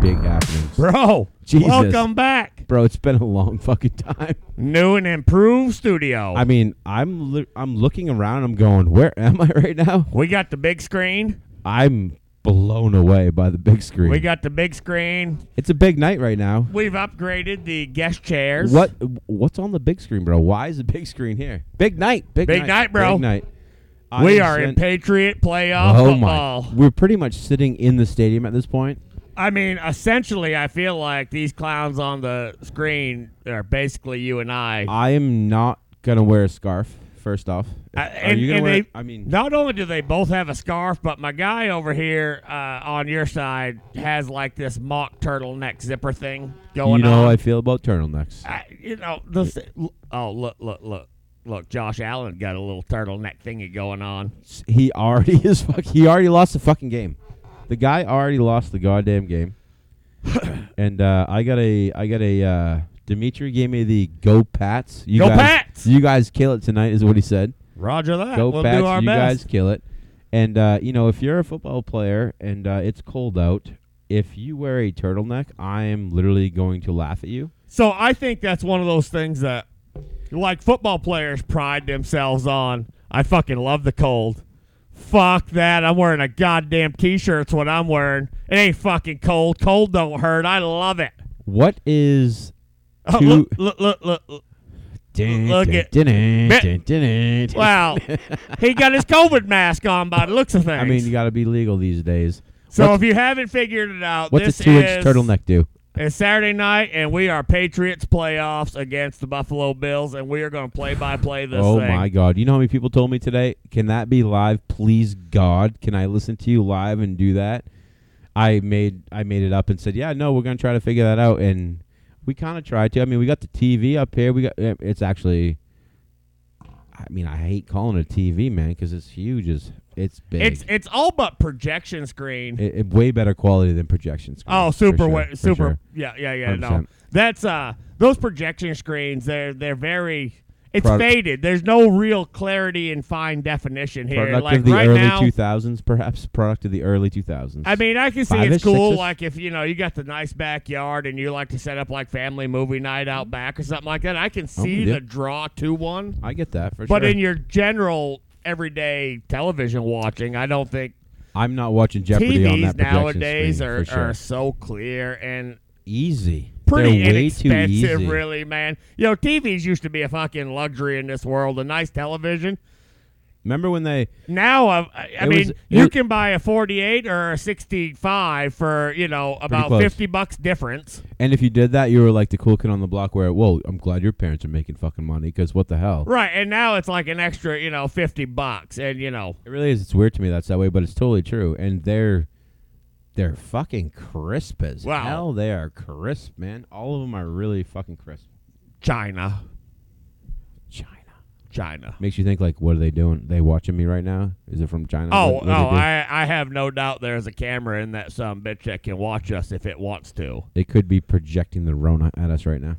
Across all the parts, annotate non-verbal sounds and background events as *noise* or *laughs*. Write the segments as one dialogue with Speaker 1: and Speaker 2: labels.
Speaker 1: big happenings. Bro,
Speaker 2: Bro,
Speaker 1: Jesus.
Speaker 2: welcome back.
Speaker 1: it's been a long fucking time.
Speaker 2: New and improved studio.
Speaker 1: I mean, I'm li- I'm looking around. I'm going, where am I right now?
Speaker 2: we got the big screen.
Speaker 1: I'm blown away by the big screen.
Speaker 2: We got the big screen.
Speaker 1: it's a big night right now.
Speaker 2: We've upgraded the guest chairs.
Speaker 1: What what's on the big screen, bro? Why is the big screen here? Big night, big,
Speaker 2: Big
Speaker 1: night,
Speaker 2: night, bro.
Speaker 1: Big night. I
Speaker 2: We
Speaker 1: am
Speaker 2: are in
Speaker 1: sent-
Speaker 2: Patriot playoff
Speaker 1: Oh
Speaker 2: football.
Speaker 1: my! We're pretty much sitting in the stadium at this point.
Speaker 2: I mean, essentially, I feel like these clowns on the screen are basically you and I.
Speaker 1: I am not gonna wear a scarf. First off,
Speaker 2: Uh,
Speaker 1: Are
Speaker 2: and,
Speaker 1: you gonna
Speaker 2: and
Speaker 1: wear?
Speaker 2: they,
Speaker 1: I mean,
Speaker 2: not only do they both have a scarf, but my guy over here uh, on your side has like this mock turtleneck zipper thing going
Speaker 1: you know how
Speaker 2: on.
Speaker 1: I feel about turtlenecks.
Speaker 2: I, you know, this, oh look, look, look, look! Josh Allen got a little turtleneck thingy going on.
Speaker 1: He already *laughs* is. Fuck, he already lost the fucking game. The guy already lost the goddamn
Speaker 2: *coughs*
Speaker 1: game. and uh, I got a, I got a. Uh, Dimitri gave me the go Pats. You
Speaker 2: Go
Speaker 1: guys,
Speaker 2: Pats!
Speaker 1: You guys kill it tonight, is what he
Speaker 2: *laughs*
Speaker 1: said.
Speaker 2: Roger that.
Speaker 1: Go
Speaker 2: we'll
Speaker 1: Pats!
Speaker 2: do our
Speaker 1: you
Speaker 2: best.
Speaker 1: guys kill it. And uh, you know, if you're a football player and uh, it's cold out, if you wear a turtleneck, I am literally going to laugh at you.
Speaker 2: So I think that's one of those things that, like football players, pride themselves on. I fucking love the cold. Fuck that! I'm wearing a goddamn t-shirt. It's what I'm wearing. It ain't fucking cold. Cold don't hurt. I love it. *laughs*
Speaker 1: What is
Speaker 2: Oh,
Speaker 1: Two-
Speaker 2: look, look, look, look, look.
Speaker 1: *laughs*
Speaker 2: Look at- Wow, he got his COVID mask on by the looks of things.
Speaker 1: I mean, you got to be legal these days.
Speaker 2: so
Speaker 1: what's-
Speaker 2: if you haven't figured it out,
Speaker 1: What's
Speaker 2: this
Speaker 1: a two-inch
Speaker 2: is
Speaker 1: turtleneck do?
Speaker 2: It's Saturday night, and we are Patriots playoffs against the Buffalo Bills, and we are going to play by play this
Speaker 1: Oh
Speaker 2: thing.
Speaker 1: my God! You know how many people told me today? Can that be live? Please God, can I listen to you live and do that? I made I made it up and said, yeah, no, we're gonna try to figure that out, and we kind of tried to. I mean, we got the TV up here. We got eh, it's actually. I mean, I hate calling it a TV, man, because it's huge. It's it's big.
Speaker 2: It's it's all but projection screen.
Speaker 1: it, it- way better quality than projection screen.
Speaker 2: oh,
Speaker 1: for
Speaker 2: super,
Speaker 1: sure,
Speaker 2: wa-
Speaker 1: for
Speaker 2: super,
Speaker 1: sure.
Speaker 2: yeah, yeah, yeah. No,
Speaker 1: 100%.
Speaker 2: that's uh, those projection screens. They're they're very. It's
Speaker 1: Product-
Speaker 2: faded. There's no real clarity and fine definition here.
Speaker 1: Product
Speaker 2: like
Speaker 1: of the
Speaker 2: right
Speaker 1: early
Speaker 2: now,
Speaker 1: 2000s, perhaps. Product of the early 2000s.
Speaker 2: I mean, I can see
Speaker 1: Five-ish,
Speaker 2: it's cool.
Speaker 1: six-ish?
Speaker 2: Like if you know you got the nice backyard and you like to set up like family movie night out back or something like that. I can see
Speaker 1: Oh, yeah.
Speaker 2: the draw to one.
Speaker 1: I get that for
Speaker 2: But
Speaker 1: sure.
Speaker 2: in your general everyday television watching, I don't think
Speaker 1: I'm not watching Jeopardy on
Speaker 2: TVs
Speaker 1: that projection
Speaker 2: nowadays
Speaker 1: screen,
Speaker 2: are,
Speaker 1: for sure.
Speaker 2: are so clear and
Speaker 1: easy.
Speaker 2: pretty
Speaker 1: They're way too
Speaker 2: inexpensive,
Speaker 1: easy.
Speaker 2: really, man. You know, TVs used to be a fucking luxury in this world, a nice television.
Speaker 1: Remember when they?
Speaker 2: Now, uh, I, I- I
Speaker 1: It
Speaker 2: mean,
Speaker 1: was- it
Speaker 2: you
Speaker 1: was-
Speaker 2: can buy a 48 or a 65 for, you know, about
Speaker 1: close.
Speaker 2: 50 bucks difference.
Speaker 1: And if you did that, you were like the cool kid on the block. Where, whoa, I'm glad your parents are making fucking money because what the hell?
Speaker 2: Right. And now it's like an extra, you know, 50 bucks. And, you know,
Speaker 1: It really is. It's weird to me that's that way, but it's totally true. And they're they're fucking crisp as
Speaker 2: Wow.
Speaker 1: hell. They are crisp, man. All of them are really fucking crisp.
Speaker 2: China.
Speaker 1: China
Speaker 2: China.
Speaker 1: makes you think like, what are they doing? they watching me right now? Is it from China?
Speaker 2: Oh,
Speaker 1: What- what do
Speaker 2: oh,
Speaker 1: they do?
Speaker 2: I, I have no doubt there's a camera in that some bitch that can watch us if it wants to.
Speaker 1: It could be projecting the Rona at us right now.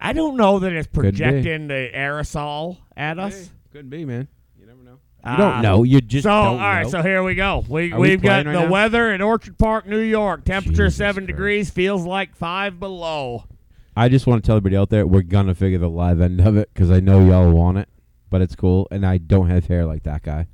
Speaker 2: I don't know that it's
Speaker 1: be.
Speaker 2: projecting the aerosol at us.
Speaker 1: Could be, man. You never know. You
Speaker 2: Uh,
Speaker 1: don't know. You just
Speaker 2: so,
Speaker 1: don't
Speaker 2: all right,
Speaker 1: know.
Speaker 2: so here we go. We,
Speaker 1: Are we
Speaker 2: we've got
Speaker 1: playing right
Speaker 2: the
Speaker 1: now?
Speaker 2: weather in Orchard Park, New York. Temperature
Speaker 1: Jesus
Speaker 2: 7
Speaker 1: Christ.
Speaker 2: degrees, feels like 5 below.
Speaker 1: I just want to tell everybody out there we're gonna figure the live end of it because I know y'all want it, but it's cool, and I don't have hair like that guy.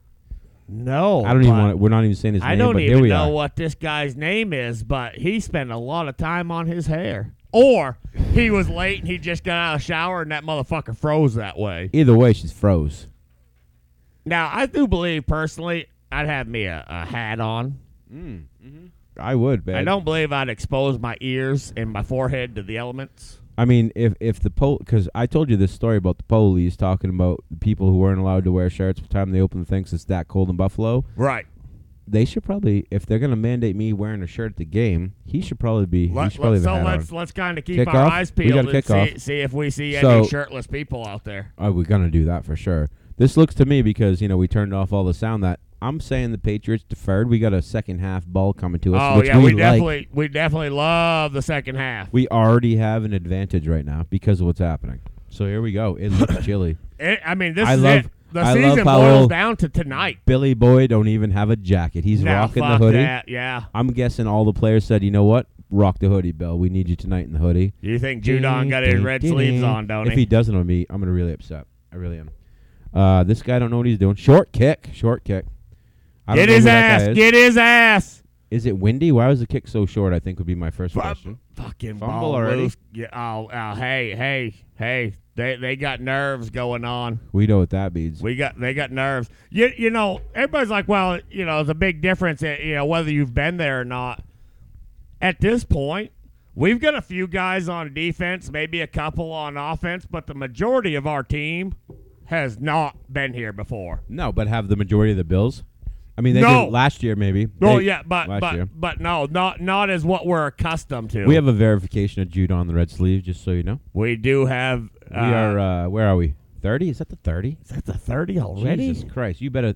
Speaker 2: No.
Speaker 1: I don't even
Speaker 2: but
Speaker 1: want it. We're not even saying his
Speaker 2: I
Speaker 1: name,
Speaker 2: don't
Speaker 1: but
Speaker 2: even
Speaker 1: here we
Speaker 2: know
Speaker 1: are.
Speaker 2: what this guy's name is, but he spent a lot of time on his hair. Or he was late and he just got out of the shower and that motherfucker froze that way.
Speaker 1: Either way, she's froze.
Speaker 2: Now, I do believe personally, I'd have me a, a hat on.
Speaker 1: I would, babe.
Speaker 2: I don't believe I'd expose my ears and my forehead to the elements.
Speaker 1: I mean, if if the pol, because I told you this story about the police talking about the people who weren't allowed to wear shirts by the time they open the things. It's that cold in Buffalo.
Speaker 2: Right.
Speaker 1: They should probably, if they're gonna mandate me wearing a shirt at the game, he should probably be. he
Speaker 2: Let,
Speaker 1: should probably
Speaker 2: let-
Speaker 1: have a
Speaker 2: so
Speaker 1: hat on.
Speaker 2: let's let's kind of keep
Speaker 1: Kick
Speaker 2: our
Speaker 1: off?
Speaker 2: eyes
Speaker 1: We
Speaker 2: peeled
Speaker 1: gotta
Speaker 2: and
Speaker 1: kick
Speaker 2: see,
Speaker 1: off.
Speaker 2: see if we see
Speaker 1: So-
Speaker 2: any shirtless people out there.
Speaker 1: Oh, we're gonna do that for sure. This looks to me because you know we turned off all the sound. That I'm saying the Patriots deferred. We got a second half ball coming to us,
Speaker 2: Oh
Speaker 1: which
Speaker 2: yeah,
Speaker 1: we,
Speaker 2: we,
Speaker 1: like.
Speaker 2: definitely we definitely love the second half.
Speaker 1: We already have an advantage right now because of what's happening. So here we go. It
Speaker 2: *coughs*
Speaker 1: looks chilly.
Speaker 2: It- I mean, this
Speaker 1: I
Speaker 2: is
Speaker 1: love-
Speaker 2: it. The
Speaker 1: I love
Speaker 2: season
Speaker 1: how
Speaker 2: boils
Speaker 1: we'll-
Speaker 2: down to tonight.
Speaker 1: Billy Boy don't even have a jacket. He's
Speaker 2: Now,
Speaker 1: rocking the
Speaker 2: fuck
Speaker 1: hoodie.
Speaker 2: that, yeah.
Speaker 1: I'm guessing all the players said, you know what? rock the hoodie, Bill. We need you tonight in the hoodie.
Speaker 2: You think Judon got his red sleeves on, don't
Speaker 1: If he
Speaker 2: he?
Speaker 1: doesn't on me, I'm gonna really upset. I really am. Uh, this guy don't know what he's doing. Short kick, short kick. I don't
Speaker 2: Get
Speaker 1: know
Speaker 2: his
Speaker 1: who that guy
Speaker 2: ass!
Speaker 1: is.
Speaker 2: Get his ass!
Speaker 1: Is it windy? Why was the kick so short? I think would be my first
Speaker 2: Fu-
Speaker 1: question.
Speaker 2: Fucking
Speaker 1: Fumble
Speaker 2: ball
Speaker 1: already?
Speaker 2: loose. Yeah, oh, oh, hey, hey, hey. They they got nerves going on.
Speaker 1: We know what that means.
Speaker 2: We got they got nerves. You you know everybody's like, well, you know, it's a big difference. eh, You know whether you've been there or not. At this point, we've got a few guys on defense, maybe a couple on offense, but the majority of our team has not been here before.
Speaker 1: No, but have the majority of the Bills. I mean, they
Speaker 2: No.
Speaker 1: did last year maybe.
Speaker 2: Oh
Speaker 1: They-
Speaker 2: yeah, but
Speaker 1: last
Speaker 2: but
Speaker 1: year.
Speaker 2: but no, not not as what we're accustomed to.
Speaker 1: we have a verification of Jude on the red sleeve, just so you know.
Speaker 2: we do have
Speaker 1: We are. Uh, where are we? Thirty? Is that the thirty?
Speaker 2: is that the thirty already?
Speaker 1: Jesus Christ! You better.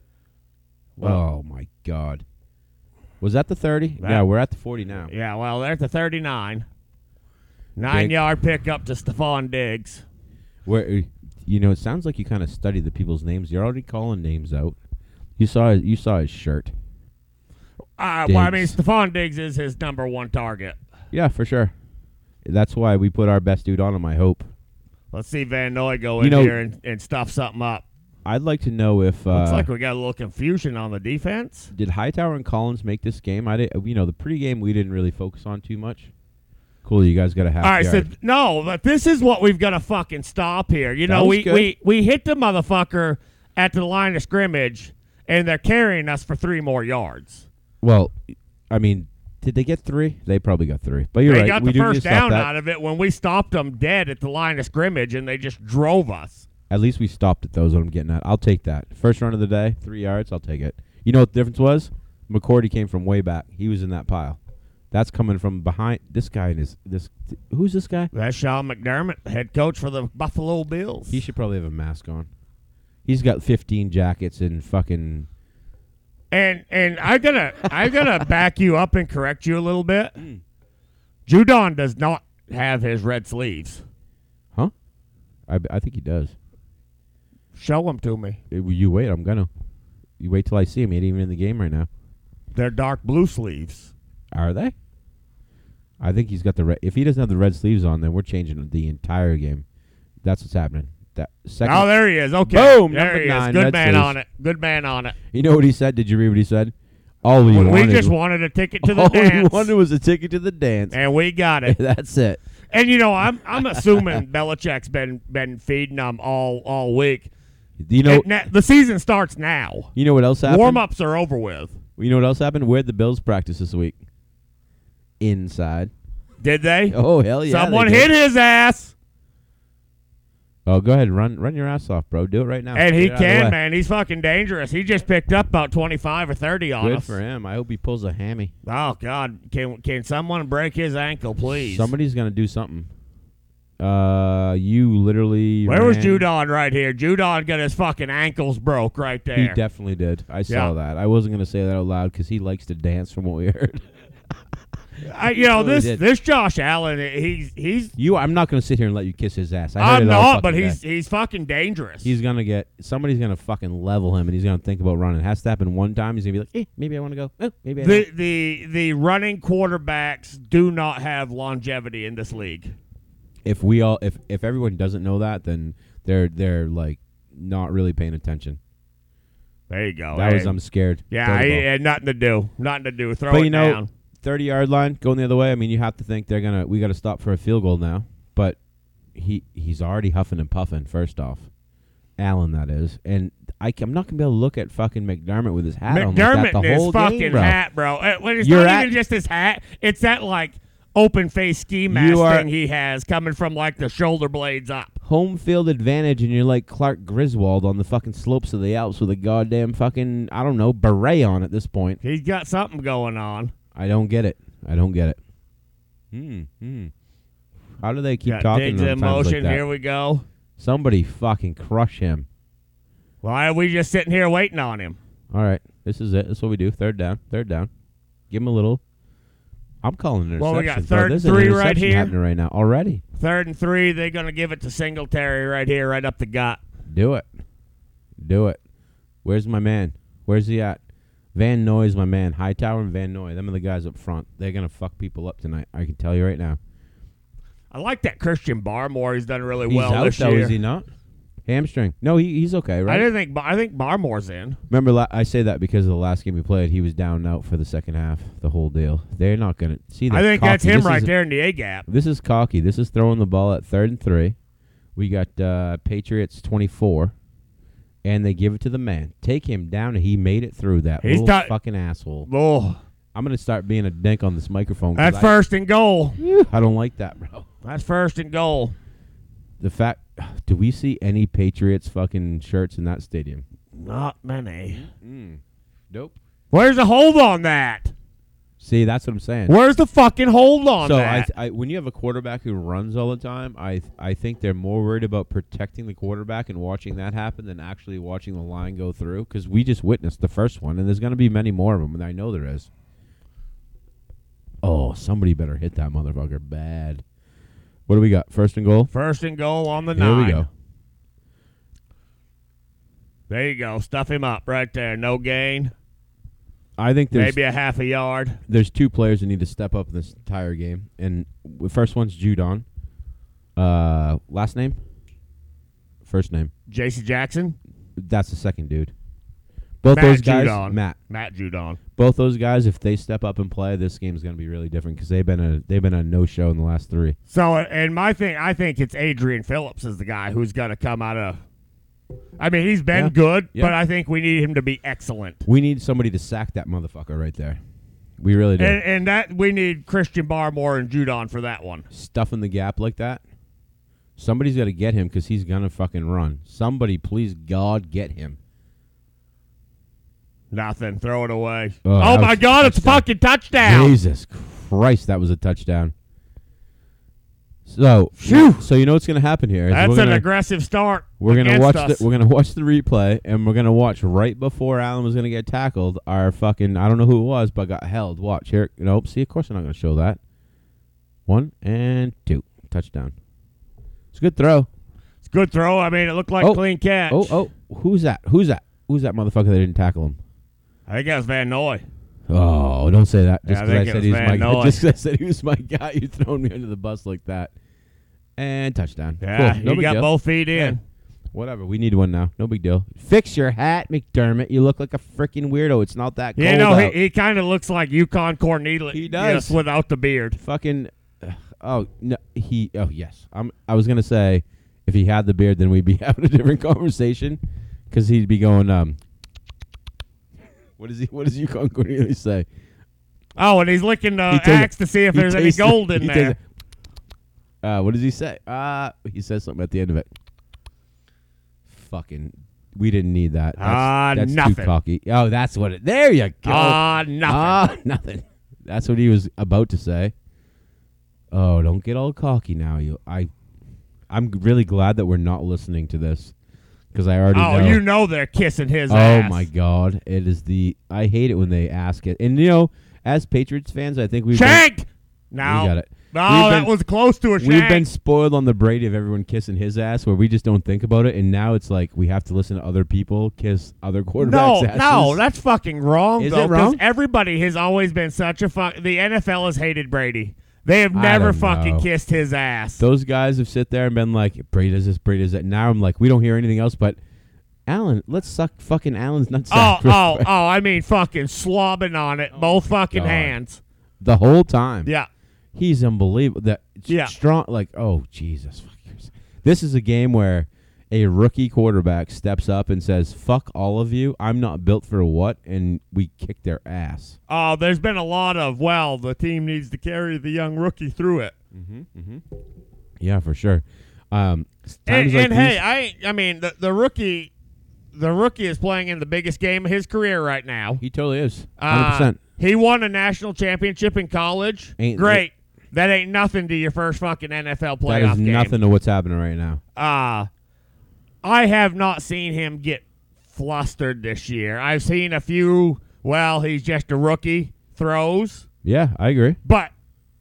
Speaker 1: oh
Speaker 2: Well-
Speaker 1: my God. Was that the thirty?
Speaker 2: That-
Speaker 1: yeah, we're at the forty now.
Speaker 2: Yeah, well, they're at the 39. Nine
Speaker 1: Dig-
Speaker 2: yard pickup to Stephon Diggs.
Speaker 1: Where uh, you know it sounds like you kind of study the people's names. You're already calling names out. You saw his, you saw his shirt.
Speaker 2: Uh, well, I mean,
Speaker 1: Diggs.
Speaker 2: Stephon Diggs is his number one target.
Speaker 1: Yeah, for sure. That's why we put our best dude on him. I hope.
Speaker 2: Let's see Van Noy go
Speaker 1: You
Speaker 2: in
Speaker 1: know-
Speaker 2: here and, and stuff something up.
Speaker 1: I'd like to know if uh,
Speaker 2: Looks like we got a little confusion on the defense.
Speaker 1: did Hightower and Collins make this game? I did. You know the pregame we didn't really focus on too much. Cool, you guys got a half.
Speaker 2: All right,
Speaker 1: yard.
Speaker 2: so no, but this is what we've got to fucking stop here. You
Speaker 1: That
Speaker 2: know,
Speaker 1: was
Speaker 2: we,
Speaker 1: good.
Speaker 2: we, we hit the motherfucker at the line of scrimmage, and they're carrying us for three more yards.
Speaker 1: Well, I mean, did they get three? They probably got three. But you're
Speaker 2: they
Speaker 1: right.
Speaker 2: got
Speaker 1: we
Speaker 2: the
Speaker 1: do need
Speaker 2: first
Speaker 1: to stop
Speaker 2: down
Speaker 1: that.
Speaker 2: out of it when we stopped them dead at the line of scrimmage, and they just drove us.
Speaker 1: At least we stopped at those. What I'm getting at. I'll take that. First run of the day, three yards. I'll take it. You know what the difference was? McCordy came from way back. He was in that pile. That's coming from behind. This guy and his this. Who's this guy?
Speaker 2: That's Sean McDermott, head coach for the Buffalo Bills.
Speaker 1: He should probably have a mask on. He's got 15 jackets and fucking.
Speaker 2: and and I gotta
Speaker 1: *laughs*
Speaker 2: I gotta back you up and correct you a little bit.
Speaker 1: Hmm.
Speaker 2: Judon does not have his red sleeves.
Speaker 1: Huh? I, I think he does.
Speaker 2: Show them to me.
Speaker 1: Eh, well, you wait. I'm gonna. You wait till I see him. He ain't even in the game right now.
Speaker 2: They're dark blue sleeves.
Speaker 1: Are they? I think he's got the red. If he doesn't have the red sleeves on, then we're changing the entire game. That's what's happening. That second.
Speaker 2: Oh, there he is. Okay,
Speaker 1: Boom,
Speaker 2: There
Speaker 1: number
Speaker 2: he
Speaker 1: nine,
Speaker 2: is. Good
Speaker 1: red
Speaker 2: man
Speaker 1: sleeves.
Speaker 2: on it. Good man on it.
Speaker 1: you know what he said? Did you read what he said? All we
Speaker 2: we
Speaker 1: wanted.
Speaker 2: just wanted a
Speaker 1: *laughs*
Speaker 2: ticket to the
Speaker 1: all
Speaker 2: dance,
Speaker 1: we wanted was a ticket to the dance.
Speaker 2: and we got it.
Speaker 1: *laughs* That's it.
Speaker 2: And you know, I'm I'm assuming Belichick's been been feeding them all all week.
Speaker 1: You know.
Speaker 2: It- na- the season starts now.
Speaker 1: You know what else happened?
Speaker 2: Warm ups are over with.
Speaker 1: You know what else happened? Where'd the Bills practice this week? Inside.
Speaker 2: Did they?
Speaker 1: Oh hell yeah! they
Speaker 2: Someone
Speaker 1: did.
Speaker 2: hit his ass,
Speaker 1: Oh, go ahead, run, run your ass off, bro. Do it right now.
Speaker 2: and
Speaker 1: Oh, Get
Speaker 2: he
Speaker 1: it out of the
Speaker 2: can,
Speaker 1: way.
Speaker 2: man. He's fucking dangerous. He just picked up about twenty five or thirty on
Speaker 1: Good
Speaker 2: us.
Speaker 1: for him. I hope he pulls a hammy.
Speaker 2: Oh God, can can someone break his ankle, please?
Speaker 1: Somebody's gonna do something. Uh, you literally.
Speaker 2: Where was
Speaker 1: ran-
Speaker 2: Judon right here? Judon got his fucking ankles broke right
Speaker 1: He
Speaker 2: there.
Speaker 1: definitely did. I saw
Speaker 2: Yeah.
Speaker 1: that. I wasn't gonna say that out loud because he likes to dance, from what we *laughs* heard.
Speaker 2: I, you know
Speaker 1: totally
Speaker 2: this
Speaker 1: did.
Speaker 2: this Josh Allen. He's he's.
Speaker 1: You, I'm not gonna sit here and let you kiss his ass. I heard
Speaker 2: I'm
Speaker 1: it all
Speaker 2: not, but
Speaker 1: fucking
Speaker 2: he's
Speaker 1: day.
Speaker 2: he's fucking dangerous.
Speaker 1: he's gonna get somebody's gonna fucking level him, and he's gonna think about running. It has to happen one time. He's gonna be like, eh, maybe I want to go. Oh, maybe I. don't."
Speaker 2: the the the running quarterbacks do not have longevity in this league.
Speaker 1: if we all, if if everyone doesn't know that, then they're they're like not really paying attention.
Speaker 2: There you go.
Speaker 1: that was
Speaker 2: Oh, Hey.
Speaker 1: I'm scared.
Speaker 2: Yeah,
Speaker 1: Throw
Speaker 2: I
Speaker 1: the ball.
Speaker 2: had nothing to do. Nothing to do. Throw
Speaker 1: But
Speaker 2: it
Speaker 1: you know,
Speaker 2: down.
Speaker 1: thirty yard line going the other way. I mean, you have to think they're gonna. We got to stop for a field goal now. But he he's already huffing and puffing. First off, Allen that is, and I, am not gonna be able to look at fucking McDermott with his hat on like
Speaker 2: McDermott
Speaker 1: that
Speaker 2: and
Speaker 1: the
Speaker 2: his
Speaker 1: whole
Speaker 2: fucking
Speaker 1: game, bro.
Speaker 2: hat, bro. Uh, well, It's
Speaker 1: You're
Speaker 2: not
Speaker 1: at-
Speaker 2: even just his hat. It's that like open face ski mask
Speaker 1: You are-
Speaker 2: thing he has coming from like the shoulder blades up.
Speaker 1: Home field advantage, and you're like Clark Griswold on the fucking slopes of the Alps with a goddamn fucking I don't know beret on at this point.
Speaker 2: He's got something going on.
Speaker 1: I don't get it. I don't get it. Hmm. Hmm. How do they keep
Speaker 2: Got
Speaker 1: talking?
Speaker 2: Diggs in
Speaker 1: on times
Speaker 2: motion.
Speaker 1: Like that?
Speaker 2: Here we go.
Speaker 1: Somebody fucking crush him.
Speaker 2: Why are we just sitting here waiting on him?
Speaker 1: All right, this is it. That's what we do. Third down. Third down. Give him a little. I'm calling an interception.
Speaker 2: Well, we got
Speaker 1: bro.
Speaker 2: third
Speaker 1: There's
Speaker 2: and three
Speaker 1: an
Speaker 2: right
Speaker 1: interception
Speaker 2: here.
Speaker 1: happening right now already.
Speaker 2: Third and three. They're gonna give it to Singletary right here, right up the gut.
Speaker 1: Do it. Do it. Where's my man? Where's he at? Van Noy's my man. Hightower and Van Noy. Them are the guys up front. They're gonna fuck people up tonight. I can tell you right now.
Speaker 2: I like that Christian Barmore. He's done really
Speaker 1: He's
Speaker 2: well
Speaker 1: out
Speaker 2: this
Speaker 1: though,
Speaker 2: year.
Speaker 1: is he not? Hamstring. No, he, he's okay,
Speaker 2: I
Speaker 1: right?
Speaker 2: didn't think. Bar- I think Barmore's in.
Speaker 1: Remember, la- I say that because of the last game he played, he was down and out for the second half, the whole deal. They're not gonna see.
Speaker 2: I
Speaker 1: they're
Speaker 2: think that's
Speaker 1: cocky.
Speaker 2: him
Speaker 1: This
Speaker 2: right
Speaker 1: is-
Speaker 2: there in the A gap.
Speaker 1: This is cocky. This is throwing the ball at third and three. We got uh, Patriots twenty-four, and they give it to the man. Take him down, and he made it through that
Speaker 2: He's
Speaker 1: little
Speaker 2: got-
Speaker 1: fucking asshole.
Speaker 2: Oh,
Speaker 1: I'm gonna start being a dink on this microphone. 'cause
Speaker 2: that's
Speaker 1: I,
Speaker 2: first and goal.
Speaker 1: I don't like that, bro.
Speaker 2: That's first and goal.
Speaker 1: The fact, do we see any Patriots fucking shirts in that stadium?
Speaker 2: Not many.
Speaker 1: Mm. Nope.
Speaker 2: Mm-hmm. Where's the hold on that?
Speaker 1: See, that's what I'm saying.
Speaker 2: Where's the fucking hold on
Speaker 1: so I,
Speaker 2: that?
Speaker 1: th- I, when you have a quarterback who runs all the time, I th- I think they're more worried about protecting the quarterback and watching that happen than actually watching the line go through. Because we just witnessed the first one, and there's going to be many more of them. And I know there is. Oh, somebody better hit that motherfucker bad. What do we got? First and goal.
Speaker 2: first and goal on the
Speaker 1: Here
Speaker 2: nine.
Speaker 1: we go.
Speaker 2: There you go. Stuff him up right there. No gain.
Speaker 1: I think there's
Speaker 2: Maybe a half a yard.
Speaker 1: there's two players that need to step up in this entire game, and the first one's Judon. Uh, last name. First name.
Speaker 2: J.C. Jackson,
Speaker 1: That's the second dude. Both
Speaker 2: Matt
Speaker 1: those guys,
Speaker 2: Judon.
Speaker 1: Matt.
Speaker 2: Matt Judon.
Speaker 1: Both those guys, if they step up and play, this game's going to be really different because they've been a they've been a no show in the last three.
Speaker 2: So, and my thing, I think it's Adrian Phillips is the guy who's going to come out of. I mean, he's been
Speaker 1: Yeah.
Speaker 2: good,
Speaker 1: Yeah.
Speaker 2: but I think we need him to be excellent.
Speaker 1: We need somebody to sack that motherfucker right there. We really do.
Speaker 2: And, and that we need Christian Barmore and Judon for that one.
Speaker 1: Stuffing the gap like that. Somebody's got to get him because he's gonna fucking run. Somebody, please God, get him.
Speaker 2: Nothing. Throw it away.
Speaker 1: Oh,
Speaker 2: Oh,
Speaker 1: that
Speaker 2: my
Speaker 1: was a
Speaker 2: God! It's a
Speaker 1: touchdown.
Speaker 2: fucking touchdown.
Speaker 1: Jesus Christ, that was a touchdown. So,
Speaker 2: Phew.
Speaker 1: so you know what's gonna happen here? is
Speaker 2: That's
Speaker 1: we're
Speaker 2: an
Speaker 1: gonna-
Speaker 2: aggressive start.
Speaker 1: We're gonna
Speaker 2: against
Speaker 1: watch
Speaker 2: us.
Speaker 1: the we're gonna watch the replay, and we're gonna watch right before Allen was gonna get tackled. Our fucking I don't know who it was, but got held. Watch here. Nope. See, of course they're not gonna show that. One and two touchdown. It's a good throw.
Speaker 2: It's a good throw. I mean, it looked like
Speaker 1: Oh.
Speaker 2: clean catch.
Speaker 1: Oh oh, who's that? Who's that? Who's that motherfucker that didn't tackle him?
Speaker 2: I think that was Van Noy.
Speaker 1: Oh, don't say that. Just
Speaker 2: Yeah, I
Speaker 1: because I,
Speaker 2: think it
Speaker 1: said
Speaker 2: was
Speaker 1: he was
Speaker 2: Van
Speaker 1: my *laughs* guy.
Speaker 2: Noy.
Speaker 1: Just 'cause I said he was my guy. You're throwing me under the bus like that. And touchdown.
Speaker 2: Yeah,
Speaker 1: cool. No
Speaker 2: he
Speaker 1: big
Speaker 2: got
Speaker 1: deal.
Speaker 2: both feet in.
Speaker 1: Whatever. We need one now. No big deal. Fix your hat, McDermott. You look like a freaking weirdo. It's not that cold.
Speaker 2: You know,
Speaker 1: out.
Speaker 2: he, he kind of looks like Yukon Cornelius.
Speaker 1: He does.
Speaker 2: just without the beard.
Speaker 1: fucking. Oh no, he. Oh yes. I'm. I was gonna say, if he had the beard, then we'd be *laughs* having a different conversation, because he'd be going. Um. What is he? What does *laughs* Yukon Cornelius say?
Speaker 2: Oh, and he's licking the
Speaker 1: He takes-
Speaker 2: axe to see if
Speaker 1: He
Speaker 2: there's any
Speaker 1: *laughs* tastes it-
Speaker 2: gold in
Speaker 1: he
Speaker 2: there.
Speaker 1: tastes it. Uh, what does he say? Uh, he says something at the end of it. Fucking, we didn't need that. That's,
Speaker 2: Ah,
Speaker 1: that's too
Speaker 2: nothing.
Speaker 1: cocky. Oh, that's what it. There you go.
Speaker 2: Ah, nothing.
Speaker 1: Ah, nothing. That's what he was about to say. Oh, don't get all cocky now. You, I, I'm really glad that we're not listening to this because I already
Speaker 2: oh,
Speaker 1: know.
Speaker 2: you know they're kissing his
Speaker 1: oh
Speaker 2: ass.
Speaker 1: my God! It is the. I hate it when they ask it, and you know, as Patriots fans, I think we've been-
Speaker 2: Shanked. No.
Speaker 1: we got it.
Speaker 2: No,
Speaker 1: We've
Speaker 2: oh, that
Speaker 1: been-
Speaker 2: was close to a shank.
Speaker 1: We've been spoiled on the Brady of everyone kissing his ass, where we just don't think about it, and now it's like we have to listen to other people kiss other quarterbacks'
Speaker 2: no,
Speaker 1: asses.
Speaker 2: no, that's fucking wrong.
Speaker 1: Is
Speaker 2: though,
Speaker 1: it wrong?
Speaker 2: 'cause everybody has always been such a fuck. The NFL has hated Brady. They have
Speaker 1: I
Speaker 2: never
Speaker 1: don't
Speaker 2: fucking
Speaker 1: know.
Speaker 2: kissed his ass.
Speaker 1: those guys have sit there and been like, Brady does this, Brady does that. Now I'm like, we don't hear anything else, but Allen, let's suck fucking Allen's nuts.
Speaker 2: oh, oh, oh! I mean, fucking slobbing on it, both fucking
Speaker 1: Oh God.
Speaker 2: hands.
Speaker 1: *laughs* the whole time.
Speaker 2: Yeah.
Speaker 1: he's unbelievable. That
Speaker 2: Yeah.
Speaker 1: strong, like oh Jesus, fuckers. this is a game where a rookie quarterback steps up and says, "Fuck all of you, I'm not built for what," and we kick their ass.
Speaker 2: Oh, there's been a lot of well, the team needs to carry the young rookie through it.
Speaker 1: Yeah, for sure. Um, s-
Speaker 2: And,
Speaker 1: times like
Speaker 2: and hey,
Speaker 1: these-
Speaker 2: I ain't- I mean the, the rookie, the rookie is playing in the biggest game of his career right now.
Speaker 1: he totally is. Hundred
Speaker 2: Uh,
Speaker 1: percent.
Speaker 2: He won a national championship in college.
Speaker 1: Ain't
Speaker 2: Great. That ain't nothing to your first fucking NFL playoff
Speaker 1: That is
Speaker 2: game.
Speaker 1: nothing to what's happening right now.
Speaker 2: Uh, I have not seen him get flustered this year. I've seen a few. Well, he's just a rookie throws,
Speaker 1: Yeah, I agree.
Speaker 2: but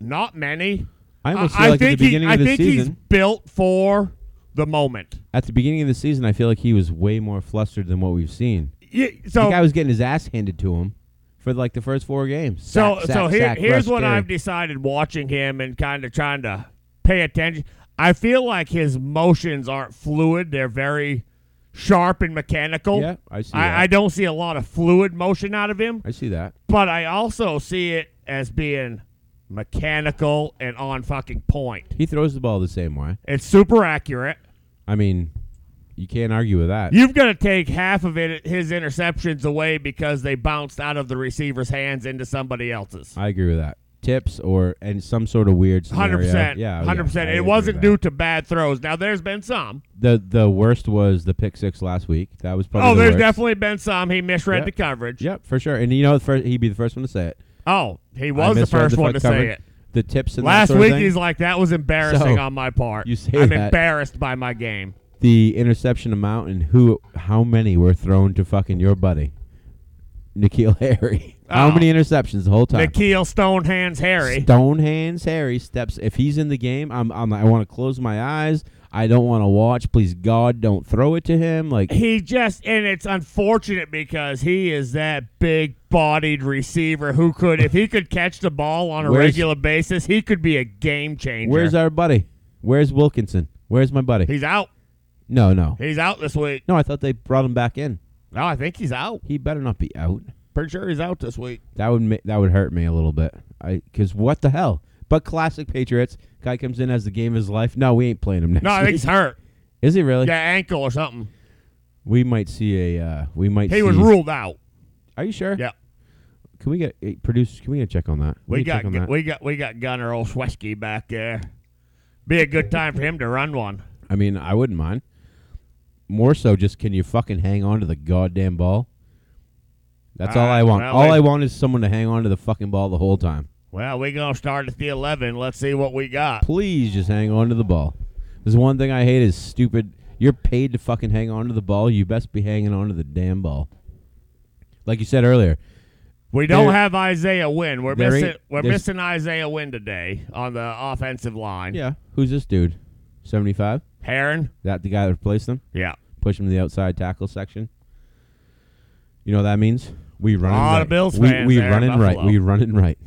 Speaker 2: not many.
Speaker 1: I almost
Speaker 2: I-
Speaker 1: feel
Speaker 2: I
Speaker 1: like at
Speaker 2: think
Speaker 1: the
Speaker 2: he-
Speaker 1: beginning
Speaker 2: I
Speaker 1: of the
Speaker 2: think
Speaker 1: season,
Speaker 2: he's built for the moment.
Speaker 1: at the beginning of the season, I feel like he was way more flustered than what we've seen.
Speaker 2: Y-
Speaker 1: The
Speaker 2: So
Speaker 1: guy was getting his ass handed to him. for like the first four games.
Speaker 2: So
Speaker 1: Sack, sack,
Speaker 2: so here,
Speaker 1: sack,
Speaker 2: here's
Speaker 1: rush,
Speaker 2: what
Speaker 1: carry.
Speaker 2: I've decided watching him and kind of trying to pay attention. I feel like his motions aren't fluid; they're very sharp and mechanical.
Speaker 1: Yeah, I see. that.
Speaker 2: I, I don't see a lot of fluid motion out of him,
Speaker 1: I see that.
Speaker 2: but I also see it as being mechanical and on fucking point.
Speaker 1: He throws the ball the same way.
Speaker 2: It's super accurate.
Speaker 1: I mean, you can't argue with that.
Speaker 2: You've got to take half of it, his interceptions away because they bounced out of the receiver's hands into somebody else's.
Speaker 1: I agree with that. Tips or and some sort of weird scenario.
Speaker 2: Hundred percent.
Speaker 1: Yeah,
Speaker 2: hundred percent. It wasn't due to bad throws. Now there's been some.
Speaker 1: The the worst was the pick six last week. That was probably.
Speaker 2: oh,
Speaker 1: the
Speaker 2: there's
Speaker 1: worst.
Speaker 2: definitely been some. He misread
Speaker 1: Yep.
Speaker 2: the coverage.
Speaker 1: Yep, for sure. And you know, the first, he'd be the first one to say it.
Speaker 2: Oh, he
Speaker 1: I
Speaker 2: was the
Speaker 1: misread
Speaker 2: first one to
Speaker 1: fuck
Speaker 2: say
Speaker 1: coverage.
Speaker 2: it.
Speaker 1: The tips and that
Speaker 2: Last
Speaker 1: sort of
Speaker 2: week
Speaker 1: thing.
Speaker 2: he's like, "That was embarrassing
Speaker 1: So,
Speaker 2: on my part.
Speaker 1: you say
Speaker 2: I'm
Speaker 1: that.
Speaker 2: embarrassed by my game."
Speaker 1: the interception amount and who, how many were thrown to fucking your buddy, Nikhil *laughs* Harry.
Speaker 2: Oh.
Speaker 1: How many interceptions the whole time?
Speaker 2: Nikhil Stonehands Harry.
Speaker 1: Stonehands Harry steps. If he's in the game, I'm. I'm I want to close my eyes. I don't want to watch. Please God, don't throw it to him. Like
Speaker 2: He just and it's unfortunate because he is that big bodied receiver who could if he could catch the ball on a
Speaker 1: Where's-
Speaker 2: regular basis, he could be a game changer.
Speaker 1: Where's uh, our buddy? Where's Wilkinson? Where's my buddy?
Speaker 2: he's out.
Speaker 1: no, no.
Speaker 2: He's out this week.
Speaker 1: No, I thought they brought him back in.
Speaker 2: No, I think he's out.
Speaker 1: He better not be out.
Speaker 2: Pretty sure he's out this week.
Speaker 1: That would ma- that would hurt me a little bit. I cuz what the hell? But classic Patriots, guy comes in as the game of his life. No, we ain't playing him next
Speaker 2: No, I think
Speaker 1: week.
Speaker 2: he's hurt.
Speaker 1: Is he really?
Speaker 2: Yeah, ankle or something.
Speaker 1: We might see a uh, we might
Speaker 2: He
Speaker 1: see
Speaker 2: was ruled out.
Speaker 1: Are you sure?
Speaker 2: Yeah.
Speaker 1: Can we get eh, produce can we get a check on that? Can
Speaker 2: We
Speaker 1: check
Speaker 2: got
Speaker 1: on that?
Speaker 2: we got we got Gunner Olszewski back there. Be a good time for him to run one.
Speaker 1: I mean, I wouldn't mind. More so just can you fucking hang on to the goddamn ball? That's all
Speaker 2: Alright,
Speaker 1: I want.
Speaker 2: well,
Speaker 1: all
Speaker 2: we-
Speaker 1: I want is someone to hang on to the fucking ball the whole time.
Speaker 2: Well, we gonna start at the eleven. Let's see what we got.
Speaker 1: please just hang on to the ball. There's one thing I hate is stupid. You're paid to fucking hang on to the ball. You best be hanging on to the damn ball. Like you said earlier,
Speaker 2: We don't
Speaker 1: There-
Speaker 2: have Isaiah Wynn. We're
Speaker 1: there ain't-
Speaker 2: missing we're
Speaker 1: there's-
Speaker 2: missing Isaiah Wynn today on the offensive line.
Speaker 1: yeah, who's this dude? 75?
Speaker 2: Heron?
Speaker 1: That the guy that replaced him?
Speaker 2: Yeah.
Speaker 1: Push him to the outside tackle section. You know what that means? We run
Speaker 2: Lot
Speaker 1: right.
Speaker 2: of Bills
Speaker 1: we
Speaker 2: fans
Speaker 1: we
Speaker 2: there in
Speaker 1: run right.
Speaker 2: Buffalo.
Speaker 1: We run right.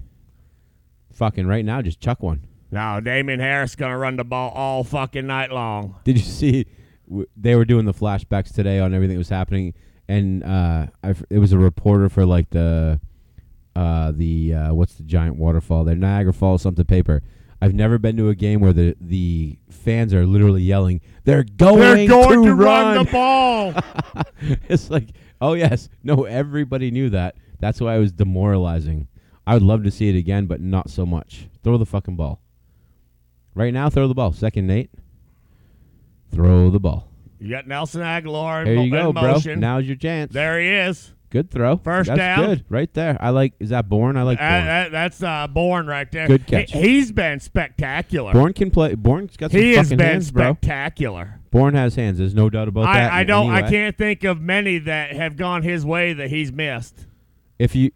Speaker 1: Fucking right now, just chuck one.
Speaker 2: Now Damon Harris gonna run the ball all fucking night long.
Speaker 1: *laughs* Did you see? W- they were doing the flashbacks today on everything that was happening, and uh, I f it was a reporter for like the uh, the uh, what's the giant waterfall there, Niagara Falls something paper. I've never been to a game where the the fans are literally yelling, "They're going,
Speaker 2: They're going
Speaker 1: to,
Speaker 2: to run the
Speaker 1: *laughs*
Speaker 2: ball.
Speaker 1: it's like, oh yes, no, everybody knew that. That's why it was demoralizing. I would love to see it again, but not so much. Throw the fucking ball. Right now, throw the ball. Second, Nate. Throw the ball.
Speaker 2: You got Nelson Aguilar in,
Speaker 1: There
Speaker 2: mo-
Speaker 1: you
Speaker 2: in
Speaker 1: go, bro.
Speaker 2: motion.
Speaker 1: Now's your chance.
Speaker 2: There he is.
Speaker 1: Good throw.
Speaker 2: First
Speaker 1: That's
Speaker 2: down.
Speaker 1: good. Right there. I like. Is that Bourne? I like
Speaker 2: Uh,
Speaker 1: Bourne.
Speaker 2: that- that's uh, Bourne right there.
Speaker 1: Good catch.
Speaker 2: He, has been spectacular.
Speaker 1: Bourne can play. Bourne's got some
Speaker 2: he has
Speaker 1: fucking
Speaker 2: been
Speaker 1: hands, bro.
Speaker 2: spectacular.
Speaker 1: Bourne has hands. There's no doubt about that.
Speaker 2: I, I
Speaker 1: in
Speaker 2: don't.
Speaker 1: any
Speaker 2: I
Speaker 1: way.
Speaker 2: can't think of many that have gone his way that he's missed.
Speaker 1: If you,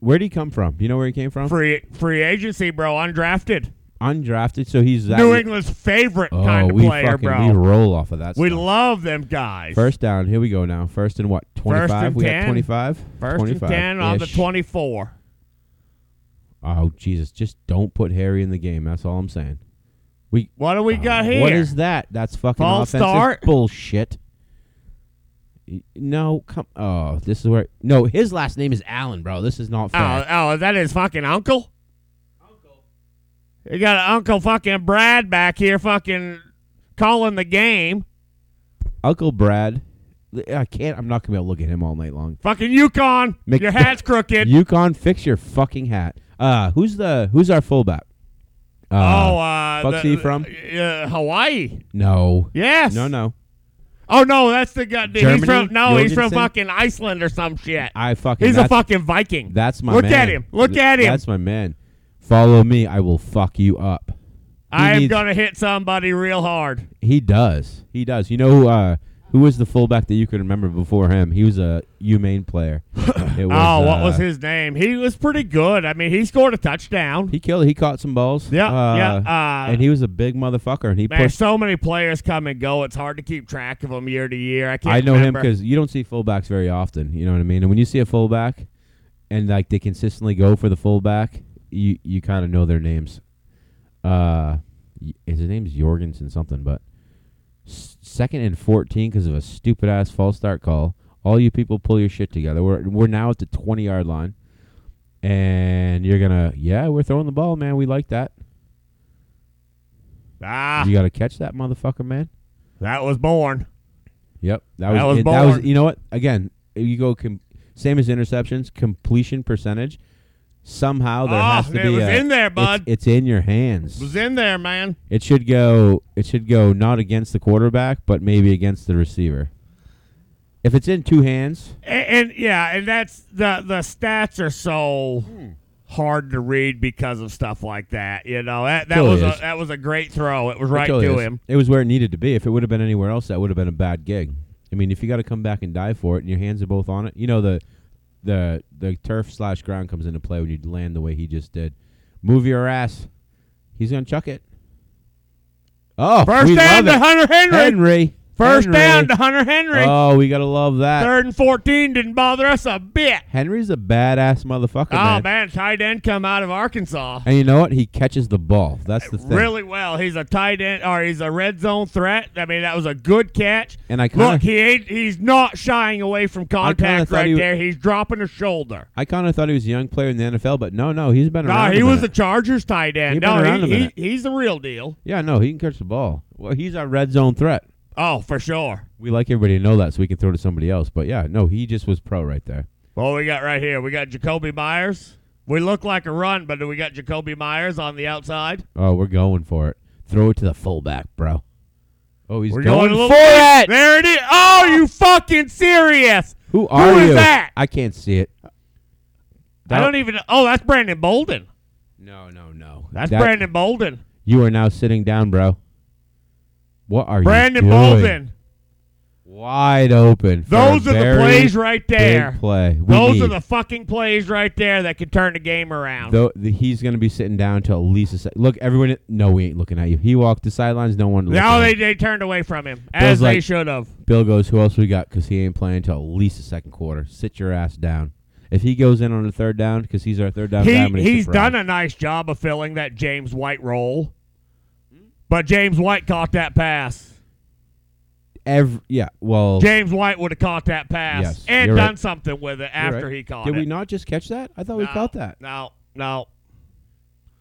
Speaker 1: where did he come from? Do you know where he came from?
Speaker 2: Free free agency, bro. Undrafted.
Speaker 1: Undrafted. So he's that.
Speaker 2: New England's favorite
Speaker 1: oh,
Speaker 2: kind of
Speaker 1: we
Speaker 2: player,
Speaker 1: fucking
Speaker 2: bro.
Speaker 1: we roll off of that.
Speaker 2: We
Speaker 1: stuff.
Speaker 2: love them guys.
Speaker 1: First down. Here we go now. First and what? Twenty-five.
Speaker 2: and
Speaker 1: we
Speaker 2: 10.
Speaker 1: have twenty-five.
Speaker 2: First and
Speaker 1: 25
Speaker 2: ten on the
Speaker 1: -ish.
Speaker 2: twenty-four.
Speaker 1: Oh Jesus! Just don't put Harry in the game. That's all I'm saying.
Speaker 2: What do we
Speaker 1: Uh,
Speaker 2: got here?
Speaker 1: What is that? That's fucking
Speaker 2: False
Speaker 1: offensive
Speaker 2: start?
Speaker 1: bullshit. Y- No, come. Oh, this is where. No, his last name is Allen, bro. This is not
Speaker 2: Oh,
Speaker 1: fair.
Speaker 2: oh, that is fucking uncle. You got Uncle fucking Brad back here fucking calling the game.
Speaker 1: Uncle Brad. I can't. I'm not gonna be able to look at him all night long.
Speaker 2: Fucking Yukon.
Speaker 1: Mc-
Speaker 2: Your hat's crooked.
Speaker 1: Yukon, fix your fucking hat. Uh, who's the who's our fullback?
Speaker 2: oh,
Speaker 1: Uh,
Speaker 2: uh.
Speaker 1: Buck's
Speaker 2: the-
Speaker 1: he from?
Speaker 2: Uh, Hawaii.
Speaker 1: no,
Speaker 2: Yes.
Speaker 1: no, no.
Speaker 2: Oh, no, that's the guy. He's
Speaker 1: Germany?
Speaker 2: from, no, he's from
Speaker 1: Jorgensen?
Speaker 2: fucking Iceland or some shit.
Speaker 1: I fucking.
Speaker 2: He's a
Speaker 1: that's,
Speaker 2: fucking Viking.
Speaker 1: That's my.
Speaker 2: Look
Speaker 1: man.
Speaker 2: at him. Look at him.
Speaker 1: That's my man. Follow me. I will fuck you up.
Speaker 2: I am
Speaker 1: needs-
Speaker 2: going to hit somebody real hard.
Speaker 1: He does. He does. You know who, uh, who was the fullback that you could remember before him? He was a UMaine
Speaker 2: *coughs*
Speaker 1: player. It was,
Speaker 2: oh, what
Speaker 1: uh,
Speaker 2: was his name? He was pretty good. I mean, he scored a touchdown.
Speaker 1: He killed. He caught some balls.
Speaker 2: yeah,
Speaker 1: Uh,
Speaker 2: yeah. Uh,
Speaker 1: and he was a big motherfucker, and he
Speaker 2: Man,
Speaker 1: pushed.
Speaker 2: so many players come and go. It's hard to keep track of them year to year. I can't.
Speaker 1: I know him
Speaker 2: remember.
Speaker 1: because you don't see fullbacks very often. You know what I mean? And when you see a fullback, and like they consistently go for the fullback, you you kind of know their names. Uh, y- his name's Jorgensen something, but s- second and fourteen because of a stupid ass false start call. All you people pull your shit together. We're we're now at the twenty yard line, and you're gonna yeah we're throwing the ball, man. We like that.
Speaker 2: Ah,
Speaker 1: You got to catch that motherfucker, man.
Speaker 2: that was born.
Speaker 1: Yep, that was
Speaker 2: That was
Speaker 1: it- that was
Speaker 2: born.
Speaker 1: you know what? Again, if you go com- same as interceptions, completion percentage. Somehow there
Speaker 2: Ah,
Speaker 1: has to
Speaker 2: it
Speaker 1: be
Speaker 2: was
Speaker 1: a,
Speaker 2: in there, bud.
Speaker 1: It's, it's in your
Speaker 2: It
Speaker 1: hands.
Speaker 2: was in there, man.
Speaker 1: It should go. It should go not against the quarterback, but maybe against the receiver. If it's in two hands,
Speaker 2: And, and yeah, and that's the the stats are so
Speaker 1: Hmm.
Speaker 2: hard to read because of stuff like that. You know that that
Speaker 1: Sure
Speaker 2: was a,
Speaker 1: is.
Speaker 2: that was a great throw. It was
Speaker 1: it
Speaker 2: right
Speaker 1: totally
Speaker 2: to
Speaker 1: is.
Speaker 2: him.
Speaker 1: It was where it needed to be. If it would have been anywhere else, that would have been a bad gig. I mean, if you got to come back and die for it, and your hands are both on it, you know the the the turf slash ground comes into play when you land the way he just did. Move your ass. He's gonna chuck it. Oh,
Speaker 2: First
Speaker 1: we
Speaker 2: down to
Speaker 1: love it.
Speaker 2: Hunter Henry.
Speaker 1: Henry.
Speaker 2: First
Speaker 1: Henry.
Speaker 2: down to Hunter Henry.
Speaker 1: Oh, we gotta love that.
Speaker 2: Third and fourteen didn't bother us a bit.
Speaker 1: Henry's a badass motherfucker,
Speaker 2: Oh
Speaker 1: man.
Speaker 2: man, tight end come out of Arkansas
Speaker 1: And you know what? He catches the ball. That's the thing.
Speaker 2: really well. He's a tight end, or he's a red zone threat. I mean, that was a good catch.
Speaker 1: And I
Speaker 2: Look,
Speaker 1: kind of,
Speaker 2: he ain't, he's not shying away from
Speaker 1: kinda
Speaker 2: contact
Speaker 1: thought
Speaker 2: right
Speaker 1: he-
Speaker 2: there. He's dropping a shoulder.
Speaker 1: I kind of thought he was a young player in the NFL, but no, no, he's been
Speaker 2: No,
Speaker 1: around.
Speaker 2: he
Speaker 1: a
Speaker 2: was the
Speaker 1: minute.
Speaker 2: Chargers tight end.
Speaker 1: He been
Speaker 2: no,
Speaker 1: around a
Speaker 2: he, he,
Speaker 1: minute.
Speaker 2: he's the real deal.
Speaker 1: yeah, no, he can catch the ball. Well, he's our red zone threat.
Speaker 2: Oh, for sure.
Speaker 1: We like everybody to know that, so we can throw to somebody else. But yeah, no, he just was pro right there.
Speaker 2: What we got right here? We got Jacoby Myers. We look like a run, but we got Jacoby Myers on the outside.
Speaker 1: Oh, we're going for it. Throw it to the fullback, bro. Oh, he's
Speaker 2: We're
Speaker 1: going,
Speaker 2: a little
Speaker 1: for
Speaker 2: bit.
Speaker 1: it.
Speaker 2: There it is. Oh, you fucking serious?
Speaker 1: Who are
Speaker 2: is
Speaker 1: you?
Speaker 2: that?
Speaker 1: I can't see it.
Speaker 2: I don't even. Oh, that's Brandon Bolden.
Speaker 1: No, no, no.
Speaker 2: That's
Speaker 1: That-
Speaker 2: Brandon Bolden.
Speaker 1: You are now sitting down, bro. What are
Speaker 2: Brandon
Speaker 1: you doing?
Speaker 2: Bolden.
Speaker 1: Wide open. for
Speaker 2: Those
Speaker 1: a
Speaker 2: are the
Speaker 1: very
Speaker 2: plays right there.
Speaker 1: Big play. We
Speaker 2: Those are
Speaker 1: need-
Speaker 2: the fucking plays right there that could turn the game around.
Speaker 1: Though the, he's going to be sitting down till at least a sec- look. Everyone, no, we ain't looking at you. He walked the sidelines. No one.
Speaker 2: now
Speaker 1: looking at
Speaker 2: they,
Speaker 1: him.
Speaker 2: they turned away from him as
Speaker 1: Bill's
Speaker 2: they
Speaker 1: like-
Speaker 2: should have.
Speaker 1: Bill goes. Who else we got? Because he ain't playing till at least the second quarter. Sit your ass down. If he goes in on a third down, because he's our third down.
Speaker 2: He
Speaker 1: guy, I'm gonna
Speaker 2: he's
Speaker 1: surprise.
Speaker 2: done a nice job of filling that James White role, but James White caught that pass.
Speaker 1: Every yeah. Well,
Speaker 2: James White would have caught that pass
Speaker 1: Yes,
Speaker 2: and
Speaker 1: you're
Speaker 2: done
Speaker 1: right.
Speaker 2: something with it after
Speaker 1: right.
Speaker 2: he caught
Speaker 1: did
Speaker 2: it.
Speaker 1: we not just catch that? I thought we
Speaker 2: No,
Speaker 1: caught that.
Speaker 2: No, no.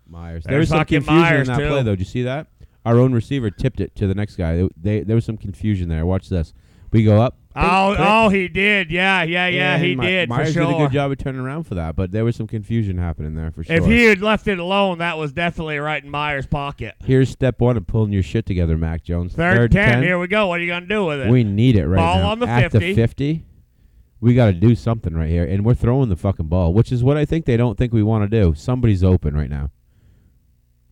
Speaker 1: Myers.
Speaker 2: There's
Speaker 1: There was some
Speaker 2: fucking
Speaker 1: confusion
Speaker 2: Myers,
Speaker 1: in that
Speaker 2: too.
Speaker 1: play, though. Did you see that? Our own receiver tipped it to the next guy. They, they- there was some confusion there. Watch this. We go up. Big
Speaker 2: Oh,
Speaker 1: click,
Speaker 2: oh, he did. Yeah, yeah, yeah.
Speaker 1: and
Speaker 2: he
Speaker 1: My-
Speaker 2: did
Speaker 1: Myers
Speaker 2: for sure.
Speaker 1: did a good job of turning around for that, but there was some confusion happening there for sure.
Speaker 2: If he had left it alone, that was definitely right in Myers' pocket.
Speaker 1: Here's step one of pulling your shit together, Mac Jones.
Speaker 2: Third, 10, Here we go. What are you gonna do with it?
Speaker 1: We need it right
Speaker 2: Ball
Speaker 1: now.
Speaker 2: on the
Speaker 1: At
Speaker 2: 50.
Speaker 1: the 50, we got to do something right here, and we're throwing the fucking ball, which is what I think they don't think we want to do. Somebody's open right now.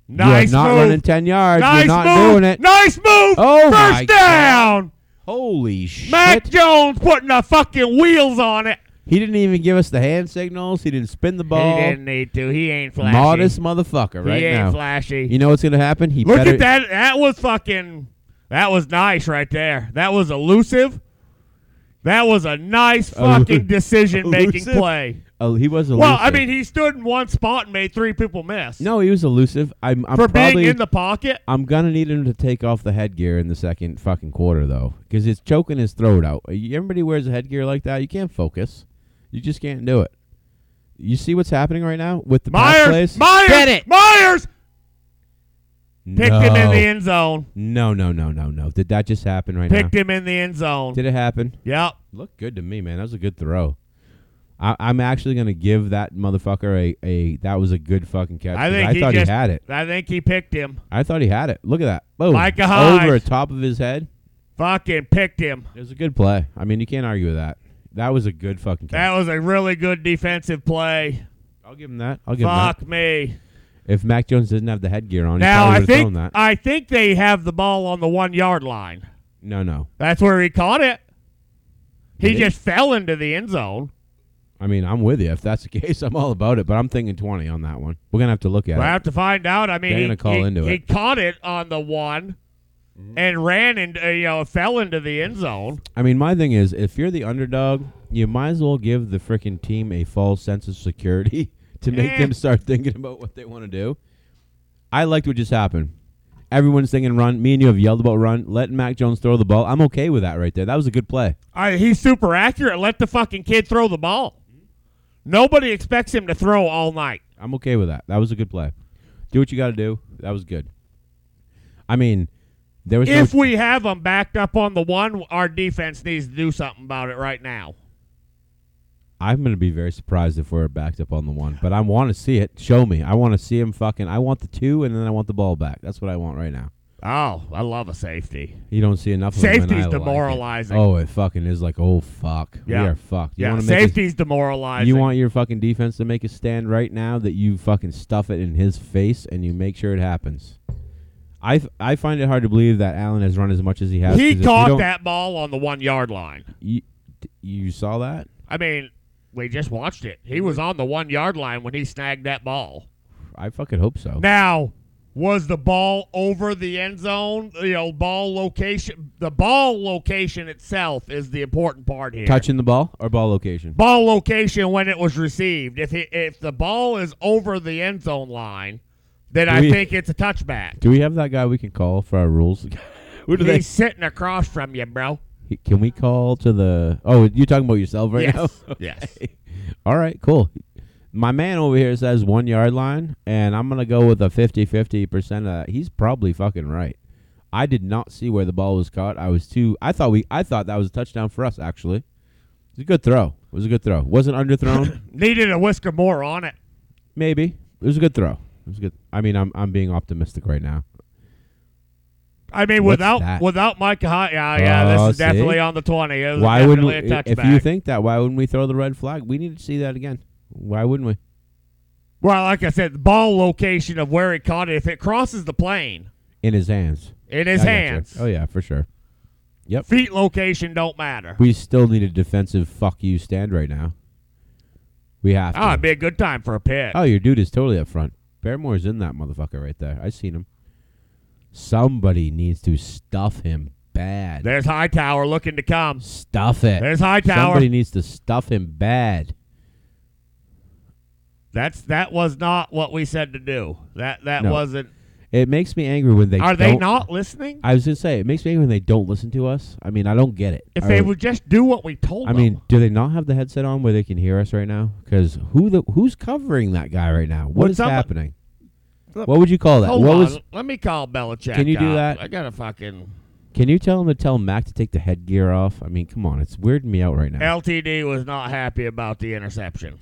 Speaker 2: nice
Speaker 1: You're not
Speaker 2: move.
Speaker 1: running 10 yards.
Speaker 2: nice
Speaker 1: You're not
Speaker 2: move.
Speaker 1: doing it.
Speaker 2: Nice move.
Speaker 1: Oh, my
Speaker 2: First down.
Speaker 1: Holy shit.
Speaker 2: Mac Jones putting the fucking wheels on it.
Speaker 1: He didn't even give us the hand signals. He didn't spin the ball.
Speaker 2: He didn't need to. He ain't flashy.
Speaker 1: Modest motherfucker right
Speaker 2: he ain't
Speaker 1: now.
Speaker 2: flashy.
Speaker 1: You know what's going to happen? He
Speaker 2: Look
Speaker 1: better,
Speaker 2: at that. That was fucking. That was nice right there. That was elusive. That was
Speaker 1: *laughs*
Speaker 2: a nice fucking decision making
Speaker 1: Elusive?
Speaker 2: play.
Speaker 1: Oh, he was elusive.
Speaker 2: Well, I mean, he stood in one spot and made three people miss.
Speaker 1: no, he was elusive. I'm, I'm
Speaker 2: for
Speaker 1: probably,
Speaker 2: being in the pocket.
Speaker 1: I'm gonna need him to take off the headgear in the second fucking quarter though, because it's choking his throat out. You- Everybody wears a headgear like that. You can't focus. You just can't do it. You see what's happening right now with the pass
Speaker 2: Myers,
Speaker 1: plays?
Speaker 2: Myers,
Speaker 1: Get it.
Speaker 2: Myers picked
Speaker 1: no.
Speaker 2: him in the end zone.
Speaker 1: No, no, no, no, no. Did that just happen right
Speaker 2: Picked
Speaker 1: now?
Speaker 2: him in the end zone.
Speaker 1: Did it happen?
Speaker 2: Yep.
Speaker 1: Looked good to me, man. That was a good throw. I, I'm actually gonna give that motherfucker a, a that was a good fucking catch.
Speaker 2: I
Speaker 1: 'cause
Speaker 2: think
Speaker 1: I
Speaker 2: he
Speaker 1: thought
Speaker 2: just-
Speaker 1: he had it.
Speaker 2: I think he picked him.
Speaker 1: I thought he had it. Look at that. Boom.
Speaker 2: Micah Hyde.
Speaker 1: Over the top of his head.
Speaker 2: Fucking picked him.
Speaker 1: It was a good play. I mean, you can't argue with that. That was a good fucking catch.
Speaker 2: That was a really good defensive play.
Speaker 1: I'll give him that. I'll give
Speaker 2: Fuck
Speaker 1: him
Speaker 2: me.
Speaker 1: that. If Mac Jones doesn't have the headgear on,
Speaker 2: Now
Speaker 1: he
Speaker 2: I
Speaker 1: probably would have thrown
Speaker 2: think
Speaker 1: that.
Speaker 2: I think they have the ball on the one yard line.
Speaker 1: No, no.
Speaker 2: That's where he caught it. He
Speaker 1: Did he?
Speaker 2: just fell into the end zone.
Speaker 1: I mean, I'm with you. If that's the *laughs* case, I'm all about it. But I'm thinking 20 on that one. We're gonna have to look at
Speaker 2: We'll
Speaker 1: it.
Speaker 2: have to find out. I mean,
Speaker 1: They're
Speaker 2: he,
Speaker 1: gonna call
Speaker 2: he-
Speaker 1: into
Speaker 2: he
Speaker 1: it.
Speaker 2: caught it on the one Mm-hmm. and ran and uh, you know fell into the end zone.
Speaker 1: I mean, my thing is, if you're the underdog, you might as well give the freaking team a false sense of security *laughs* to make
Speaker 2: Eh.
Speaker 1: them start thinking about what they want to do. I liked what just happened. Everyone's thinking run. Me and you have yelled about run. Let Mac Jones throw the ball. I'm okay with that right there. That was a good play.
Speaker 2: I, he's super accurate. Let the fucking kid throw the ball. Nobody expects him to throw all night.
Speaker 1: I'm okay with that. That was a good play. Do what you got to do. That was good. I mean, there was no
Speaker 2: If we have him backed up on the one, our defense needs to do something about it right now.
Speaker 1: I'm gonna be very surprised if we're backed up on the one, but I want to see it. Show me. I want to see him fucking. I want the two, and then I want the ball back. That's what I want right now.
Speaker 2: Oh, I love a safety.
Speaker 1: You don't see enough. of him, and I
Speaker 2: Safety's
Speaker 1: like it.
Speaker 2: demoralizing.
Speaker 1: Oh, it fucking is like, oh fuck,
Speaker 2: Yeah.
Speaker 1: we are fucked. You
Speaker 2: yeah,
Speaker 1: want to make
Speaker 2: safety's
Speaker 1: a,
Speaker 2: demoralizing.
Speaker 1: you want your fucking defense to make a stand right now that you fucking stuff it in his face and you make sure it happens. I, f- I find it hard to believe that Allen has run as much as he has. 'cause
Speaker 2: he
Speaker 1: if you
Speaker 2: caught
Speaker 1: don't-
Speaker 2: that ball on the one yard line.
Speaker 1: You, you saw that?
Speaker 2: I mean, we just watched it. He was on the one yard line when he snagged that ball.
Speaker 1: I fucking hope so.
Speaker 2: Now, was the ball over the end zone? You know, ball location. The ball location itself is the important part here.
Speaker 1: Touching the ball or ball location?
Speaker 2: ball location when it was received. If it, if the ball is over the end zone line, then I
Speaker 1: We-
Speaker 2: think it's a touchback.
Speaker 1: Do we have that guy we can call for our rules? *laughs* Who do
Speaker 2: He's
Speaker 1: they?
Speaker 2: sitting across from you, bro.
Speaker 1: He- Can we call to the? Oh, you're talking about yourself right
Speaker 2: yes.
Speaker 1: now.
Speaker 2: Yes.
Speaker 1: *laughs* All right, cool. My man over here says one yard line, and I'm gonna go with a 50-50 percent of that. He's probably fucking right. I did not see where the ball was caught. I was too. I thought we. I thought that was a touchdown for us. Actually, it was a good throw. It was a good throw. Wasn't underthrown.
Speaker 2: Needed a whisker more on it.
Speaker 1: Maybe it was a good throw. It was a good. I mean, I'm I'm being optimistic right now.
Speaker 2: I mean,
Speaker 1: What's
Speaker 2: without
Speaker 1: that?
Speaker 2: without Mike Hot, yeah, yeah,
Speaker 1: Oh,
Speaker 2: this is
Speaker 1: see?
Speaker 2: definitely on the twenty. It was
Speaker 1: why wouldn't
Speaker 2: definitely
Speaker 1: we,
Speaker 2: a
Speaker 1: i- if
Speaker 2: touchback.
Speaker 1: you think that why wouldn't we throw the red flag we need to see that again why wouldn't we
Speaker 2: well, like I said, the ball location of where he caught it. If it crosses the plane
Speaker 1: in his hands
Speaker 2: in his
Speaker 1: I gotcha.
Speaker 2: hands,
Speaker 1: oh yeah for sure
Speaker 2: feet location don't matter.
Speaker 1: we still need a defensive fuck you stand right now we have to
Speaker 2: Oh, it'd be a good time for a pick.
Speaker 1: oh your dude is totally up front Bearmore's in that motherfucker right there I seen him somebody needs to stuff him bad
Speaker 2: There's Hightower looking to come.
Speaker 1: stuff it
Speaker 2: There's Hightower.
Speaker 1: somebody needs to stuff him bad
Speaker 2: That's that was not what we said to do. That that
Speaker 1: No.
Speaker 2: wasn't.
Speaker 1: it makes me angry when they
Speaker 2: Are they
Speaker 1: don't-
Speaker 2: not listening?
Speaker 1: I was gonna say it makes me angry when they don't listen to us I mean I don't get it
Speaker 2: If
Speaker 1: I
Speaker 2: they
Speaker 1: don't-
Speaker 2: would just do what we told
Speaker 1: Oh. I
Speaker 2: them.
Speaker 1: mean, do they not have the headset on where they can hear us right now? Because who the who's covering that guy right now? What
Speaker 2: Well,
Speaker 1: is
Speaker 2: some-
Speaker 1: happening?
Speaker 2: Look,
Speaker 1: What would you call that?
Speaker 2: hold
Speaker 1: what
Speaker 2: on.
Speaker 1: was?
Speaker 2: Let me call Belichick.
Speaker 1: Can you do
Speaker 2: up.
Speaker 1: that?
Speaker 2: I gotta fucking.
Speaker 1: Can you tell him to tell Mac to take the headgear off? I mean, come on, it's weirding me out right now.
Speaker 2: LTD was not happy about the interception.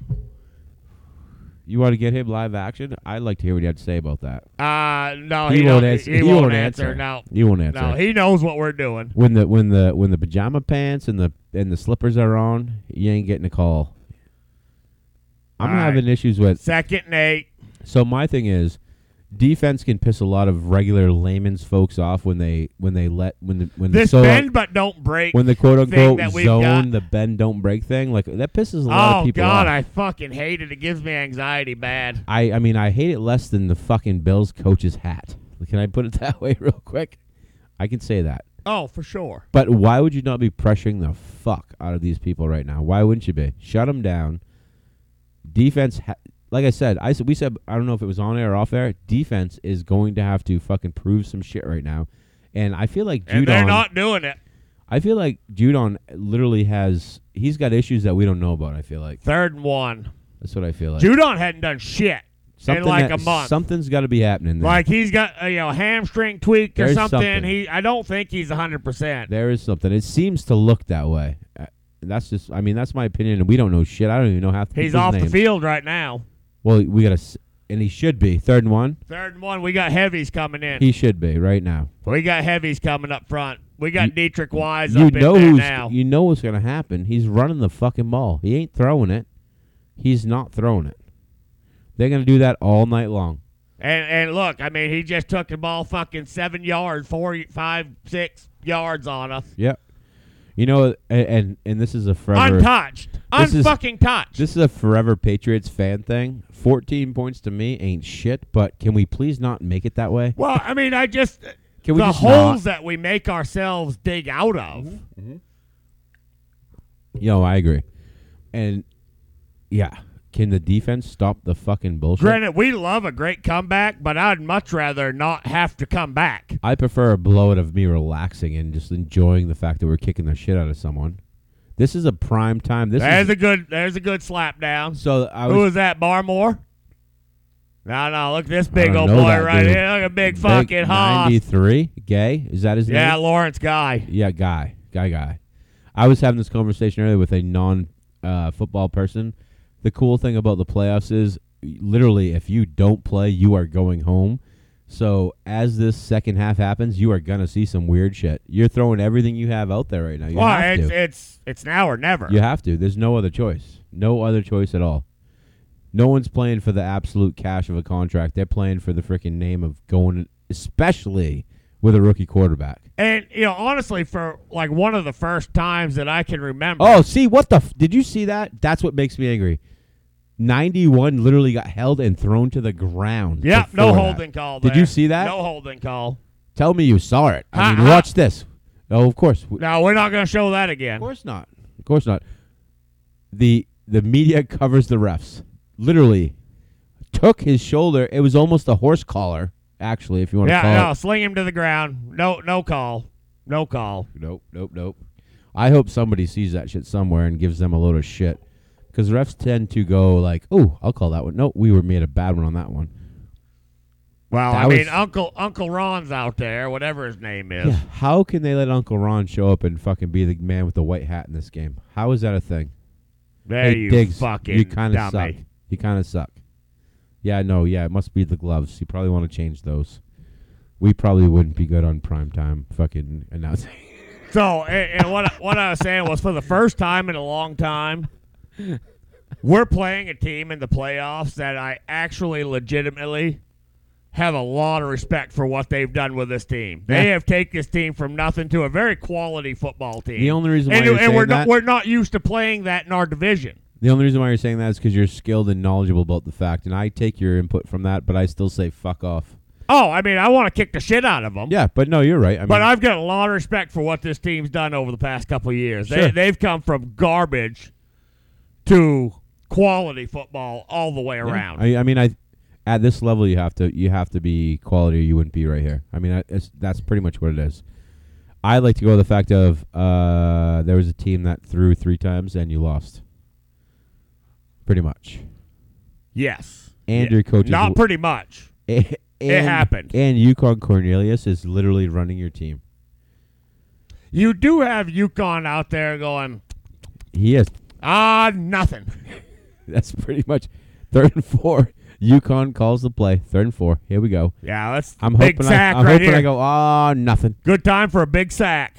Speaker 1: you want to get him live action? I'd like to hear what you had to say about that.
Speaker 2: Uh no,
Speaker 1: He
Speaker 2: he,
Speaker 1: won't
Speaker 2: don't-
Speaker 1: answer-
Speaker 2: He,
Speaker 1: he
Speaker 2: won't
Speaker 1: won't
Speaker 2: answer.
Speaker 1: answer.
Speaker 2: No,
Speaker 1: You won't answer.
Speaker 2: Oh, no, he knows what we're doing.
Speaker 1: when the when the when the pajama pants and the and the slippers are on, you ain't getting a call. I'm
Speaker 2: All right.
Speaker 1: having issues with
Speaker 2: Second and eight.
Speaker 1: So my thing is, defense can piss a lot of regular layman's folks off when they when they let when the when
Speaker 2: This
Speaker 1: the Mm, so
Speaker 2: bend but don't break.
Speaker 1: when the quote unquote
Speaker 2: that we've
Speaker 1: zone
Speaker 2: got-
Speaker 1: the bend don't break thing like that pisses a lot
Speaker 2: oh
Speaker 1: of people
Speaker 2: God,
Speaker 1: off.
Speaker 2: I fucking hate it. It gives me anxiety bad.
Speaker 1: I I mean I hate it less than the fucking Bills coach's hat. Can I put it *laughs* that way real quick? I can say that.
Speaker 2: Oh, for sure.
Speaker 1: But why would you not be pressuring the fuck out of these people right now? Why wouldn't you be? Shut them down. Defense, ha- like I said, I said we said I don't know if it was on air or off air. Defense is going to have to fucking prove some shit right now, and I feel like
Speaker 2: And they're
Speaker 1: Judon.
Speaker 2: not doing it.
Speaker 1: I feel like Judon literally has he's got issues that we don't know about. I feel like
Speaker 2: Third and one.
Speaker 1: that's what I feel like.
Speaker 2: Judon hadn't done shit.
Speaker 1: Something
Speaker 2: like
Speaker 1: that-
Speaker 2: a month.
Speaker 1: something's got to be happening. There.
Speaker 2: Like he's got uh, you know hamstring tweak or
Speaker 1: There's
Speaker 2: something.
Speaker 1: something.
Speaker 2: He I don't think he's hundred percent.
Speaker 1: there is something. It seems to look that way. Uh, That's just. I mean, that's my opinion, and we don't know shit. I don't even know half. The
Speaker 2: He's
Speaker 1: people's
Speaker 2: off the
Speaker 1: names.
Speaker 2: field right now.
Speaker 1: Well, we gotta, s- and he should be third and one.
Speaker 2: Third and one. We got heavies coming in.
Speaker 1: He should be right now.
Speaker 2: we got heavies coming up front. We got Dietrich Wise
Speaker 1: you
Speaker 2: up
Speaker 1: know
Speaker 2: in there
Speaker 1: who's,
Speaker 2: now.
Speaker 1: you know what's gonna happen. He's running the fucking ball. He ain't throwing it. He's not throwing it. They're gonna do that all night long.
Speaker 2: and and look, I mean, he just took the ball fucking seven yards, four, five, six yards on us,
Speaker 1: Yep. You know, and and, and this is a forever.
Speaker 2: untouched,
Speaker 1: This is-
Speaker 2: unfucking touched.
Speaker 1: This is a forever Patriots fan thing. Fourteen points to me ain't shit, but can we please not make it that way?
Speaker 2: Well, I mean, I just
Speaker 1: Can we
Speaker 2: the
Speaker 1: just Mhm.
Speaker 2: holes that we make ourselves dig out of.
Speaker 1: Yo, I agree. and yeah, can the defense stop the fucking bullshit?
Speaker 2: Granted, we love a great comeback, but I'd much rather not have to come back.
Speaker 1: I prefer a blowout of me relaxing and just enjoying the fact that we're kicking the shit out of someone. This is a prime time. This
Speaker 2: there's
Speaker 1: is
Speaker 2: a good there's a good slap down.
Speaker 1: so I
Speaker 2: Who
Speaker 1: was
Speaker 2: is that, Barmore? No, no, look at this big
Speaker 1: don't
Speaker 2: old
Speaker 1: know
Speaker 2: boy
Speaker 1: that
Speaker 2: right
Speaker 1: dude.
Speaker 2: here. Look at big, fucking Hoss.
Speaker 1: ninety three. Gay is that his
Speaker 2: Yeah,
Speaker 1: name?
Speaker 2: Lawrence guy.
Speaker 1: Yeah, guy, guy, guy. I was having this conversation earlier with a non uh, football person. The cool thing about the playoffs is literally if you don't play, you are going home. So as this second half happens, you are gonna see some weird shit. You're throwing everything you have out there right now. You
Speaker 2: Well,
Speaker 1: have
Speaker 2: it's
Speaker 1: to.
Speaker 2: it's it's now or never.
Speaker 1: You have to. There's no other choice. No other choice at all. No one's playing for the absolute cash of a contract. They're playing for the freaking name of going, especially with a rookie quarterback.
Speaker 2: And you know, honestly, for like one of the first times that I can remember,
Speaker 1: Oh, see what the? F- did you see that? That's what makes me angry. Ninety-one literally got held and thrown to the ground.
Speaker 2: Yep, no
Speaker 1: before that.
Speaker 2: holding call.
Speaker 1: Did you
Speaker 2: there.
Speaker 1: see that?
Speaker 2: No holding call.
Speaker 1: Tell me you saw it. I
Speaker 2: Ha,
Speaker 1: mean,
Speaker 2: ha.
Speaker 1: watch this. Oh, of course. W-
Speaker 2: No, we're not going to show that again.
Speaker 1: Of course not. Of course not. The the media *laughs* covers the refs. Literally, took his shoulder. It was almost a horse collar, actually. If you want to call
Speaker 2: Yeah, no,
Speaker 1: it.
Speaker 2: sling him to the ground. No, no call. No call.
Speaker 1: Nope, nope, nope. I hope somebody sees that shit somewhere and gives them a load of shit. Because refs tend to go like, "Oh, I'll call that one." Nope, we were made a bad one on that one.
Speaker 2: Well,
Speaker 1: That
Speaker 2: I mean,
Speaker 1: was-
Speaker 2: Uncle Uncle Ron's out there, whatever his name is.
Speaker 1: Yeah. How can they let Uncle Ron show up and fucking be the man with the white hat in this game? How is that a thing?
Speaker 2: There
Speaker 1: hey,
Speaker 2: you
Speaker 1: Diggs,
Speaker 2: fucking
Speaker 1: you kind of suck.
Speaker 2: dummy.
Speaker 1: You kind of suck. Yeah, no, yeah, it must be the gloves. You probably want to change those. We probably wouldn't be good on prime time fucking announcing. *laughs*
Speaker 2: So, and, and what what I was saying was, for the first time in a long time, we're playing a team in the playoffs that I actually legitimately have a lot of respect for what they've done with this team. They
Speaker 1: Yeah.
Speaker 2: have taken this team from nothing to a very quality football team.
Speaker 1: The only reason why
Speaker 2: and,
Speaker 1: you're
Speaker 2: and
Speaker 1: saying
Speaker 2: we're
Speaker 1: that,
Speaker 2: not we're not used to playing that in our division.
Speaker 1: the only reason why you're saying that is because you're skilled and knowledgeable about the fact, and I take your input from that, but I still say fuck off.
Speaker 2: Oh, I mean, I want to kick the shit out of them.
Speaker 1: Yeah, but no, you're right. I mean,
Speaker 2: But I've got a lot of respect for what this team's done over the past couple of years.
Speaker 1: Sure.
Speaker 2: They, they've come from garbage to quality football all the way
Speaker 1: Yeah.
Speaker 2: around.
Speaker 1: I, I mean, I at this level you have to you have to be quality. or You wouldn't be right here. I mean, I, it's, that's pretty much what it is. I like to go with the fact of uh, there was a team that threw three times and you lost. Pretty much,
Speaker 2: yes.
Speaker 1: and
Speaker 2: Yeah.
Speaker 1: your coach
Speaker 2: Not
Speaker 1: is,
Speaker 2: pretty much.
Speaker 1: and,
Speaker 2: *laughs* it happened.
Speaker 1: And Yukon Cornelius is literally running your team.
Speaker 2: You do have UConn out there going,
Speaker 1: He is. *laughs*
Speaker 2: ah, nothing.
Speaker 1: That's pretty much third and four. Yukon calls the play. Third and four. Here we go.
Speaker 2: Yeah, that's
Speaker 1: I'm
Speaker 2: big
Speaker 1: hoping.
Speaker 2: sack
Speaker 1: I, I'm
Speaker 2: right
Speaker 1: hoping
Speaker 2: here.
Speaker 1: I go. Ah, nothing.
Speaker 2: Good time for a big sack.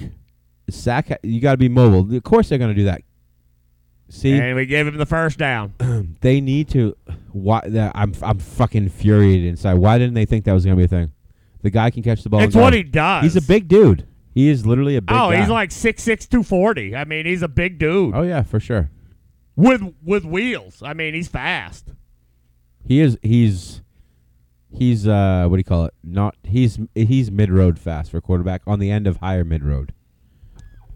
Speaker 1: sack. You got to be mobile. Of course they're going to do that. See,
Speaker 2: And we gave him the first down.
Speaker 1: *clears throat* they need to. Why? That I'm I'm fucking infuriated inside. Why didn't they think that was going to be a thing? The guy can catch the ball.
Speaker 2: it's
Speaker 1: and
Speaker 2: what
Speaker 1: go.
Speaker 2: he does.
Speaker 1: He's a big dude. He is literally a big.
Speaker 2: Oh,
Speaker 1: guy.
Speaker 2: he's like 6'6", 240. I mean, he's a big dude
Speaker 1: Oh yeah, for sure.
Speaker 2: with with wheels. I mean, he's fast.
Speaker 1: He is. He's. He's uh, what do you call it? Not he's he's mid road fast for quarterback on the end of higher mid road.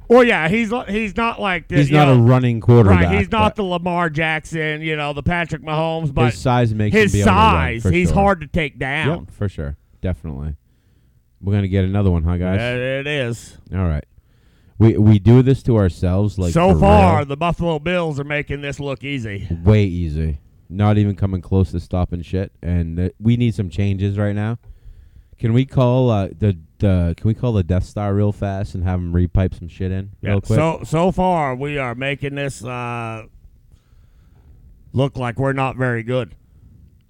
Speaker 2: Well, yeah, he's li- he's not like the,
Speaker 1: He's
Speaker 2: you
Speaker 1: not a
Speaker 2: know,
Speaker 1: running quarterback.
Speaker 2: right. He's not
Speaker 1: but
Speaker 2: the Lamar Jackson, you know, the Patrick Mahomes, but
Speaker 1: his size makes
Speaker 2: his,
Speaker 1: him be
Speaker 2: size,
Speaker 1: Able to run, for
Speaker 2: he's
Speaker 1: sure.
Speaker 2: hard to take down.
Speaker 1: Yep, for sure, definitely. We're gonna get another one, huh, guys?
Speaker 2: There it is.
Speaker 1: All right. We we do this to ourselves like
Speaker 2: so
Speaker 1: for
Speaker 2: far,
Speaker 1: real.
Speaker 2: the Buffalo Bills are making this look easy.
Speaker 1: way easy. Not even coming close to stopping shit and uh, we need some changes right now. Can we call uh, the the can we call the Death Star real fast and have them repipe some shit in
Speaker 2: Yeah,
Speaker 1: real quick?
Speaker 2: So so far, we are making this uh, look like we're not very good.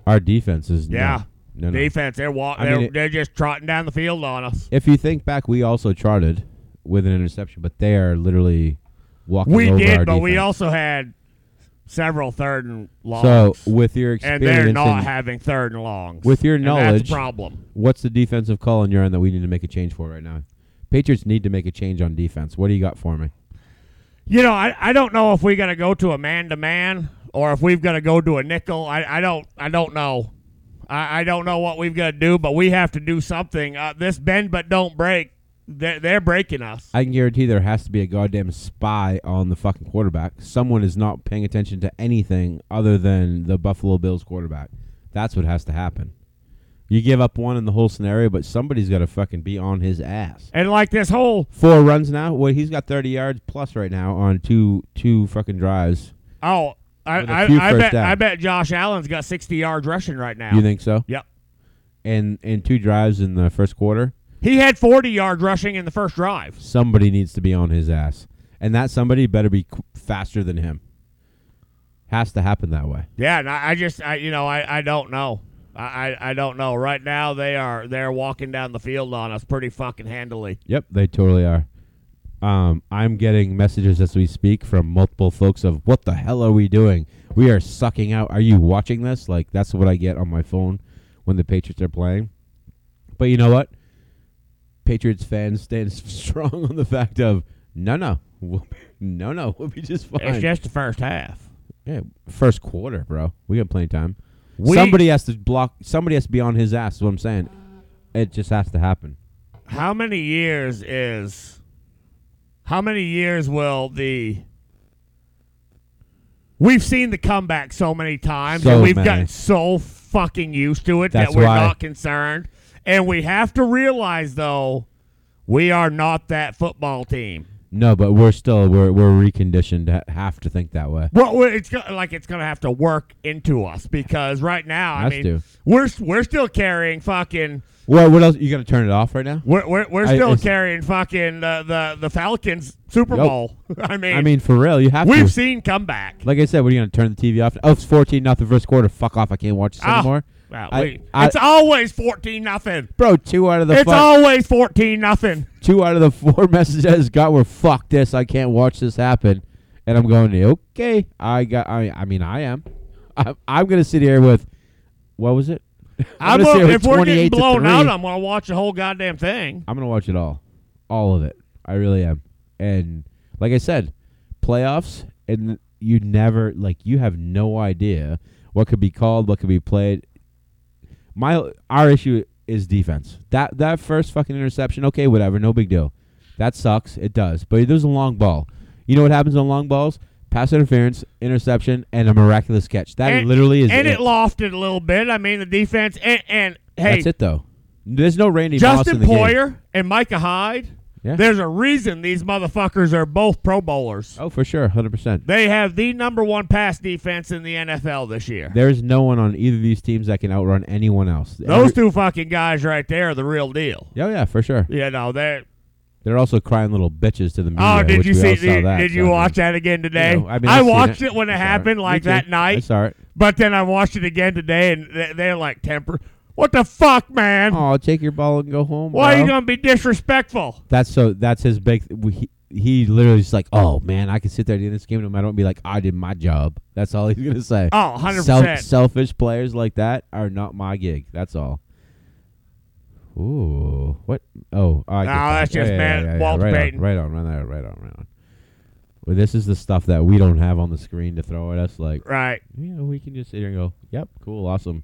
Speaker 1: Our defense is no.
Speaker 2: Yeah.
Speaker 1: No, no.
Speaker 2: Defense, they're walk,
Speaker 1: I
Speaker 2: they're,
Speaker 1: mean, it-
Speaker 2: they're just trotting down the field on us.
Speaker 1: if you think back, we also charted with an interception, but they are literally walking
Speaker 2: We
Speaker 1: over
Speaker 2: did,
Speaker 1: our
Speaker 2: but we
Speaker 1: defense.
Speaker 2: also had several third and longs.
Speaker 1: So, with your experience
Speaker 2: and they're not
Speaker 1: and
Speaker 2: having third and longs.
Speaker 1: with your
Speaker 2: And
Speaker 1: knowledge,
Speaker 2: that's a problem.
Speaker 1: What's the defensive call on your end that we need to make a change for right now? Patriots need to make a change on defense. What do you got for me?
Speaker 2: You know, I, I don't know if we got to go to a man to man or if we've got to go to a nickel. I, I don't I don't know. I, I don't know what we've got to do, but we have to do something. Uh, this bend but don't break They're, they're breaking us.
Speaker 1: I can guarantee there has to be a goddamn spy on the fucking quarterback. Someone is not paying attention to anything other than the Buffalo Bills quarterback. That's what has to happen. You give up one in the whole scenario, but somebody's got to fucking be on his ass.
Speaker 2: and like this whole
Speaker 1: Four runs now. Well, he's got 30 yards plus right now on two two fucking drives.
Speaker 2: oh, I
Speaker 1: With a
Speaker 2: I,
Speaker 1: few
Speaker 2: I
Speaker 1: first
Speaker 2: bet
Speaker 1: downs.
Speaker 2: I bet Josh Allen's got sixty yards rushing right now.
Speaker 1: You think so?
Speaker 2: Yep.
Speaker 1: And and two drives in the first quarter.
Speaker 2: He had forty yard rushing in the first drive.
Speaker 1: Somebody needs to be on his ass, and that somebody better be qu- faster than him. Has to happen that way.
Speaker 2: Yeah, and I, I just I you know I I don't know. I, I, I don't know. Right now they are they're walking down the field on us pretty fucking handily.
Speaker 1: Yep, they totally are. Um, I'm getting messages as we speak from multiple folks of what the hell are we doing? We are sucking out. Are you watching this? Like that's what I get on my phone when the Patriots are playing. But you know what? Patriots fans stand *laughs* strong on the fact of no, no, *laughs* we'll be, no, no, we'll be just fine.
Speaker 2: It's just the first half.
Speaker 1: yeah, first quarter, bro. We got plenty of time.
Speaker 2: We-
Speaker 1: somebody has to block. Somebody has to be on his ass. Is what I'm saying. It just has to happen.
Speaker 2: How many years is how many years will the We've seen the comeback so many times
Speaker 1: So
Speaker 2: and we've
Speaker 1: many.
Speaker 2: gotten so fucking used to it
Speaker 1: That's
Speaker 2: that we're
Speaker 1: why-
Speaker 2: not concerned. And we have to realize though we are not that football team.
Speaker 1: No, but we're still we're we're reconditioned to have to think that way.
Speaker 2: Well, we- it's go- like it's gonna have to work into us because right now, I
Speaker 1: Has
Speaker 2: mean,
Speaker 1: to.
Speaker 2: we're s- we're still carrying fucking
Speaker 1: Well, what else? You gonna turn it off right now?
Speaker 2: we're we're, we're
Speaker 1: I-
Speaker 2: still
Speaker 1: it's-
Speaker 2: carrying fucking uh, the the Falcons Super
Speaker 1: Yup.
Speaker 2: Bowl. *laughs* I mean,
Speaker 1: I mean, for real, you have
Speaker 2: we've
Speaker 1: to.
Speaker 2: seen comeback.
Speaker 1: like I said, what are you gonna turn the TV off? Oh, it's fourteen nothing first quarter. Fuck off! I can't watch this
Speaker 2: Oh,
Speaker 1: anymore,
Speaker 2: well,
Speaker 1: I-
Speaker 2: we-
Speaker 1: I-
Speaker 2: it's always fourteen nothing.
Speaker 1: bro. Two out of the
Speaker 2: It's
Speaker 1: fu-
Speaker 2: always fourteen nothing.
Speaker 1: two out of the four *laughs* messages got were fuck this. I can't watch this happen, and I'm going okay. I got. I, I mean, I am. I, I'm gonna sit here with what was it?
Speaker 2: I'm
Speaker 1: gonna sit
Speaker 2: gonna-
Speaker 1: here
Speaker 2: if
Speaker 1: with
Speaker 2: we're
Speaker 1: 28
Speaker 2: getting
Speaker 1: to
Speaker 2: blown
Speaker 1: three.
Speaker 2: out, I'm gonna watch the whole goddamn thing.
Speaker 1: I'm gonna watch it all, all of it. I really am. And like I said, playoffs, and you never like you have no idea what could be called, what could be played. My our issue is defense. That that first fucking interception, okay, whatever, no big deal. That sucks. It does, but there's a long ball. You know what happens on long balls? Pass interference, interception, and a miraculous catch. That
Speaker 2: And-
Speaker 1: literally is
Speaker 2: and
Speaker 1: it.
Speaker 2: it lofted a little bit. I mean, the defense and, and hey,
Speaker 1: That's it though. There's no Randy Moss in
Speaker 2: Justin
Speaker 1: the game.
Speaker 2: Poyer and Micah Hyde.
Speaker 1: Yeah.
Speaker 2: There's a reason these motherfuckers are both Pro Bowlers.
Speaker 1: Oh, for sure, hundred percent.
Speaker 2: They have the number one pass defense in the NFL this year.
Speaker 1: There's no one on either of these teams that can outrun anyone else.
Speaker 2: Those
Speaker 1: Every-
Speaker 2: two fucking guys right there are the real deal.
Speaker 1: Yeah, yeah, for sure.
Speaker 2: You know, they're.
Speaker 1: They're also crying little bitches to the media.
Speaker 2: Oh, did
Speaker 1: which
Speaker 2: you
Speaker 1: we
Speaker 2: see?
Speaker 1: all saw
Speaker 2: Did,
Speaker 1: that,
Speaker 2: did
Speaker 1: so,
Speaker 2: you
Speaker 1: I mean,
Speaker 2: watch that again today?
Speaker 1: you know, I, mean, seen
Speaker 2: watched it, when it
Speaker 1: I saw
Speaker 2: happened, like
Speaker 1: Me too.
Speaker 2: that
Speaker 1: I
Speaker 2: night.
Speaker 1: saw it.
Speaker 2: But then I watched it again today, and th- they're like temper. What the fuck, man?
Speaker 1: Oh, take your ball and go home.
Speaker 2: Why are you
Speaker 1: bro.
Speaker 2: gonna be disrespectful?
Speaker 1: That's so. That's his big. Th- we- he, he literally is like, oh man, I can sit there at the end of this game and I don't be like, I did my job. That's all he's gonna say.
Speaker 2: Oh, 100
Speaker 1: Self,
Speaker 2: percent.
Speaker 1: selfish players like that are not my gig. That's all. Ooh, what? Oh, I get
Speaker 2: No,
Speaker 1: that.
Speaker 2: that's just man- Walter
Speaker 1: right
Speaker 2: Payton.
Speaker 1: On, right on, right on, right on, right on. Well, this is the stuff that we don't have on the screen to throw at us. Like,
Speaker 2: Right.
Speaker 1: you know, we can just sit here and go, "Yep, cool, awesome."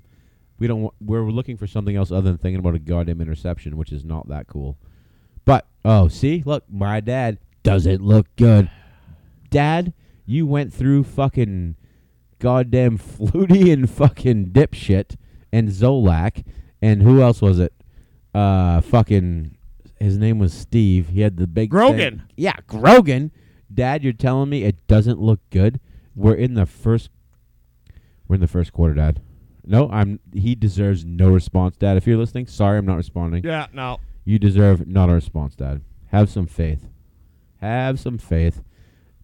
Speaker 1: We don't. wa- we're looking for something else other than thinking about a goddamn interception, which is not that cool. But oh, see, look, my dad doesn't look good. Dad, you went through fucking goddamn *laughs* Flutie and fucking dipshit and Zolak and who else was it? Uh, fucking, his name was Steve. He had the big thing.
Speaker 2: Grogan.
Speaker 1: Yeah, Grogan. Dad, you're telling me it doesn't look good. We're in the first. We're in the first quarter, Dad. No, I'm. He deserves no response, Dad. If you're listening, sorry, I'm not responding.
Speaker 2: Yeah. No.
Speaker 1: You deserve not a response, Dad. Have some faith. Have some faith.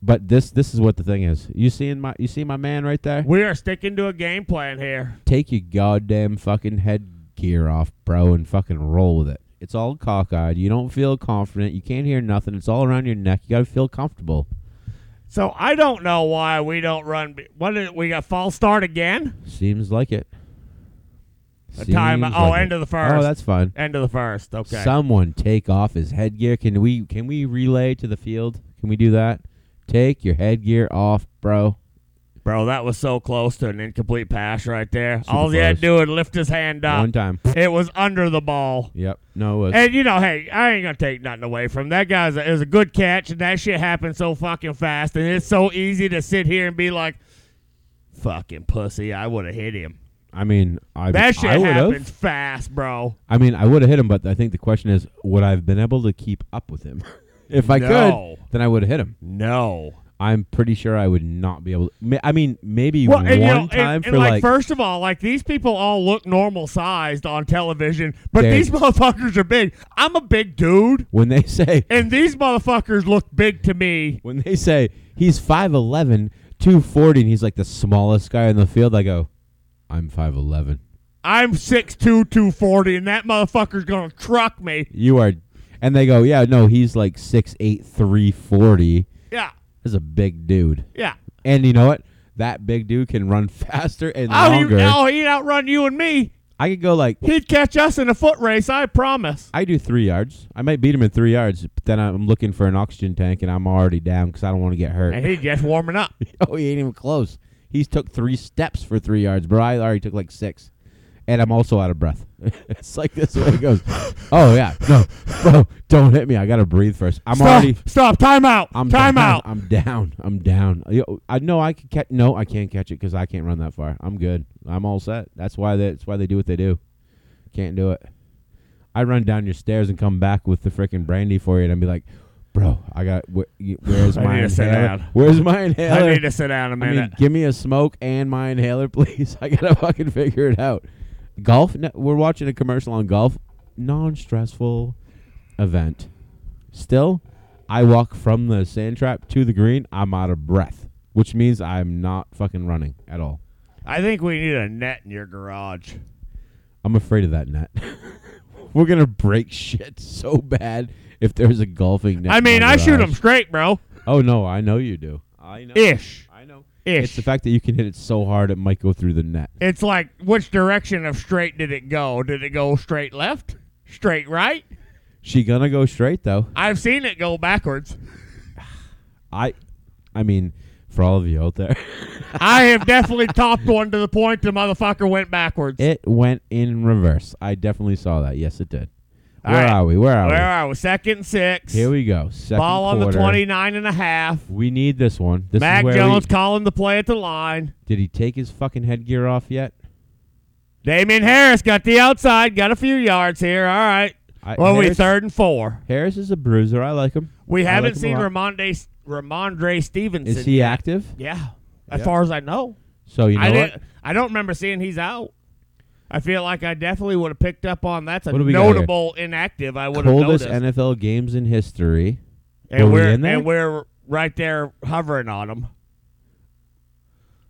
Speaker 1: But this this is what the thing is. You seeing my you see my man right there?
Speaker 2: We are sticking to a game plan here.
Speaker 1: Take your goddamn fucking headgear off, bro, and fucking roll with it. It's all cockeyed. You don't feel confident. You can't hear nothing. It's all around your neck. You gotta feel comfortable.
Speaker 2: So I don't know why we don't run. b- What did we got? False start again?
Speaker 1: Seems like it.
Speaker 2: A time-
Speaker 1: Seems
Speaker 2: oh,
Speaker 1: like
Speaker 2: end
Speaker 1: it.
Speaker 2: of the first.
Speaker 1: Oh, that's fine.
Speaker 2: End of the first. Okay.
Speaker 1: Someone take off his headgear. Can we can we relay to the field? Can we do that? Take your headgear off, bro.
Speaker 2: Bro, that was so close to an incomplete pass right there.
Speaker 1: Super
Speaker 2: All he had to do
Speaker 1: close.
Speaker 2: was lift his hand up.
Speaker 1: One time.
Speaker 2: It was under the ball.
Speaker 1: Yep. No, it was.
Speaker 2: And you know, hey, I ain't gonna take nothing away from him. that guy's. A, it was a good catch, and that shit happened so fucking fast, and it's so easy to sit here and be like, "Fucking pussy, I would have hit him."
Speaker 1: I mean, I
Speaker 2: That shit
Speaker 1: I would
Speaker 2: happens
Speaker 1: have.
Speaker 2: fast, bro.
Speaker 1: I mean, I would have hit him, but I think the question is, would I have been able to keep up with him? *laughs* if I
Speaker 2: No.
Speaker 1: could, then I would have hit him.
Speaker 2: No.
Speaker 1: I'm pretty sure I would not be able. To, ma- I mean, maybe
Speaker 2: Well,
Speaker 1: one
Speaker 2: and, you know,
Speaker 1: time
Speaker 2: and- and,
Speaker 1: for
Speaker 2: like, first of all, like these people all look normal sized on television, but
Speaker 1: They're-
Speaker 2: these *laughs* motherfuckers are big. I'm a big dude,
Speaker 1: when they *laughs* say
Speaker 2: and these motherfuckers look big to me.
Speaker 1: when they say he's 5'11", 240, and he's like the smallest guy in the field. I go, I'm 5'11".
Speaker 2: I'm 6'2", 240, and that motherfucker's gonna truck me.
Speaker 1: You are, and they go, yeah, no, he's like 6'8", 340.
Speaker 2: Yeah,
Speaker 1: That's a big dude.
Speaker 2: yeah.
Speaker 1: And you know what? That big dude can run *laughs* faster and
Speaker 2: Oh,
Speaker 1: longer.
Speaker 2: he, oh, he'd outrun you and me.
Speaker 1: I could go like
Speaker 2: He'd catch us in a foot race, I promise.
Speaker 1: I do three yards. I might beat him in three yards, but then I'm looking for an oxygen tank and I'm already down because I don't want to get hurt.
Speaker 2: And he'd just warming up.
Speaker 1: *laughs* oh, he ain't even close. He's took three steps for three yards, bro. I already took like six, and I'm also out of breath. *laughs* it's like this way it goes. *laughs* oh yeah, no, bro, don't hit me. I gotta breathe first. I'm
Speaker 2: stop,
Speaker 1: already.
Speaker 2: stop, time out,
Speaker 1: I'm
Speaker 2: time
Speaker 1: down.
Speaker 2: out.
Speaker 1: I'm down. I'm down. Yo, I know I can catch. No, I can't catch it because I can't run that far. I'm good. I'm all set. That's why they, that's why they do what they do. Can't do it. I run down your stairs and come back with the freaking brandy for you, and I'd be like, "Bro, I got where, y- where's
Speaker 2: *laughs* I
Speaker 1: my
Speaker 2: need to sit
Speaker 1: inhaler?
Speaker 2: down.
Speaker 1: Where's my inhaler?
Speaker 2: *laughs* I need to sit down a
Speaker 1: I
Speaker 2: minute.
Speaker 1: mean, give me a smoke and my inhaler, *laughs* please. I gotta fucking figure it out. Golf. No, we're watching a commercial on golf. Non-stressful event. Still, I walk from the sand trap to the green. I'm out of breath, which means I'm not fucking running at all.
Speaker 2: I think we need a net in your garage.
Speaker 1: I'm afraid of that net. *laughs* we're gonna break shit so bad if there's a golfing net.
Speaker 2: I
Speaker 1: in
Speaker 2: mean,
Speaker 1: my
Speaker 2: I shoot
Speaker 1: garage.
Speaker 2: him straight, bro.
Speaker 1: Oh no, I know you do. I know.
Speaker 2: Ish,
Speaker 1: I know. It's
Speaker 2: ish.
Speaker 1: the fact that you can hit it so hard it might go through the net.
Speaker 2: It's like which direction of straight did it go? Did it go straight left? Straight right?
Speaker 1: She gonna go straight though.
Speaker 2: I've seen it go backwards.
Speaker 1: I, I mean, for all of you out there, *laughs*
Speaker 2: I have definitely topped one to the point the motherfucker went backwards.
Speaker 1: it went in reverse. I definitely saw that. Yes, it did.
Speaker 2: All
Speaker 1: Where
Speaker 2: right.
Speaker 1: are we? Where are
Speaker 2: Where are we? Second and six.
Speaker 1: we? Here we go. Second
Speaker 2: Ball on the
Speaker 1: quarter.
Speaker 2: 29 and a half.
Speaker 1: We need this one. This is
Speaker 2: Mac
Speaker 1: where we-
Speaker 2: Jones calling the play at the line.
Speaker 1: did he take his fucking headgear off yet?
Speaker 2: Damien Harris got the outside, got a few yards here. All right.
Speaker 1: I,
Speaker 2: Well, we
Speaker 1: Uh, Harris,
Speaker 2: third and four.
Speaker 1: Harris is a bruiser. I like him.
Speaker 2: We
Speaker 1: I
Speaker 2: haven't
Speaker 1: like him a
Speaker 2: seen
Speaker 1: lot.
Speaker 2: Ramondre, Ramondre Stevenson.
Speaker 1: Is he active?
Speaker 2: Yeah, as
Speaker 1: Yeah.
Speaker 2: far as I know.
Speaker 1: So you know
Speaker 2: I
Speaker 1: what?
Speaker 2: didn't. I don't remember seeing he's out. I feel like I definitely would have picked up on that's a
Speaker 1: What do we got here?
Speaker 2: notable inactive. I would have
Speaker 1: Coldest
Speaker 2: noticed,
Speaker 1: NFL games in history.
Speaker 2: and
Speaker 1: were we
Speaker 2: are
Speaker 1: in there?
Speaker 2: and we're right there hovering on him.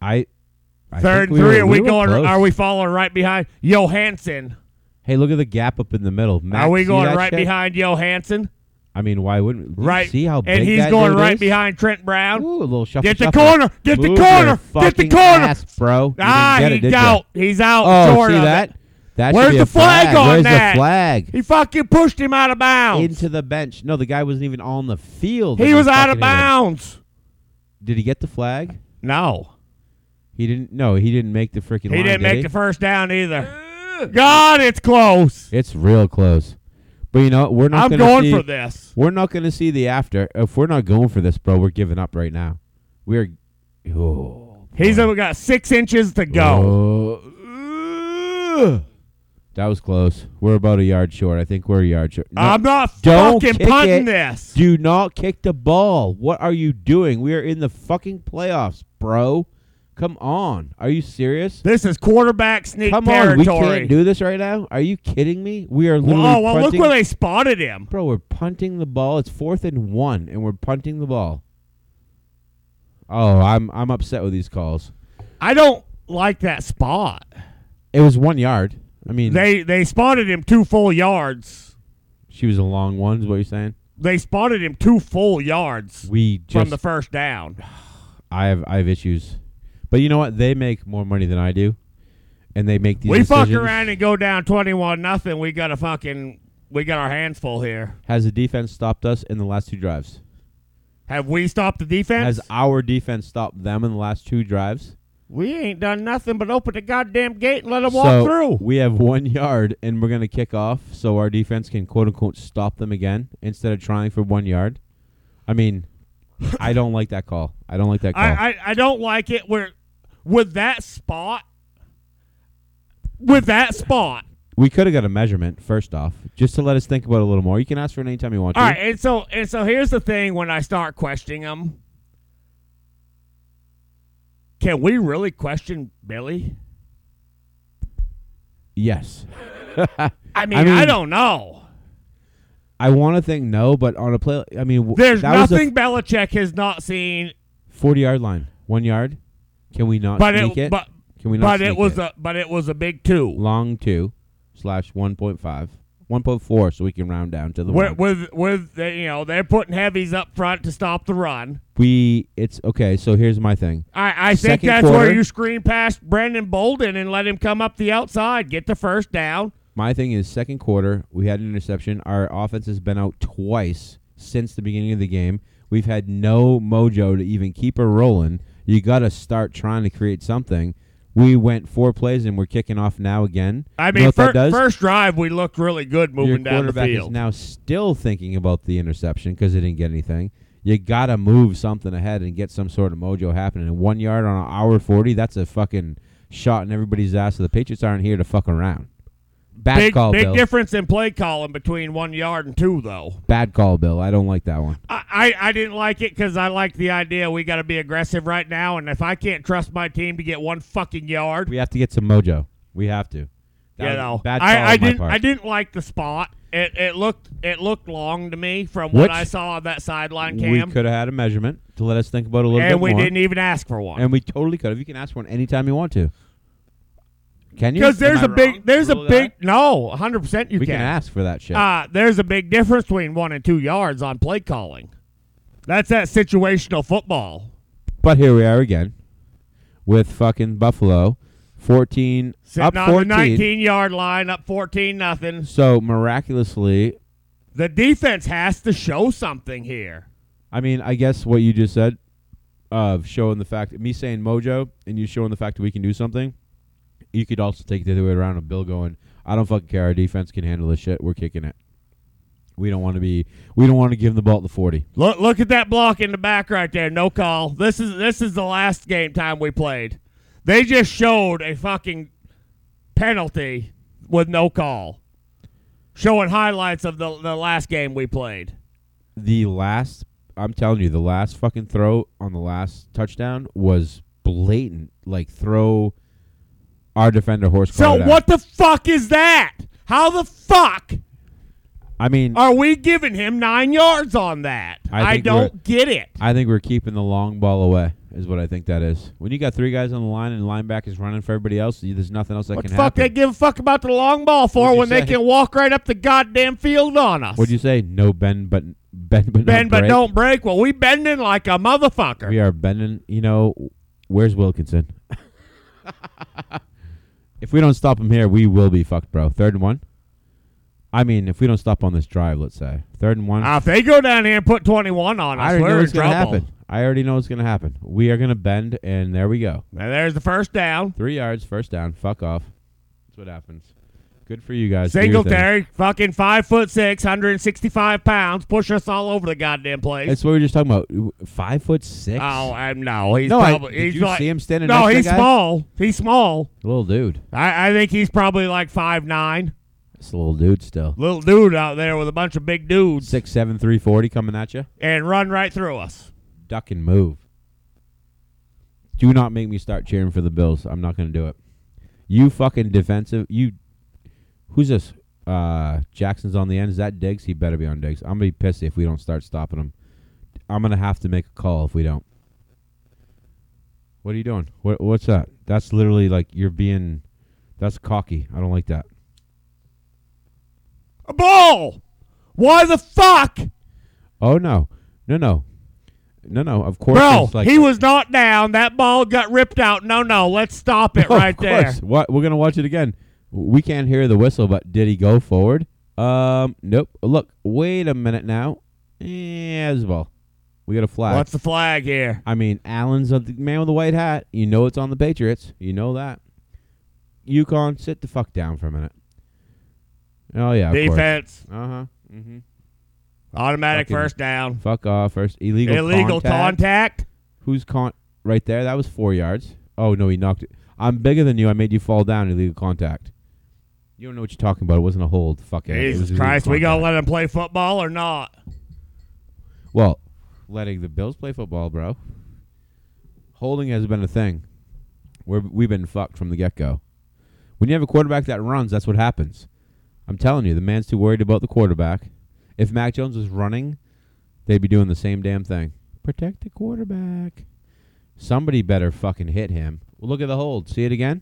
Speaker 1: I. I
Speaker 2: Third
Speaker 1: think
Speaker 2: and
Speaker 1: we
Speaker 2: three.
Speaker 1: were-
Speaker 2: are we,
Speaker 1: were
Speaker 2: going?
Speaker 1: close.
Speaker 2: Are we following right behind Johansson?
Speaker 1: Hey, look at the gap up in the middle. Mac,
Speaker 2: are we
Speaker 1: see
Speaker 2: going
Speaker 1: that
Speaker 2: right
Speaker 1: shit?
Speaker 2: behind Johansson?
Speaker 1: I mean, why wouldn't?
Speaker 2: Right.
Speaker 1: See how big
Speaker 2: and he's
Speaker 1: that
Speaker 2: going
Speaker 1: dude
Speaker 2: right
Speaker 1: is?
Speaker 2: behind Trent Brown.
Speaker 1: Ooh, a little shuffle.
Speaker 2: Get the
Speaker 1: shuffle.
Speaker 2: corner! Get the
Speaker 1: Move
Speaker 2: corner!
Speaker 1: your
Speaker 2: Get the
Speaker 1: fucking
Speaker 2: corner!
Speaker 1: ass, bro. You didn't
Speaker 2: ah,
Speaker 1: get it,
Speaker 2: he's
Speaker 1: did ya?
Speaker 2: out. He's out.
Speaker 1: Oh,
Speaker 2: short
Speaker 1: see
Speaker 2: of
Speaker 1: that?
Speaker 2: It.
Speaker 1: That should
Speaker 2: Where's
Speaker 1: be
Speaker 2: the
Speaker 1: a
Speaker 2: flag on
Speaker 1: Where's
Speaker 2: that?
Speaker 1: the flag?
Speaker 2: He fucking pushed him out of bounds.
Speaker 1: Into the bench. No, the guy wasn't even on the field.
Speaker 2: he
Speaker 1: when
Speaker 2: was out
Speaker 1: fucking hit
Speaker 2: of
Speaker 1: him.
Speaker 2: bounds.
Speaker 1: Did he get the flag?
Speaker 2: No,
Speaker 1: He didn't. No, he didn't make the freaking.
Speaker 2: he
Speaker 1: line,
Speaker 2: didn't
Speaker 1: did
Speaker 2: make the first down either. God, it's close.
Speaker 1: It's real close. But you know what? we're not.
Speaker 2: I'm
Speaker 1: gonna
Speaker 2: going
Speaker 1: see,
Speaker 2: for this.
Speaker 1: We're not going to see the after. If we're not going for this, bro, we're giving up right now. We're. Oh,
Speaker 2: He's only got six inches to go.
Speaker 1: Oh. That was close. We're about a yard short. I think we're a yard short. No,
Speaker 2: I'm not
Speaker 1: Don't
Speaker 2: fucking
Speaker 1: kick
Speaker 2: punting
Speaker 1: it. *laughs*
Speaker 2: this.
Speaker 1: do not kick the ball. What are you doing? We are in the fucking playoffs, bro. Come on. Are you serious?
Speaker 2: This is quarterback sneak
Speaker 1: Come on. We
Speaker 2: territory.
Speaker 1: can't do this right now. Are you kidding me? We are literally
Speaker 2: oh, well, look
Speaker 1: punting.
Speaker 2: where they spotted him.
Speaker 1: *laughs* bro, we're punting the ball. It's fourth and one, and we're punting the ball. Oh, I'm I'm upset with these calls.
Speaker 2: I don't like that spot.
Speaker 1: It was one yard. I mean,
Speaker 2: They they spotted him two full yards.
Speaker 1: she was a long one. Is what you're saying?
Speaker 2: They spotted him two full yards
Speaker 1: We just
Speaker 2: from the first down.
Speaker 1: I have I have issues. But you know what? They make more money than I do, and they make these.
Speaker 2: We fuck
Speaker 1: decisions.
Speaker 2: around and go down twenty one nothing. We got a fucking we got our hands full here.
Speaker 1: Has the defense stopped us in the last two drives?
Speaker 2: Have we stopped the defense?
Speaker 1: Has our defense stopped them in the last two drives?
Speaker 2: we ain't done nothing but open the goddamn gate and let them
Speaker 1: So
Speaker 2: walk through.
Speaker 1: We have one yard, and we're gonna kick off, so our defense can quote unquote stop them again instead of trying for one yard. I
Speaker 2: *laughs*
Speaker 1: mean, I don't like that call. I don't like that call.
Speaker 2: I, I, I don't like it. Where with that spot, with that spot.
Speaker 1: we could have got a measurement first off, just to let us think about it a little more. You can ask for it anytime you want.
Speaker 2: All
Speaker 1: to.
Speaker 2: right, and so and so here's the thing: when I start questioning them, can we really question Billy?
Speaker 1: Yes.
Speaker 2: I mean, I,
Speaker 1: mean-
Speaker 2: don't know.
Speaker 1: I want to think no, but on a play, I mean, w-
Speaker 2: There's
Speaker 1: that
Speaker 2: nothing Belichick has not seen,
Speaker 1: was a forty yard line, one yard. Can we not
Speaker 2: but
Speaker 1: sneak
Speaker 2: it,
Speaker 1: it?
Speaker 2: but
Speaker 1: Can we not?
Speaker 2: but it
Speaker 1: sneak
Speaker 2: was a but it was a big two
Speaker 1: long two slash 1.5 1.4 so we can round down to the one.
Speaker 2: with with, with they, you know they're putting heavies up front to stop the run.
Speaker 1: we it's okay so here's my thing
Speaker 2: I, I think
Speaker 1: Second
Speaker 2: that's where
Speaker 1: quarter.
Speaker 2: you screen past Brandon Bolden and let him come up the outside, get the first down.
Speaker 1: my thing is second quarter we had an interception our offense has been out twice since the beginning of the game we've had no mojo to even keep her rolling you gotta start trying to create something we went four plays and we're kicking off now again
Speaker 2: I
Speaker 1: You
Speaker 2: mean,
Speaker 1: know what
Speaker 2: fir-
Speaker 1: that does?
Speaker 2: first drive we looked really good moving
Speaker 1: your
Speaker 2: down the
Speaker 1: quarterback is
Speaker 2: field.
Speaker 1: now still thinking about the interception because they didn't get anything. You gotta move something ahead and get some sort of mojo happening. And one yard on an hour forty—that's a fucking shot in everybody's ass. So the Patriots aren't here to fuck around. Bad
Speaker 2: big
Speaker 1: call,
Speaker 2: big
Speaker 1: Bill.
Speaker 2: difference in play calling between one yard and two, though.
Speaker 1: Bad call, Bill. I don't like that one.
Speaker 2: I, I, I didn't like it because I like the idea we got to be aggressive right now, and if I can't trust my team to get one fucking yard,
Speaker 1: We have to get some mojo. We have to. That
Speaker 2: you
Speaker 1: was a
Speaker 2: know,
Speaker 1: bad call
Speaker 2: I,
Speaker 1: on
Speaker 2: I
Speaker 1: my
Speaker 2: didn't
Speaker 1: part.
Speaker 2: I didn't like the spot. It, it looked it looked long to me from
Speaker 1: Which-
Speaker 2: what I saw on that sideline cam,
Speaker 1: We could have had a measurement to let us think about it a little bit
Speaker 2: and we
Speaker 1: more.
Speaker 2: didn't e- even ask for one.
Speaker 1: And we totally could have. You can ask for one anytime you want to. Can you?
Speaker 2: Because there's
Speaker 1: Am I
Speaker 2: a big
Speaker 1: wrong?
Speaker 2: there's
Speaker 1: Rule
Speaker 2: a
Speaker 1: that out?
Speaker 2: big no, 100 percent you
Speaker 1: we
Speaker 2: can.
Speaker 1: can ask for that shit.
Speaker 2: Uh, there's a big difference between one and two yards on play calling. That's that situational football.
Speaker 1: But here we are again with fucking Buffalo, fourteen
Speaker 2: Sitting
Speaker 1: up
Speaker 2: on
Speaker 1: fourteen.
Speaker 2: the 19 yard line, up 14 nothing.
Speaker 1: So miraculously,
Speaker 2: The defense has to show something here.
Speaker 1: I mean, I guess what you just said of showing the fact, me saying mojo, and you showing the fact that we can do something. You could also take it the other way around of Bill going, I don't fucking care. Our defense can handle this shit. We're kicking it. We don't want to be. We don't want to give them the ball at the forty.
Speaker 2: Look look at that block in the back right there. No call. This is this is the last game time we played. They just showed a fucking penalty with no call. Showing highlights of the, the last game we played.
Speaker 1: The last, I'm telling you, the last fucking throw on the last touchdown was blatant. Like throw our defender horse.
Speaker 2: So
Speaker 1: collar down.
Speaker 2: what the fuck is that? How the fuck
Speaker 1: I mean,
Speaker 2: are we giving him nine yards on that?
Speaker 1: I
Speaker 2: I,
Speaker 1: think
Speaker 2: don't get it.
Speaker 1: I think we're keeping the long ball away. Is what I think that is. When you got three guys on the line and linebackers running for everybody else, you- there's nothing else that
Speaker 2: What the
Speaker 1: can
Speaker 2: fuck they
Speaker 1: happen.
Speaker 2: give a fuck about the long ball
Speaker 1: What'd
Speaker 2: for
Speaker 1: you
Speaker 2: when they
Speaker 1: say?
Speaker 2: can walk right up the goddamn field on us?
Speaker 1: What'd you say? No bend, but bend, but
Speaker 2: Bend
Speaker 1: not
Speaker 2: but
Speaker 1: break.
Speaker 2: don't break. Well, we bending like a motherfucker.
Speaker 1: We are bending. You know, where's
Speaker 2: *laughs*
Speaker 1: Wilkinson? if we don't stop him here, we will be fucked, bro. Third and one. I mean, if we don't stop on this drive, let's say third and one.
Speaker 2: Uh, if they go down here and put 21 on
Speaker 1: I
Speaker 2: us,
Speaker 1: already know
Speaker 2: we're in
Speaker 1: what's gonna
Speaker 2: trouble.
Speaker 1: happen. I already know what's gonna happen. We are gonna bend, and there we go.
Speaker 2: And there's the first down.
Speaker 1: Three yards, first down. Fuck off. That's what happens. Good for you guys. Do your thing.
Speaker 2: Singletary, fucking five foot six, 165 pounds, push us all over the goddamn place.
Speaker 1: That's what we were just talking about. Five foot six.
Speaker 2: oh, I'm no, he's
Speaker 1: no, I,
Speaker 2: probably
Speaker 1: did
Speaker 2: he's
Speaker 1: you
Speaker 2: like,
Speaker 1: see him standing?
Speaker 2: no,
Speaker 1: next to
Speaker 2: he's
Speaker 1: that guy?
Speaker 2: small. He's small.
Speaker 1: Little dude.
Speaker 2: I, I think he's probably like five nine,
Speaker 1: It's a little dude still.
Speaker 2: little dude out there with a bunch of big dudes
Speaker 1: Six seven three forty coming at you.
Speaker 2: and run right through us.
Speaker 1: Duck and move. Do not make me start cheering for the Bills. I'm not going to do it. You fucking defensive. You. Who's this? Uh, Jackson's on the end. Is that Diggs? He better be on Diggs. I'm gonna be pissed if we don't start stopping him. I'm gonna have to make a call if we don't. What are you doing? What, what's that? That's literally like you're being. That's cocky. I don't like that.
Speaker 2: A ball. Why the fuck,
Speaker 1: Oh no, no, no, no, no. Of course,
Speaker 2: bro?
Speaker 1: it's like
Speaker 2: he was not down. That ball got ripped out. No, no, let's stop it
Speaker 1: No, *laughs*
Speaker 2: right
Speaker 1: of course.
Speaker 2: there.
Speaker 1: What we're gonna watch it again. We can't hear the whistle, but did he go forward? Um, nope. Look, wait a minute now. Yeah, it was a ball. We got a flag.
Speaker 2: What's the flag here?
Speaker 1: I mean, Allen's the man with the white hat. You know it's on the Patriots. You know that. UConn, sit the fuck down for a minute. Oh yeah,
Speaker 2: Defense.
Speaker 1: Uh huh. Mm-hmm.
Speaker 2: Automatic
Speaker 1: Fucking-
Speaker 2: first down.
Speaker 1: Fuck off. First illegal.
Speaker 2: Illegal
Speaker 1: contact.
Speaker 2: contact.
Speaker 1: Who's con? Right there. That was four yards. Oh no, he knocked it. I'm bigger than you. I made you fall down. Illegal contact. You don't know what you're talking about. It wasn't a hold. Fuck it. it was
Speaker 2: Jesus
Speaker 1: illegal
Speaker 2: Christ, we
Speaker 1: contact.
Speaker 2: gonna let him play football or not?
Speaker 1: Well, letting the Bills play football, bro. Holding has been a thing. We're, we've been fucked from the get go. When you have a quarterback that runs, that's what happens. I'm telling you, the man's too worried about the quarterback. If Mac Jones was running, they'd be doing the same damn thing. Protect the quarterback. Somebody better fucking hit him. Well, look at the hold. See it again?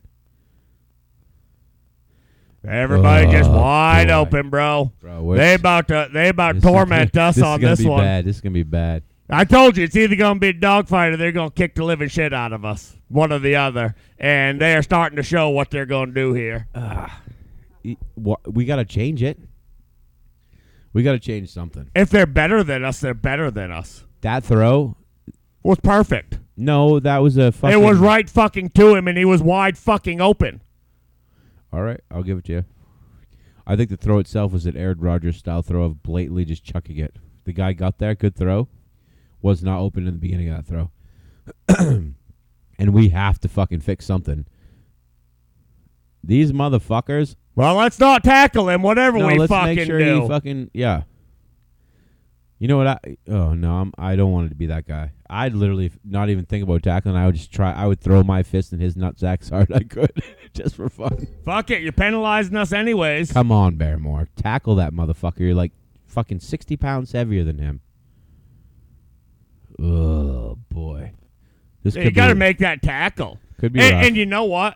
Speaker 2: Everybody just
Speaker 1: Oh,
Speaker 2: wide
Speaker 1: boy.
Speaker 2: open, bro.
Speaker 1: Bro, we're-
Speaker 2: They about to they about
Speaker 1: this
Speaker 2: to
Speaker 1: is gonna-
Speaker 2: torment us
Speaker 1: this
Speaker 2: on
Speaker 1: is gonna
Speaker 2: this
Speaker 1: be
Speaker 2: one.
Speaker 1: Bad. This is going to be bad.
Speaker 2: I told you it's either gonna be a dogfight or they're gonna kick the living shit out of us, one or the other. And they are starting to show what they're gonna do here.
Speaker 1: E- wha- We got to change it. We got to change something.
Speaker 2: If they're better than us, they're better than us.
Speaker 1: That throw?
Speaker 2: It was perfect.
Speaker 1: No, that was a fucking.
Speaker 2: It was right fucking to him, and he was wide fucking open.
Speaker 1: All right, I'll give it to you. I think the throw itself was an Aaron Rodgers style throw of blatantly just chucking it. The guy got there, good throw. Was not open in the beginning of that throw. *clears throat* and we have to fucking fix something. These motherfuckers.
Speaker 2: Well, let's not tackle him, whatever
Speaker 1: No,
Speaker 2: we
Speaker 1: let's
Speaker 2: fucking
Speaker 1: make sure
Speaker 2: do.
Speaker 1: he fucking yeah. You know what I? Oh no, I'm. I don't want to be that guy. I'd literally f- not even think about tackling. I would just try. I would throw my fist in his nutsack as hard *laughs* I could, just for fun.
Speaker 2: Fuck it, you're penalizing us anyways.
Speaker 1: Come on, Barrymore. Tackle that motherfucker. You're like fucking 60 pounds heavier than him. Oh, boy. This
Speaker 2: you
Speaker 1: could
Speaker 2: got to
Speaker 1: be,
Speaker 2: make that tackle.
Speaker 1: could be
Speaker 2: And,
Speaker 1: rough.
Speaker 2: and you know what?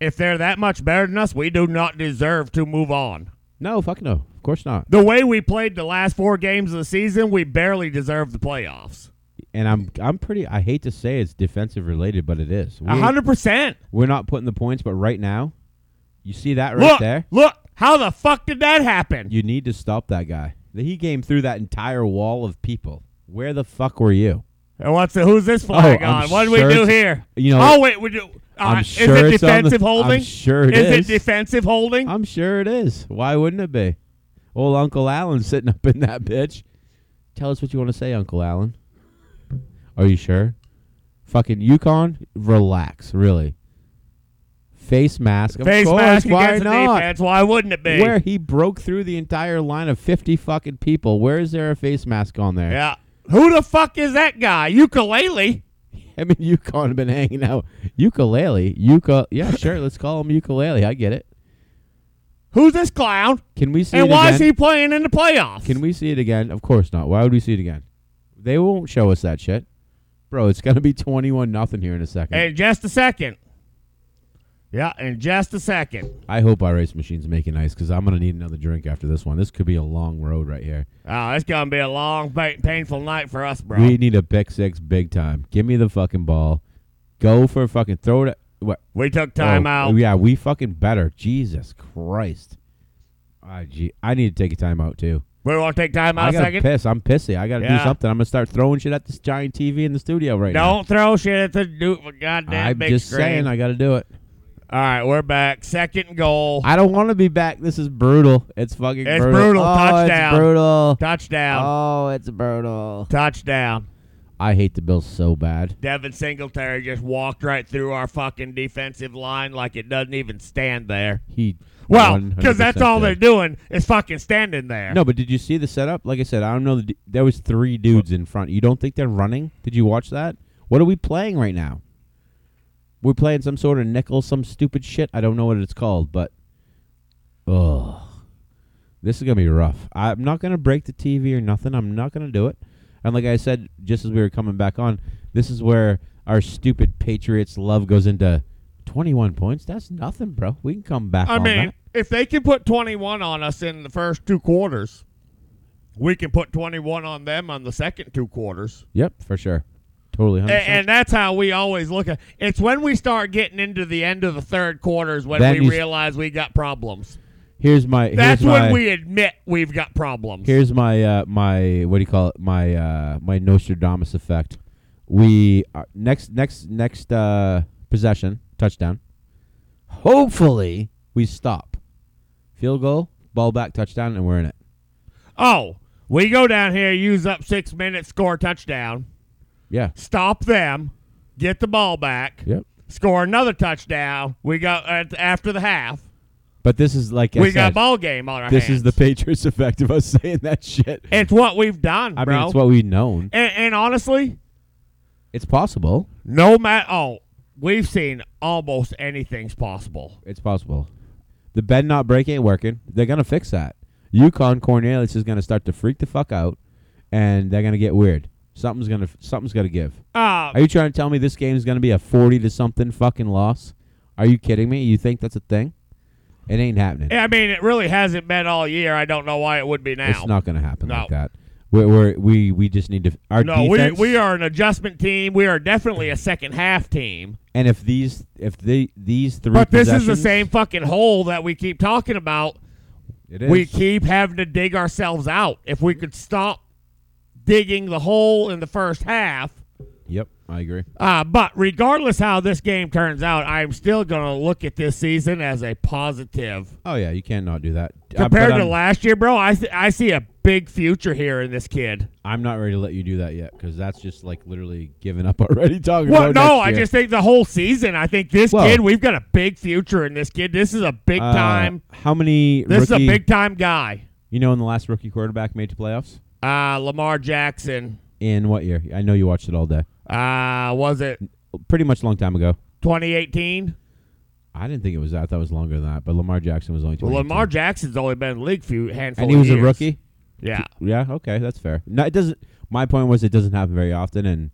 Speaker 2: If they're that much better than us, we do not deserve to move on.
Speaker 1: No, fuck no. Of course not.
Speaker 2: The way we played the last four games of the season, we barely deserve the playoffs.
Speaker 1: And I'm I'm pretty I hate to say it's defensive related, but it is. We
Speaker 2: A
Speaker 1: ain't-
Speaker 2: hundred percent.
Speaker 1: We're not putting the points, but right now, you see that right
Speaker 2: Look,
Speaker 1: there?
Speaker 2: look, how the fuck did that happen?
Speaker 1: You need to stop that guy. He came through that entire wall of people. Where the fuck were you?
Speaker 2: And what's the, who's this flag
Speaker 1: Oh, I'm
Speaker 2: on? What do
Speaker 1: sure
Speaker 2: we do
Speaker 1: it's-
Speaker 2: here?
Speaker 1: you know-
Speaker 2: oh wait, we do. Uh,
Speaker 1: I'm
Speaker 2: is
Speaker 1: sure
Speaker 2: it
Speaker 1: it's on the-
Speaker 2: defensive holding?
Speaker 1: I'm sure it
Speaker 2: is
Speaker 1: is.
Speaker 2: it defensive holding?
Speaker 1: I'm sure it is. Why wouldn't it be? Old Uncle Allen sitting up in that bitch. Tell us what you want to say, Uncle Allen. Are you sure? Fucking Yukon, relax, really. Face mask, of
Speaker 2: Face
Speaker 1: course.
Speaker 2: mask
Speaker 1: why
Speaker 2: against the
Speaker 1: not?
Speaker 2: defense. Why wouldn't it be?
Speaker 1: Where he broke through the entire line of fifty fucking people. Where is there a face mask on *laughs* there?
Speaker 2: Yeah. Who the fuck is that guy? Ukulele.
Speaker 1: I mean, Yukon have been hanging out. Ukulele, Yuka.
Speaker 2: *laughs*
Speaker 1: Yeah, sure. let's call him ukulele. I get it.
Speaker 2: Who's this clown?
Speaker 1: Can we see?
Speaker 2: and
Speaker 1: it
Speaker 2: why is
Speaker 1: again?
Speaker 2: he playing in the playoffs?
Speaker 1: Can we see it again? Of course not. Why would we see it again? They won't show us that shit. Bro, it's gonna be twenty one nothing here in a second.
Speaker 2: in just a second. Yeah, in just a second.
Speaker 1: I hope our race machine's making ice because I'm gonna need another drink after this one. This could be a long road right here.
Speaker 2: Oh, it's gonna be a long, pa- painful night for us, bro.
Speaker 1: We need a pick six big time. Give me the fucking ball. Go for a fucking throw it. at- What?
Speaker 2: We took time
Speaker 1: oh,
Speaker 2: out.
Speaker 1: Yeah, we fucking better. Jesus Christ. I gee, I need to take a timeout too.
Speaker 2: We want to take time out
Speaker 1: I
Speaker 2: a
Speaker 1: gotta
Speaker 2: second.
Speaker 1: piss. I'm pissy. I gotta do
Speaker 2: Yeah.
Speaker 1: something. I'm gonna start throwing shit at this giant TV in the studio right now.
Speaker 2: Don't throw shit at the dude for goddamn
Speaker 1: I'm
Speaker 2: big
Speaker 1: just
Speaker 2: screen.
Speaker 1: saying. I gotta do it.
Speaker 2: All right, we're back. Second goal,
Speaker 1: I don't want to be back. This is brutal. It's fucking
Speaker 2: It's
Speaker 1: brutal.
Speaker 2: brutal.
Speaker 1: Oh,
Speaker 2: Touchdown.
Speaker 1: It's brutal.
Speaker 2: touchdown,
Speaker 1: Oh, it's brutal.
Speaker 2: touchdown.
Speaker 1: I hate the Bills so bad.
Speaker 2: Devin Singletary just walked right through our fucking defensive line like it doesn't even stand there.
Speaker 1: He
Speaker 2: Well,
Speaker 1: 100%
Speaker 2: because that's all they're
Speaker 1: did.
Speaker 2: doing is fucking standing there.
Speaker 1: No, but did you see the setup? Like I said, I don't know. The d- there was three dudes in front. You don't think they're running? Did you watch that? What are we playing right now? We're playing some sort of nickel, some stupid shit. I don't know what it's called, but ugh, this is gonna be rough. I'm not gonna break the TV or nothing. I'm not gonna do it. And like I said, just as we were coming back on, this is where our stupid Patriots love goes into 21 points. That's nothing, bro. We can come back.
Speaker 2: I
Speaker 1: on
Speaker 2: mean,
Speaker 1: that.
Speaker 2: if they can put 21 on us in the first two quarters, we can put 21 on them on the second two quarters.
Speaker 1: yep, for sure, totally. 100%.
Speaker 2: A- And, that's how we always look at it's when we start getting into the end of the third quarters when
Speaker 1: Then
Speaker 2: we
Speaker 1: you s-
Speaker 2: realize we got problems.
Speaker 1: here's my here's
Speaker 2: That's
Speaker 1: my,
Speaker 2: when we admit we've got problems.
Speaker 1: Here's my uh, my what do you call it? My uh, my Nostradamus effect. We uh, next next next uh, possession touchdown. Hopefully we stop. Field goal, ball back, touchdown, and we're in it.
Speaker 2: oh, we go down here, use up six minutes, score a touchdown,
Speaker 1: Yeah.
Speaker 2: stop them, get the ball back,
Speaker 1: Yep.
Speaker 2: score another touchdown. We go at, after the half.
Speaker 1: But this is like I
Speaker 2: we got
Speaker 1: said,
Speaker 2: ball game on our
Speaker 1: This
Speaker 2: hands.
Speaker 1: is the Patriots effect of us *laughs* saying that shit.
Speaker 2: It's what we've done,
Speaker 1: I
Speaker 2: bro.
Speaker 1: mean, it's what we've known.
Speaker 2: and, and honestly,
Speaker 1: It's possible.
Speaker 2: no matter oh, we've seen almost anything's possible.
Speaker 1: It's possible. The bend not break ain't working. They're gonna fix that. Yukon Cornelius is gonna start to freak the fuck out, and they're gonna get weird. Something's gonna something's gonna give.
Speaker 2: Uh,
Speaker 1: Are you trying to tell me this game is gonna be a forty to something fucking loss? Are you kidding me? You think that's a thing? It ain't happening.
Speaker 2: I mean, it really hasn't been all year. I don't know why it would be now.
Speaker 1: It's not gonna happen
Speaker 2: No.
Speaker 1: like that. We're, we're we we just need to our
Speaker 2: no,
Speaker 1: defense.
Speaker 2: we we are an adjustment team. We are definitely a second half team.
Speaker 1: and if these if they these three
Speaker 2: But this is the
Speaker 1: possessions-
Speaker 2: same fucking hole that we keep talking about.
Speaker 1: It is.
Speaker 2: We keep having to dig ourselves out. If we could stop digging the hole in the first half.
Speaker 1: yep, I agree.
Speaker 2: Uh, but regardless how this game turns out, I'm still going to look at this season as a positive.
Speaker 1: Oh yeah, you can't not do that. Uh, but
Speaker 2: Compared to
Speaker 1: I'm-
Speaker 2: last year, bro, I, th- I see a big future here in this kid.
Speaker 1: I'm not ready to let you do that yet because that's just like literally giving up *laughs* already. Talking
Speaker 2: Well,
Speaker 1: about
Speaker 2: no,
Speaker 1: next
Speaker 2: I
Speaker 1: year.
Speaker 2: just think the whole season. I think this
Speaker 1: Well-
Speaker 2: kid, we've got a big future in this kid. This is a big
Speaker 1: Uh,
Speaker 2: time.
Speaker 1: How many?
Speaker 2: This
Speaker 1: rookie,
Speaker 2: is a big time guy.
Speaker 1: You know, when the last rookie quarterback made to playoffs
Speaker 2: Uh, Lamar Jackson.
Speaker 1: in what year? I know you watched it all day.
Speaker 2: Uh, was it
Speaker 1: Pretty much a long time ago.
Speaker 2: 2018?
Speaker 1: I didn't think it was that. I thought it was longer than that. But Lamar Jackson was only
Speaker 2: Well,
Speaker 1: 20.
Speaker 2: Lamar Jackson's only been in the league few handful.
Speaker 1: and he
Speaker 2: of
Speaker 1: was a
Speaker 2: years.
Speaker 1: rookie.
Speaker 2: Yeah.
Speaker 1: Yeah. Okay, that's fair. No, it doesn't. My point was it doesn't happen very often, and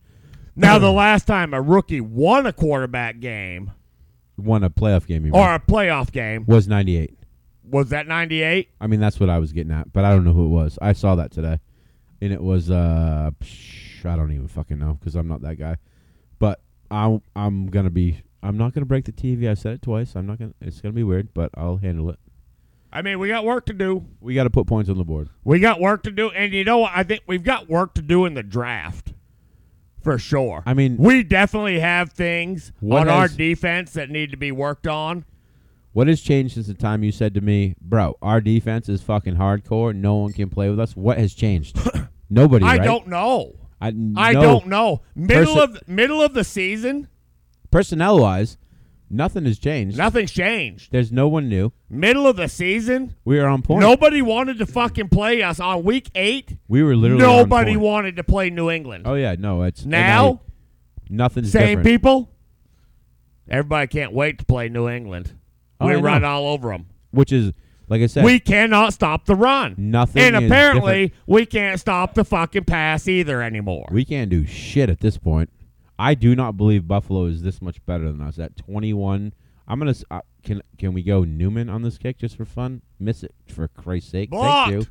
Speaker 1: *clears throat*
Speaker 2: Now, the last time a rookie won a quarterback game
Speaker 1: won a playoff game. You mean,
Speaker 2: or a playoff game
Speaker 1: was 98.
Speaker 2: was that 98?
Speaker 1: I mean, that's what I was getting at, but I don't know who it was. I saw that today, and it was uh, psh, I don't even fucking know because I'm not that guy. But I'm I'm gonna be I'm not gonna break the TV. I said it twice. I'm not gonna. It's gonna be weird, but I'll handle it.
Speaker 2: I mean, we got work to do.
Speaker 1: We got to put points on the board.
Speaker 2: We got work to do, and you know what? I think we've got work to do in the draft for sure.
Speaker 1: I mean,
Speaker 2: we definitely have things
Speaker 1: What
Speaker 2: on
Speaker 1: has-
Speaker 2: our defense that need to be worked on.
Speaker 1: what has changed since the time you said to me, bro? Our defense is fucking hardcore. No one can play with us. What has
Speaker 2: *coughs*
Speaker 1: changed? Nobody.
Speaker 2: I
Speaker 1: right?
Speaker 2: don't know.
Speaker 1: I,
Speaker 2: I
Speaker 1: no.
Speaker 2: don't know. Middle
Speaker 1: Perso-
Speaker 2: of middle of the season,
Speaker 1: Personnel wise, nothing has changed.
Speaker 2: nothing's changed.
Speaker 1: There's no one new.
Speaker 2: Middle of the season,
Speaker 1: We are on point.
Speaker 2: nobody wanted to fucking play us on week eight.
Speaker 1: We were literally on
Speaker 2: nobody
Speaker 1: point.
Speaker 2: wanted to play New England.
Speaker 1: Oh yeah, no, it's and
Speaker 2: Now?
Speaker 1: I- nothing's
Speaker 2: Same
Speaker 1: different.
Speaker 2: people. Everybody can't wait to play New England.
Speaker 1: Oh,
Speaker 2: we
Speaker 1: I know.
Speaker 2: run all over them.
Speaker 1: which is like I said,
Speaker 2: We cannot stop the run.
Speaker 1: nothing.
Speaker 2: And
Speaker 1: is
Speaker 2: apparently,
Speaker 1: different.
Speaker 2: we can't stop the fucking pass either anymore.
Speaker 1: we can't do shit at this point. I do not believe Buffalo is this much better than us at 21. I'm gonna s- uh, can can we go Newman on this kick just for fun? Miss it for Christ's sake.
Speaker 2: Blocked.
Speaker 1: Thank you.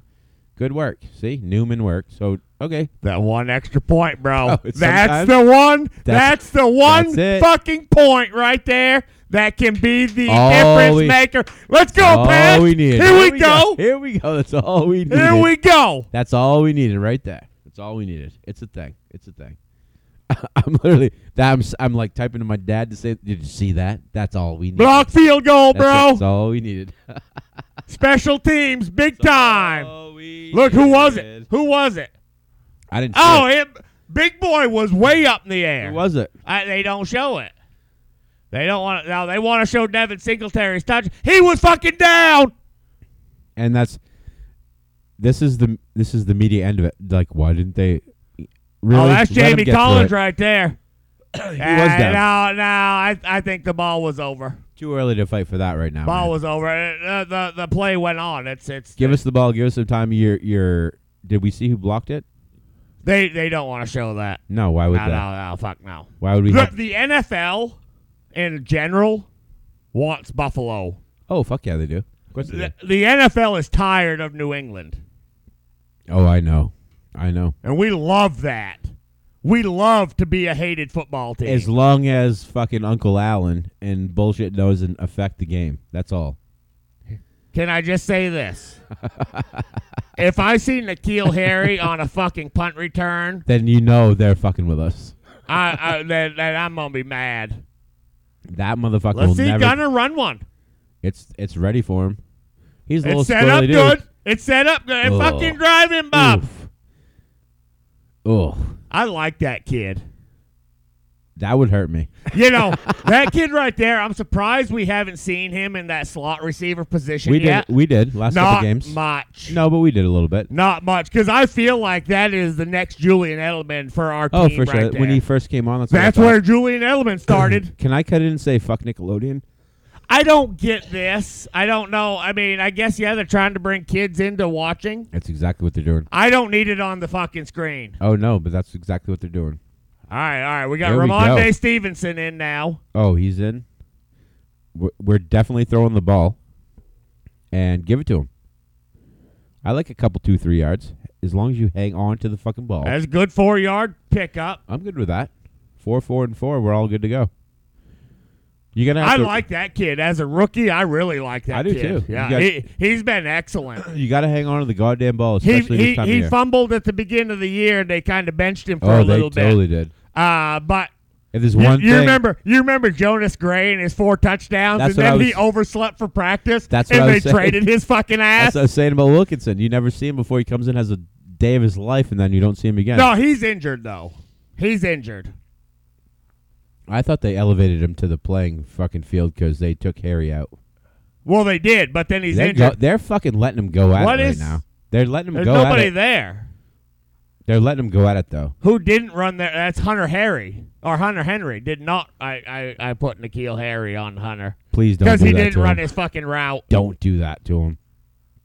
Speaker 1: Good work. See Newman worked. So okay,
Speaker 2: that one extra point, bro.
Speaker 1: Oh, it's sometimes-
Speaker 2: that's the one. That's,
Speaker 1: That's-
Speaker 2: the one
Speaker 1: that's it.
Speaker 2: fucking point right there that can be the
Speaker 1: All
Speaker 2: difference
Speaker 1: we-
Speaker 2: maker. Let's go,
Speaker 1: all
Speaker 2: Pat.
Speaker 1: we needed.
Speaker 2: Here we
Speaker 1: There
Speaker 2: go.
Speaker 1: Here we go. That's all we needed.
Speaker 2: Here we go.
Speaker 1: That's all we needed right there. That's all we needed. It's a thing. It's a thing. *laughs* I'm literally that I'm s- I'm like typing to my dad to say, "Did you see that? That's all we needed.
Speaker 2: Block field goal,
Speaker 1: that's it.
Speaker 2: bro.
Speaker 1: That's all we needed. *laughs*
Speaker 2: Special teams, big time.
Speaker 1: All we
Speaker 2: Look, who was it?
Speaker 1: needed.
Speaker 2: Who was it?
Speaker 1: I didn't. see
Speaker 2: Oh,
Speaker 1: it.
Speaker 2: it, Big Boy was way up in the air.
Speaker 1: who was it?
Speaker 2: I, they don't show it. They don't want to. Now they want to show Devin Singletary's touch. He was fucking down.
Speaker 1: And that's this is the this is the media end of it. Like, why didn't they? Really?
Speaker 2: oh, that's
Speaker 1: let 'em
Speaker 2: Jamie
Speaker 1: get to
Speaker 2: Collins
Speaker 1: it.
Speaker 2: right there.
Speaker 1: *clears throat*
Speaker 2: Uh,
Speaker 1: He was down.
Speaker 2: No, no, I, I think the ball was over.
Speaker 1: Too early to fight for that right now.
Speaker 2: Ball
Speaker 1: man.
Speaker 2: was over. Uh, the the play went on. It's it's.
Speaker 1: Give us the ball. Give us some time. Your your. Did we see who blocked it?
Speaker 2: they they don't want to show that.
Speaker 1: No. Why
Speaker 2: No,
Speaker 1: would
Speaker 2: no,
Speaker 1: that?
Speaker 2: no, fuck no.
Speaker 1: Why would we?
Speaker 2: The,
Speaker 1: have-
Speaker 2: the NFL in general wants Buffalo.
Speaker 1: oh fuck yeah, they do. Of course they do.
Speaker 2: The, the NFL is tired of New England.
Speaker 1: Oh, I know. I know.
Speaker 2: And we love that. We love to be a hated football team.
Speaker 1: As long as fucking Uncle Allen and bullshit doesn't affect the game. That's all.
Speaker 2: Can I just
Speaker 1: *laughs*
Speaker 2: say this? if I see Nikhil Harry on a fucking punt return,
Speaker 1: Then you know they're fucking with us.
Speaker 2: I, I then, then I'm gonna be mad.
Speaker 1: That motherfucker will
Speaker 2: Let's see
Speaker 1: never.
Speaker 2: Gunner run one.
Speaker 1: It's it's ready for him. He's a little
Speaker 2: It's set up
Speaker 1: squirrely dude.
Speaker 2: good. It's set up good. And
Speaker 1: Ugh.
Speaker 2: fucking drive him, Bob.
Speaker 1: Oof. Ugh.
Speaker 2: I like that kid.
Speaker 1: that would hurt me.
Speaker 2: You know that kid right there. I'm surprised we haven't seen him in that slot receiver position
Speaker 1: We
Speaker 2: yet.
Speaker 1: did we did last
Speaker 2: Not
Speaker 1: couple games.
Speaker 2: much.
Speaker 1: No, but we did a little bit.
Speaker 2: Not much, because I feel like that is the next Julian Edelman for our
Speaker 1: Oh,
Speaker 2: team
Speaker 1: for
Speaker 2: right
Speaker 1: sure.
Speaker 2: there.
Speaker 1: When he first came on, that's what I
Speaker 2: That's
Speaker 1: thought.
Speaker 2: where
Speaker 1: *clears throat*
Speaker 2: Julian Edelman started.
Speaker 1: Can I cut in and say fuck Nickelodeon?
Speaker 2: I don't get this. I don't know. I mean, I guess yeah, they're trying to bring kids into watching.
Speaker 1: That's exactly what they're doing.
Speaker 2: I don't need it on the fucking screen.
Speaker 1: Oh no, but that's exactly what they're doing.
Speaker 2: All right, all right. We got
Speaker 1: There we
Speaker 2: Ramon
Speaker 1: go.
Speaker 2: Day Stevenson in now.
Speaker 1: Oh, he's in. We're, we're definitely throwing the ball, and give it to him. I like a couple two three yards as long as you hang on to the fucking ball.
Speaker 2: That's a good four yard pickup.
Speaker 1: I'm good with that. Four four and four, we're all good to go. You are gonna. Have to,
Speaker 2: I like that kid as a rookie. I really like that.
Speaker 1: I do
Speaker 2: kid.
Speaker 1: too.
Speaker 2: Yeah,
Speaker 1: You guys-
Speaker 2: he he's been excellent.
Speaker 1: You got to hang on to the goddamn ball,
Speaker 2: He
Speaker 1: especially
Speaker 2: he,
Speaker 1: this time of
Speaker 2: he
Speaker 1: year.
Speaker 2: fumbled at the beginning of the year, and they kind of benched him for
Speaker 1: oh,
Speaker 2: a
Speaker 1: they
Speaker 2: little
Speaker 1: totally
Speaker 2: bit.
Speaker 1: did.
Speaker 2: Uh, but
Speaker 1: If there's
Speaker 2: You,
Speaker 1: one
Speaker 2: you
Speaker 1: thing,
Speaker 2: remember you remember Jonas Gray and his four touchdowns,
Speaker 1: That's
Speaker 2: and
Speaker 1: what I
Speaker 2: then he
Speaker 1: was-
Speaker 2: overslept for practice.
Speaker 1: That's what
Speaker 2: and
Speaker 1: I
Speaker 2: they
Speaker 1: was saying.
Speaker 2: traded his fucking
Speaker 1: that's
Speaker 2: ass.
Speaker 1: what I was saying about Wilkinson. You never see him before he comes in, has a day of his life, and then you don't see him again.
Speaker 2: No, he's injured though. He's injured.
Speaker 1: I thought they elevated him to the playing fucking field because they took Harry out.
Speaker 2: Well, they did, but then he's
Speaker 1: They
Speaker 2: injured.
Speaker 1: are fucking letting him go at
Speaker 2: What
Speaker 1: it right
Speaker 2: is-
Speaker 1: now. They're letting him
Speaker 2: There's
Speaker 1: go at
Speaker 2: nobody
Speaker 1: it.
Speaker 2: there
Speaker 1: They're letting him go at it though.
Speaker 2: who didn't run there. That's Hunter Harry or Hunter Henry did not. I I, I put Nikhil Harry on Hunter
Speaker 1: Please don't
Speaker 2: because
Speaker 1: do
Speaker 2: he
Speaker 1: that
Speaker 2: didn't
Speaker 1: to
Speaker 2: run
Speaker 1: him.
Speaker 2: his fucking route.
Speaker 1: Don't do that to him.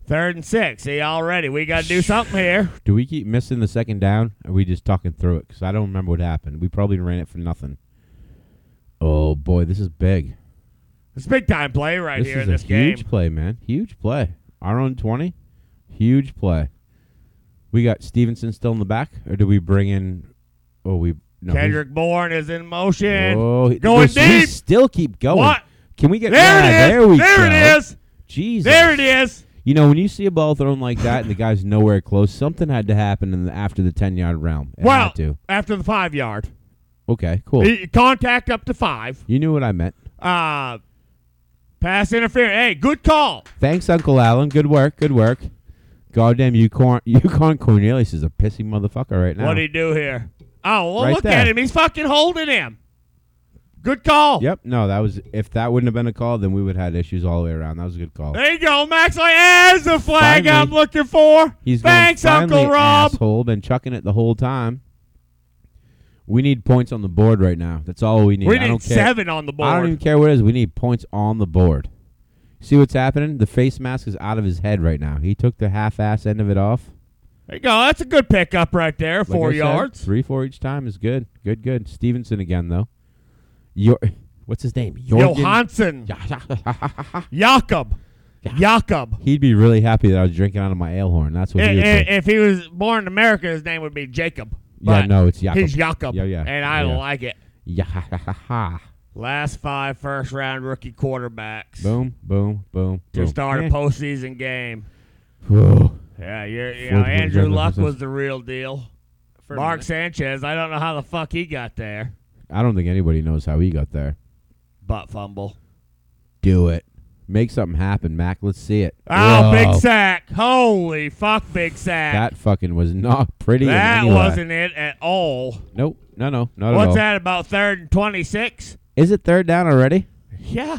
Speaker 2: Third and six. See, already we got to do something here.
Speaker 1: Do we keep missing the second down? Or are we just talking through it? Because I don't remember what happened. We probably ran it for nothing. Oh boy, this is big.
Speaker 2: It's big time play right
Speaker 1: this
Speaker 2: here
Speaker 1: is
Speaker 2: in
Speaker 1: a
Speaker 2: this
Speaker 1: huge
Speaker 2: game.
Speaker 1: play, man. Huge play. Our own twenty. Huge play. We got Stevenson still in the back, or do we bring in? Oh, we no. he's-
Speaker 2: Kendrick Bourne is in motion.
Speaker 1: Oh, he-
Speaker 2: Going
Speaker 1: we- we
Speaker 2: deep.
Speaker 1: still keep going.
Speaker 2: What?
Speaker 1: Can we get
Speaker 2: There
Speaker 1: yeah,
Speaker 2: it is.
Speaker 1: There we
Speaker 2: there
Speaker 1: go.
Speaker 2: it is.
Speaker 1: Jesus.
Speaker 2: There it is.
Speaker 1: You know, when you see a ball thrown like that and the guy's nowhere close, something had to happen in the, after the ten yard realm. It
Speaker 2: Well,
Speaker 1: had to.
Speaker 2: after the five yard,
Speaker 1: Okay, cool.
Speaker 2: E- contact up to five.
Speaker 1: you knew what I meant.
Speaker 2: Uh, pass interference. Hey, good call.
Speaker 1: Thanks, Uncle Allen. Good work. Good work. Goddamn, *laughs* Yukon Yukon Cornelius is a pissy motherfucker right now.
Speaker 2: What do you do here? Oh, well,
Speaker 1: Right
Speaker 2: look at
Speaker 1: there.
Speaker 2: him. He's fucking holding him. Good call.
Speaker 1: yep. No, that was if that wouldn't have been a call, then we would have had issues all the way around. That was a good call.
Speaker 2: There you go, Max. Like, as the flag
Speaker 1: Finally.
Speaker 2: I'm looking for.
Speaker 1: He's going,
Speaker 2: Thanks,
Speaker 1: finally,
Speaker 2: Uncle Rob.
Speaker 1: Asshole, been chucking it the whole time. We need points on the board right now. That's all we need.
Speaker 2: We
Speaker 1: I don't
Speaker 2: need
Speaker 1: care.
Speaker 2: seven on the board.
Speaker 1: I don't even care what it is. We need points on the board. See what's happening? The face mask is out of his head right now. He took the half-ass end of it off.
Speaker 2: There you go. That's a good pickup right there.
Speaker 1: Like
Speaker 2: Four
Speaker 1: I said,
Speaker 2: yards.
Speaker 1: three, four each time is good. Good, good. Stevenson again though. Your what's his name? Jorgen-
Speaker 2: Johansson. Jakob. Jakob.
Speaker 1: *laughs* He'd be really happy that I was drinking out of my ale horn. That's what
Speaker 2: I-
Speaker 1: he would
Speaker 2: i-
Speaker 1: say.
Speaker 2: if he was born in America, his name would be Jacob.
Speaker 1: Yeah,
Speaker 2: But
Speaker 1: no, it's Jakob.
Speaker 2: He's Jakob.
Speaker 1: Yeah, yeah,
Speaker 2: And
Speaker 1: *laughs*
Speaker 2: I
Speaker 1: yeah.
Speaker 2: like it.
Speaker 1: Yeah.
Speaker 2: Last five first round rookie quarterbacks
Speaker 1: boom, boom, boom.
Speaker 2: to
Speaker 1: boom.
Speaker 2: start
Speaker 1: Eh.
Speaker 2: a postseason game.
Speaker 1: Whew.
Speaker 2: Yeah, you're, you
Speaker 1: Four
Speaker 2: know,
Speaker 1: to the
Speaker 2: Andrew
Speaker 1: Jets,
Speaker 2: Luck
Speaker 1: that's it.
Speaker 2: was the real deal. Mark Sanchez, I don't know how the fuck he got there.
Speaker 1: I don't think anybody knows how he got there.
Speaker 2: Butt fumble.
Speaker 1: Do it. Make something happen, Mac. Let's see it.
Speaker 2: Oh,
Speaker 1: Whoa.
Speaker 2: big sack. Holy fuck, big sack.
Speaker 1: That fucking was not pretty. in
Speaker 2: that
Speaker 1: any way.
Speaker 2: wasn't it at all.
Speaker 1: Nope. No, no, not at all.
Speaker 2: What's that about third and 26?
Speaker 1: Is it third down already?
Speaker 2: Yeah.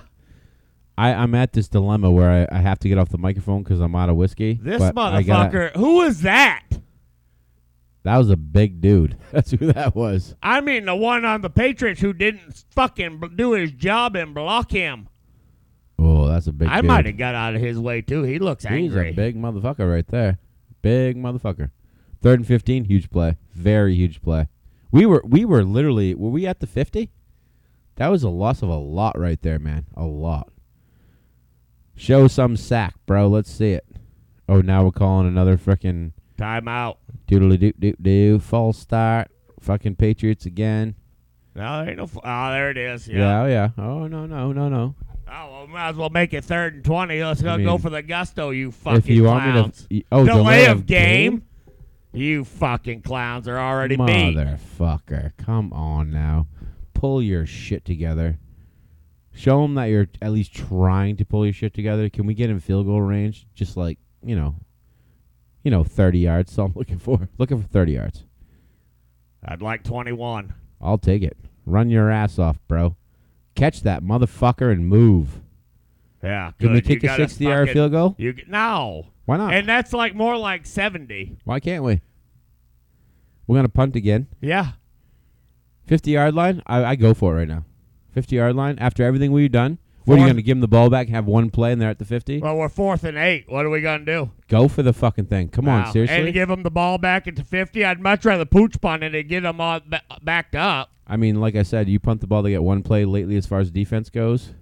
Speaker 1: I, I'm at this dilemma where I, I have to get off the microphone because I'm out of whiskey.
Speaker 2: This
Speaker 1: but I gotta-
Speaker 2: motherfucker. Who is that?
Speaker 1: that was a big dude. *laughs* That's who that was.
Speaker 2: I mean, the one on the Patriots who didn't fucking b- do his job and block him.
Speaker 1: Oh, that's a big.
Speaker 2: I
Speaker 1: dude.
Speaker 2: might have got out of his way too. He looks
Speaker 1: He's
Speaker 2: angry.
Speaker 1: a big motherfucker right there. Big motherfucker. Third and fifteen, huge play. Very huge play. We were we were literally were we at the fifty? That was a loss of a lot right there, man. A lot. Show some sack, bro. Let's see it. Oh, now we're calling another frickin'
Speaker 2: Timeout.
Speaker 1: doodly doop doop doo. False start. Fucking Patriots again.
Speaker 2: No, there ain't no. F- oh, there it is.
Speaker 1: Yeah,
Speaker 2: Yeah.
Speaker 1: oh yeah. Oh no no no no.
Speaker 2: Oh, well, might as well make it third and twenty. Let's go,
Speaker 1: I
Speaker 2: go
Speaker 1: mean,
Speaker 2: for the gusto, you fucking
Speaker 1: If you want
Speaker 2: clowns.
Speaker 1: me to, oh,
Speaker 2: delay, of game? You fucking clowns are already beat.
Speaker 1: Motherfucker, come on now. Pull your shit together. Show them that you're at least trying to pull your shit together. Can we get in field goal range? Just like, you know, you know, 30 yards. So I'm looking for. Looking for 30 yards.
Speaker 2: I'd like 21.
Speaker 1: I'll take it. Run your ass off, bro. Catch that motherfucker and move.
Speaker 2: Yeah, good.
Speaker 1: Can we
Speaker 2: You
Speaker 1: kick a
Speaker 2: gotta
Speaker 1: 60 yard
Speaker 2: fucking-
Speaker 1: field goal?
Speaker 2: You g- no,
Speaker 1: Why not?
Speaker 2: and that's like more like 70.
Speaker 1: Why can't we? We're going to punt again.
Speaker 2: Yeah,
Speaker 1: 50 yard line, I, I go for it right now. 50 yard line, after everything we've done, what are you
Speaker 2: Fourth-
Speaker 1: going to give them the ball back, have one play, and they're at the 50?
Speaker 2: well, we're fourth and eight. What are we gonna do?
Speaker 1: Go for the fucking thing. Come
Speaker 2: Wow.
Speaker 1: on,
Speaker 2: And to
Speaker 1: seriously?
Speaker 2: give them the ball back into 50, I'd much rather pooch punt it and get them all ba- backed up.
Speaker 1: I mean, like I said, you punt the ball, they get one play lately as far as defense goes.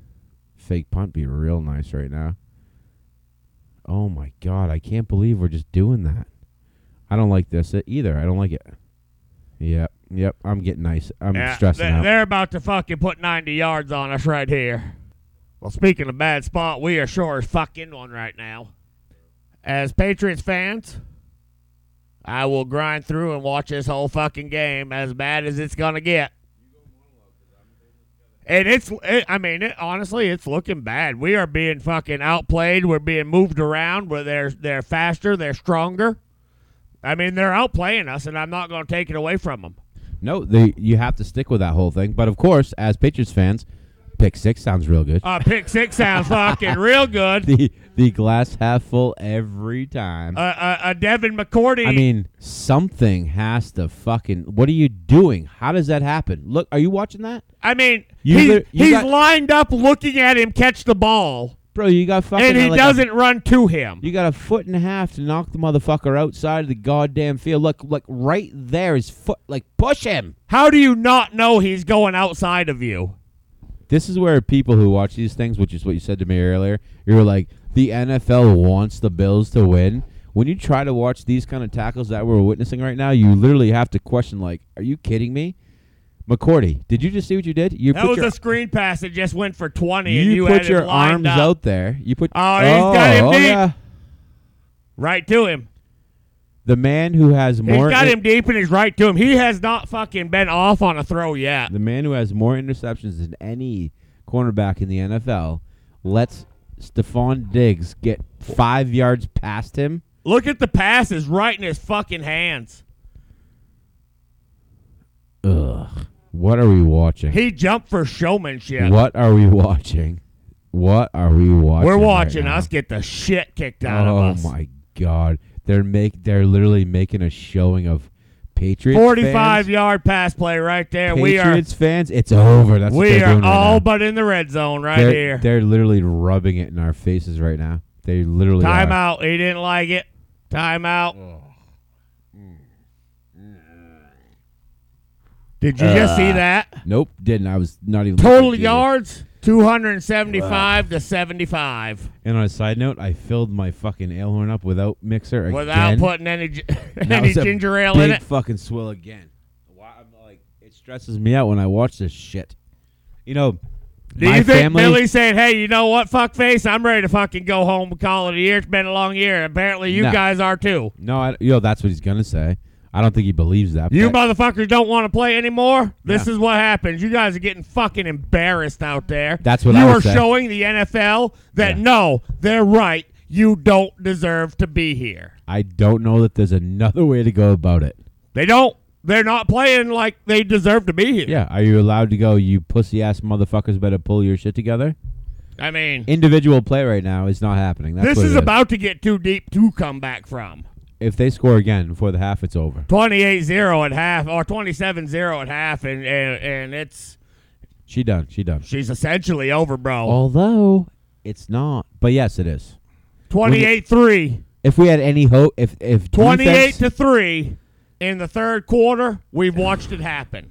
Speaker 1: Fake punt be real nice right now. Oh my God, I can't believe we're just doing that. I don't like this e-, either. I don't like it. Yep, yep, I'm getting nice. I'm
Speaker 2: Yeah,
Speaker 1: stressing
Speaker 2: they-
Speaker 1: out.
Speaker 2: They're about to fucking put 90 yards on us right here. Well, speaking of bad spot, we are sure as fuck in one right now. As Patriots fans, I will grind through and watch this whole fucking game as bad as it's gonna get. And it's, it, I mean, it, honestly, it's looking bad. We are being fucking outplayed. We're being moved around. Where they're they're faster, they're stronger. I mean, they're outplaying us, and I'm not gonna take it away from them.
Speaker 1: No, they, you have to stick with that whole thing. But of course, as Patriots fans, pick six sounds real good.
Speaker 2: Uh, pick six sounds fucking
Speaker 1: *laughs*
Speaker 2: real good.
Speaker 1: the the glass half full every time.
Speaker 2: Uh, uh, uh, Devin McCourty.
Speaker 1: I mean, something has to fucking. What are you doing? How does that happen? Look, are you watching that,
Speaker 2: I mean,
Speaker 1: You
Speaker 2: he-
Speaker 1: lit- you
Speaker 2: he's
Speaker 1: got-
Speaker 2: lined up looking at him catch the ball,
Speaker 1: bro? You got fucking.
Speaker 2: and he
Speaker 1: like a-
Speaker 2: doesn't run to him.
Speaker 1: you got a foot and a half to knock the motherfucker outside of the goddamn field. Look, look right there, his foot. Like push him.
Speaker 2: How do you not know he's going outside of you?
Speaker 1: This is where people who watch these things, which is what you said to me earlier, you were like, the NFL wants the Bills to win. When you try to watch these kind of tackles that we're witnessing right now, you literally have to question, like, are you kidding me? McCourty, did you just see what you did? You
Speaker 2: That
Speaker 1: put
Speaker 2: was
Speaker 1: your,
Speaker 2: a screen pass that just went for twenty,
Speaker 1: you
Speaker 2: and you had
Speaker 1: put
Speaker 2: him
Speaker 1: your arms
Speaker 2: lined up.
Speaker 1: out there. You put
Speaker 2: Oh, he's got him
Speaker 1: oh,
Speaker 2: deep.
Speaker 1: yeah.
Speaker 2: right to him.
Speaker 1: the man who has
Speaker 2: He's
Speaker 1: more
Speaker 2: got
Speaker 1: in-
Speaker 2: him deep, and he's right to him. He has not fucking been off on a throw yet.
Speaker 1: the man who has more interceptions than any cornerback in the NFL lets Stephon Diggs get five yards past him.
Speaker 2: Look at the passes right in his fucking hands.
Speaker 1: Ugh. What are we watching?
Speaker 2: He jumped for showmanship.
Speaker 1: What are we watching? What are we watching?
Speaker 2: We're
Speaker 1: right
Speaker 2: watching
Speaker 1: now?
Speaker 2: us get the shit kicked out
Speaker 1: Oh
Speaker 2: of us.
Speaker 1: my god. They're make they're literally making a showing of Patriots.
Speaker 2: 45
Speaker 1: fans.
Speaker 2: yard pass play right there. we are
Speaker 1: Patriots fans, it's over. That's what
Speaker 2: we
Speaker 1: they're
Speaker 2: are
Speaker 1: doing right
Speaker 2: all
Speaker 1: now.
Speaker 2: but in the red zone right
Speaker 1: they're,
Speaker 2: here.
Speaker 1: They're literally rubbing it in our faces right now. They literally are.
Speaker 2: Timeout. He didn't like it. Timeout. Did you just see that?
Speaker 1: Nope, didn't. Uh, I was not even looking
Speaker 2: Total
Speaker 1: at you.
Speaker 2: yards 275 to 75
Speaker 1: And on a side note, I filled my fucking ale horn up without mixer
Speaker 2: without
Speaker 1: again.
Speaker 2: putting any gi- *laughs*
Speaker 1: And that
Speaker 2: any
Speaker 1: was a
Speaker 2: ginger ale
Speaker 1: big
Speaker 2: in it.
Speaker 1: Fucking swill again. Why, I'm like, it stresses me out when I watch this shit. You know,
Speaker 2: Do
Speaker 1: my
Speaker 2: you think
Speaker 1: family.
Speaker 2: Billy said, "Hey, you know what, fuckface? I'm ready to fucking go home and call it a year. It's been a long year. Apparently, you
Speaker 1: No.
Speaker 2: guys are too.
Speaker 1: no, I, you know that's what he's gonna say. I don't think he believes that.
Speaker 2: You
Speaker 1: but
Speaker 2: motherfuckers don't want to play anymore. This
Speaker 1: Yeah.
Speaker 2: is what happens. You guys are getting fucking embarrassed out there.
Speaker 1: That's what
Speaker 2: you
Speaker 1: I would
Speaker 2: are
Speaker 1: say.
Speaker 2: showing the NFL that
Speaker 1: Yeah.
Speaker 2: no, they're right. You don't deserve to be here.
Speaker 1: I don't know that there's another way to go about it.
Speaker 2: They don't. They're not playing like they deserve to be here.
Speaker 1: Yeah, are you allowed to go? You pussy ass motherfuckers better pull your shit together.
Speaker 2: I mean,
Speaker 1: Individual play right now is not happening. That's
Speaker 2: this
Speaker 1: what it
Speaker 2: is about to get too deep to come back from.
Speaker 1: If they score again before the half, it's over.
Speaker 2: 28-0 at half or 27-0 at half and and, and it's
Speaker 1: She done. She done.
Speaker 2: she's essentially over, bro.
Speaker 1: Although it's not, but yes, it is.
Speaker 2: 28-3.
Speaker 1: If we had any hope, if if
Speaker 2: 28
Speaker 1: defense-
Speaker 2: to 3 in the third quarter. We've watched it happen.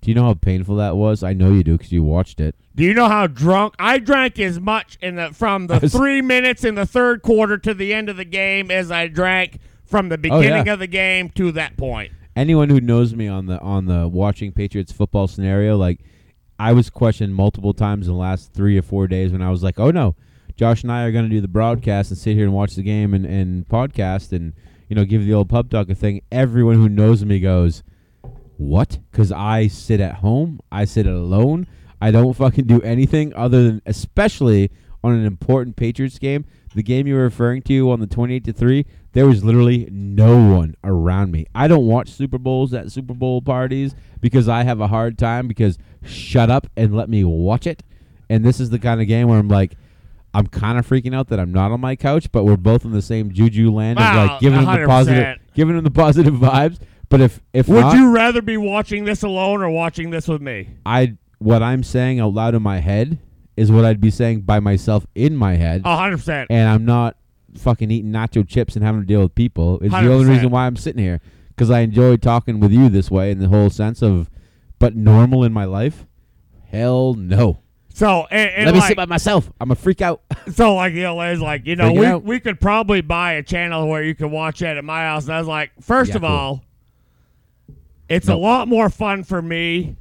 Speaker 1: do you know how painful that was? I know you do because you watched it.
Speaker 2: Do you know how drunk I drank as much in the from
Speaker 1: *laughs*
Speaker 2: the
Speaker 1: I was-
Speaker 2: 3 minutes in the third quarter to the end of the game as I drank from the
Speaker 1: Oh, yeah.
Speaker 2: beginning of the game to that point.
Speaker 1: Anyone who knows me on the on the watching Patriots football scenario, like I was questioned multiple times in the last three or four days when I was like, oh no, Josh and I are going to do the broadcast and sit here and watch the game and, and podcast and, you know, give the old pub talk a thing. Everyone who knows me goes, what? Because I sit at home. I sit alone. I don't fucking do anything other than, especially on an important Patriots game, the game you were referring to on the 28 to 3, there was literally no one around me. I don't watch Super Bowls at Super Bowl parties because I have a hard time because shut up and let me watch it. And this is the kind of game where I'm like, I'm kind of freaking out that I'm not on my couch, but we're both in the same juju land of
Speaker 2: Wow,
Speaker 1: like giving them the
Speaker 2: 100%.
Speaker 1: positive, giving them the *laughs* positive vibes. But if if
Speaker 2: Would
Speaker 1: not,
Speaker 2: you rather be watching this alone or watching this with me?
Speaker 1: I what I'm saying out loud in my head is what I'd be saying by myself in my head,
Speaker 2: A hundred percent.
Speaker 1: and I'm not fucking eating nacho chips and having to deal with people. It's the only
Speaker 2: 100%.
Speaker 1: reason why I'm sitting here because I enjoy talking with you this way and the whole sense of, but normal in my life, hell no.
Speaker 2: So and, and
Speaker 1: Let me
Speaker 2: like,
Speaker 1: sit by myself. I'm a freak out. *laughs*
Speaker 2: so like the LA is like, you know,
Speaker 1: Freak it
Speaker 2: we,
Speaker 1: out.
Speaker 2: we could probably buy a channel where you can watch it at my house. And I was like, first
Speaker 1: Yeah,
Speaker 2: of
Speaker 1: cool.
Speaker 2: all, it's a
Speaker 1: Nope.
Speaker 2: lot more fun for me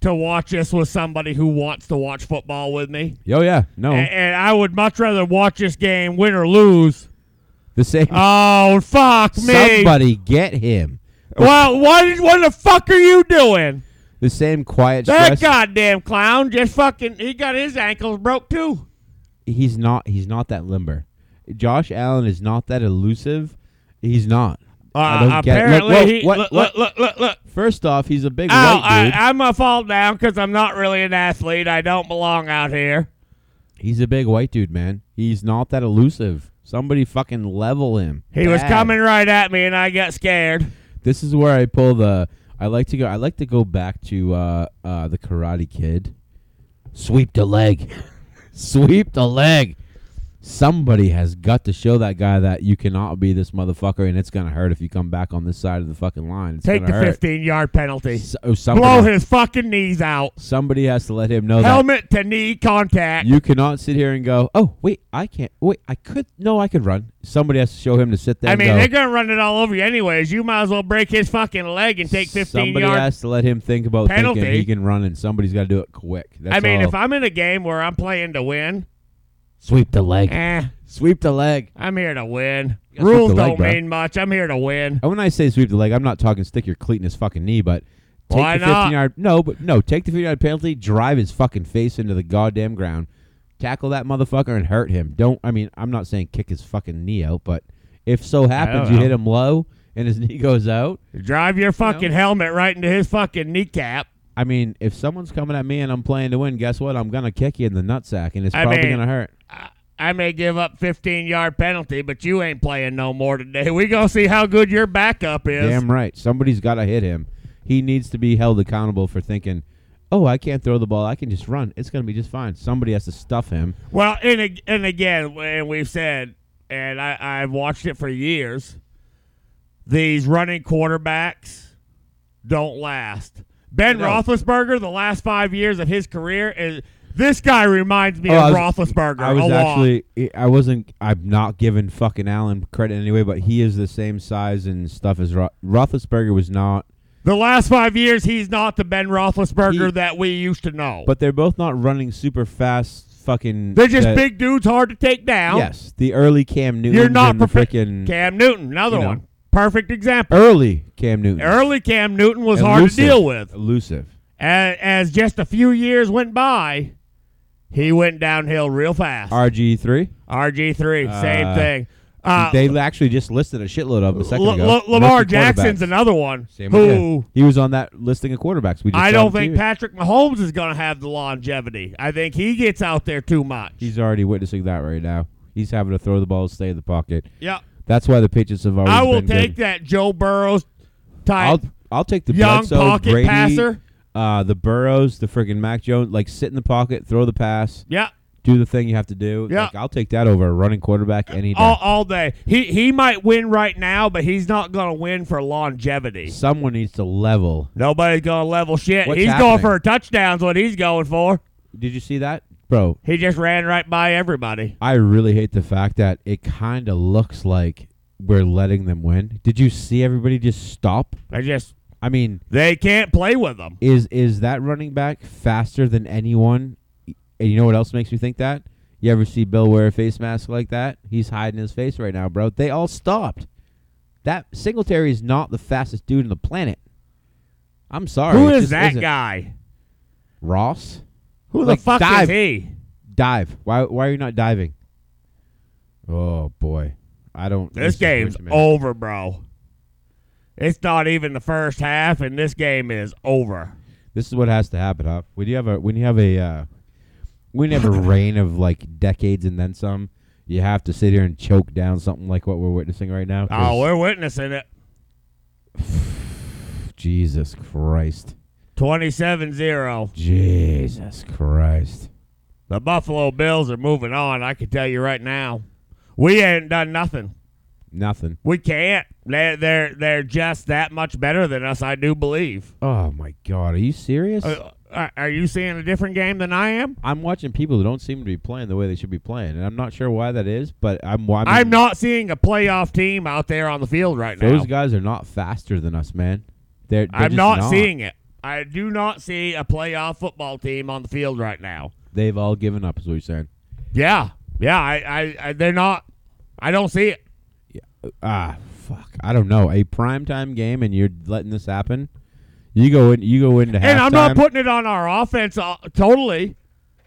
Speaker 2: to watch this with somebody who wants to watch football with me.
Speaker 1: Yo, yeah, no,
Speaker 2: A- And, I would much rather watch this game, win or lose.
Speaker 1: the same.
Speaker 2: Oh fuck me!
Speaker 1: somebody get him.
Speaker 2: Well, what did- what the fuck are you doing?
Speaker 1: The same quiet
Speaker 2: That
Speaker 1: stress.
Speaker 2: goddamn clown just fucking he got his ankles broke too.
Speaker 1: he's not he's not that limber. Josh Allen is not that elusive. He's not. I don't
Speaker 2: Uh,
Speaker 1: get it. Look,
Speaker 2: apparently,
Speaker 1: whoa,
Speaker 2: he,
Speaker 1: what-
Speaker 2: look,
Speaker 1: what-
Speaker 2: look, look, look.
Speaker 1: First off, he's a big
Speaker 2: Ow,
Speaker 1: white
Speaker 2: I,
Speaker 1: dude.
Speaker 2: I'm gonna fall down because I'm not really an athlete. I don't belong out here.
Speaker 1: he's a big white dude, man. He's not that elusive. Somebody fucking level him.
Speaker 2: He was
Speaker 1: Bad.
Speaker 2: coming right at me, and I got scared.
Speaker 1: This is where I pull the. I like to go. I like to go back to uh, uh, the Karate Kid. Sweep the leg. *laughs* Sweep the leg. Somebody has got to show that guy that you cannot be this motherfucker, and it's gonna hurt if you come back on this side of the fucking line. It's
Speaker 2: Take
Speaker 1: gonna
Speaker 2: the
Speaker 1: hurt.
Speaker 2: 15 yard penalty.
Speaker 1: So,
Speaker 2: Blow
Speaker 1: somebody,
Speaker 2: his fucking knees out.
Speaker 1: somebody has to let him know that
Speaker 2: Helmet to knee contact.
Speaker 1: you cannot sit here and go, oh, wait, I can't. Wait, I could. No, I could run. Somebody has to show him to sit there
Speaker 2: I
Speaker 1: and
Speaker 2: mean,
Speaker 1: go,
Speaker 2: they're gonna run it all over you anyways. You might as well break his fucking leg and take 15
Speaker 1: somebody
Speaker 2: yards.
Speaker 1: has to let him think about thinking
Speaker 2: penalty.
Speaker 1: he can run, and somebody's got to do it quick. That's
Speaker 2: I mean,
Speaker 1: all.
Speaker 2: if I'm in a game where I'm playing to win,
Speaker 1: Sweep the leg.
Speaker 2: eh,
Speaker 1: Sweep the leg.
Speaker 2: I'm here to win.
Speaker 1: You gotta
Speaker 2: Rules
Speaker 1: sweep the leg,
Speaker 2: don't
Speaker 1: bro.
Speaker 2: mean much. I'm here to win.
Speaker 1: And when I say sweep the leg, I'm not talking stick your cleat in his fucking knee, but take
Speaker 2: Why
Speaker 1: the
Speaker 2: not?
Speaker 1: 15 yard. No, but no, take the 15 yard penalty, drive his fucking face into the goddamn ground, tackle that motherfucker and hurt him. Don't. I mean, I'm not saying kick his fucking knee out, but if so happens you
Speaker 2: know.
Speaker 1: hit him low and his *laughs* knee goes out.
Speaker 2: Drive your fucking helmet right into his fucking kneecap.
Speaker 1: I mean, if someone's coming at me and I'm playing to win, guess what? I'm gonna kick you in the nutsack, and it's
Speaker 2: I
Speaker 1: probably
Speaker 2: mean-
Speaker 1: gonna hurt.
Speaker 2: I- I may give up 15 yard penalty, but you ain't playing no more today. We gonna see how good your backup is.
Speaker 1: Damn right, somebody's gotta hit him. He needs to be held accountable for thinking, "Oh, I can't throw the ball. I can just run. It's gonna be just fine." Somebody has to stuff him.
Speaker 2: Well, and ag- and again, and we've said, and I I've watched it for years. These running quarterbacks don't last. Ben
Speaker 1: No.
Speaker 2: Roethlisberger, the last five years of his career is. This guy reminds me
Speaker 1: Oh, I
Speaker 2: of
Speaker 1: was-
Speaker 2: Roethlisberger
Speaker 1: I was
Speaker 2: a lot.
Speaker 1: actually, eh, I wasn't, I'm not giving fucking Allen credit anyway, but he is the same size and stuff as Ro- Roethlisberger was not.
Speaker 2: The last five years, he's not the Ben Roethlisberger
Speaker 1: He-
Speaker 2: that we used to know.
Speaker 1: But they're both not running super fast. Fucking,
Speaker 2: They're just
Speaker 1: uh,
Speaker 2: big dudes, hard to take down.
Speaker 1: Yes, the early Cam Newton.
Speaker 2: You're not prepared.
Speaker 1: freaking
Speaker 2: Mm. Cam Newton, another
Speaker 1: you know.
Speaker 2: one. Perfect example.
Speaker 1: early Cam Newton.
Speaker 2: Early Cam Newton was
Speaker 1: Elusive.
Speaker 2: hard to deal with.
Speaker 1: Elusive.
Speaker 2: As, as just a few years went by, he went downhill real fast.
Speaker 1: RG three.
Speaker 2: RG3, same
Speaker 1: Uh,
Speaker 2: thing. Uh,
Speaker 1: they actually just listed a shitload of them a second
Speaker 2: L-
Speaker 1: ago.
Speaker 2: L- Lamar
Speaker 1: Rookie quarterbacks.
Speaker 2: Jackson's another one
Speaker 1: Same
Speaker 2: who
Speaker 1: idea. he was on that listing of quarterbacks. We just
Speaker 2: I
Speaker 1: saw
Speaker 2: don't
Speaker 1: on
Speaker 2: think
Speaker 1: TV.
Speaker 2: Patrick Mahomes is going to have the longevity. I think he gets out there too much.
Speaker 1: he's already witnessing that right now. He's having to throw the ball, stay in the pocket.
Speaker 2: yep.
Speaker 1: That's why the Patriots have always
Speaker 2: I will
Speaker 1: been
Speaker 2: take
Speaker 1: good.
Speaker 2: that Joe Burrows type.
Speaker 1: I'll I'll take the
Speaker 2: young
Speaker 1: Bledsoe,
Speaker 2: pocket
Speaker 1: Brady,
Speaker 2: passer.
Speaker 1: uh, the Burrows, the friggin' Mac Jones. Like sit in the pocket, throw the pass,
Speaker 2: yep.
Speaker 1: do the thing you have to do.
Speaker 2: Yeah.
Speaker 1: Like, I'll take that over a running quarterback any day.
Speaker 2: all, all day. He he might win right now, but he's not going to win for longevity.
Speaker 1: Someone needs to level.
Speaker 2: Nobody's going to level shit.
Speaker 1: What's
Speaker 2: he's going
Speaker 1: happening?
Speaker 2: for a touchdown's what he's going for.
Speaker 1: Did you see that, bro?
Speaker 2: He just ran right by everybody.
Speaker 1: I really hate the fact that it kind of looks like we're letting them win. Did you see everybody just stop?
Speaker 2: I just
Speaker 1: I mean,
Speaker 2: They can't play with them.
Speaker 1: is is that running back faster than anyone? And you know what else makes me think that? You ever see Bill wear a face mask like that? He's hiding his face right now, bro. They all stopped. That Singletary is not the fastest dude on the planet. I'm sorry.
Speaker 2: Who
Speaker 1: it
Speaker 2: is
Speaker 1: just
Speaker 2: that
Speaker 1: isn't.
Speaker 2: guy?
Speaker 1: Ross?
Speaker 2: Who
Speaker 1: Like,
Speaker 2: the fuck
Speaker 1: dive.
Speaker 2: is he?
Speaker 1: Dive. Why why are you not diving? Oh boy. I don't
Speaker 2: This
Speaker 1: is
Speaker 2: game's
Speaker 1: what you meant.
Speaker 2: over, bro. It's not even the first half, and this game is over.
Speaker 1: This is what has to happen, huh? When you have a when you have a uh, when you have
Speaker 2: *laughs*
Speaker 1: a reign of like decades and then some, you have to sit here and choke down something like what we're witnessing right now. 'cause-
Speaker 2: Oh, we're witnessing it.
Speaker 1: Jesus Christ,
Speaker 2: 27 0.
Speaker 1: Jesus Christ.
Speaker 2: The Buffalo Bills are moving on, I can tell you right now. We ain't done nothing.
Speaker 1: Nothing.
Speaker 2: We can't. They're, they're, they're just that much better than us, I do believe.
Speaker 1: Oh my God, are you serious?
Speaker 2: Uh, are- are you seeing a different game than I am?
Speaker 1: I'm watching people who don't seem to be playing the way they should be playing, and I'm not sure why that is. But I'm. I mean,
Speaker 2: I'm not seeing a playoff team out there on the field right now.
Speaker 1: Those guys are not faster than us, man. They're. they're
Speaker 2: I'm
Speaker 1: just
Speaker 2: not, seeing it. I do not see a playoff football team on the field right now.
Speaker 1: They've all given up, is what you're saying.
Speaker 2: Yeah, yeah. I, I, I they're not. I don't see it.
Speaker 1: ah fuck i don't know a primetime game and you're letting this happen you go in you go into halftime
Speaker 2: And I'm not putting it on our offense uh, totally.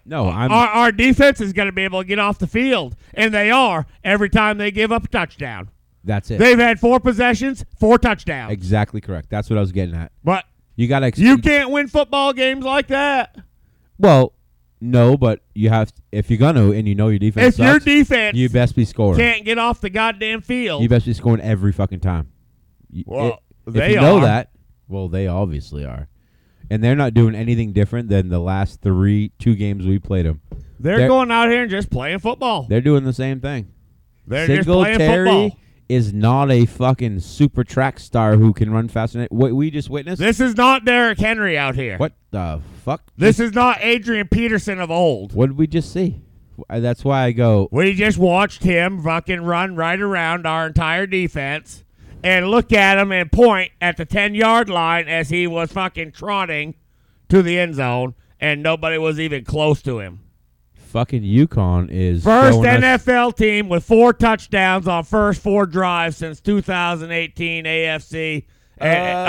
Speaker 1: no i'm
Speaker 2: Our, our defense is going to be able to get off the field, and they are every time they give up a touchdown.
Speaker 1: that's it
Speaker 2: They've had four possessions, four touchdowns.
Speaker 1: exactly correct that's what i was getting at
Speaker 2: But
Speaker 1: you gotta ex-
Speaker 2: you can't win football games like that.
Speaker 1: well no but you have if you're gonna and you know your defense
Speaker 2: If your
Speaker 1: sucks,
Speaker 2: defense
Speaker 1: you best be scoring
Speaker 2: can't get off the goddamn field,
Speaker 1: you best be scoring every fucking time You-
Speaker 2: Well,
Speaker 1: it- if
Speaker 2: they
Speaker 1: you know
Speaker 2: are.
Speaker 1: that well they obviously are and they're not doing anything different than the last three two games we played them
Speaker 2: they're,
Speaker 1: they're-
Speaker 2: going out here and just playing football.
Speaker 1: they're doing the same thing
Speaker 2: They're just playing
Speaker 1: Singletary
Speaker 2: football.
Speaker 1: is not a fucking super track star who can run faster than what we just witnessed.
Speaker 2: This is not Derrick Henry out here.
Speaker 1: what the fuck?
Speaker 2: This is not Adrian Peterson of old.
Speaker 1: What did we just see? Uh, That's why I go.
Speaker 2: We just watched him fucking run right around our entire defense and look at him and point at the 10 yard line as he was fucking trotting to the end zone and nobody was even close to him.
Speaker 1: Fucking Yukon is
Speaker 2: First
Speaker 1: showing us-
Speaker 2: NFL team with four touchdowns on first four drives since 2018 AFC. And-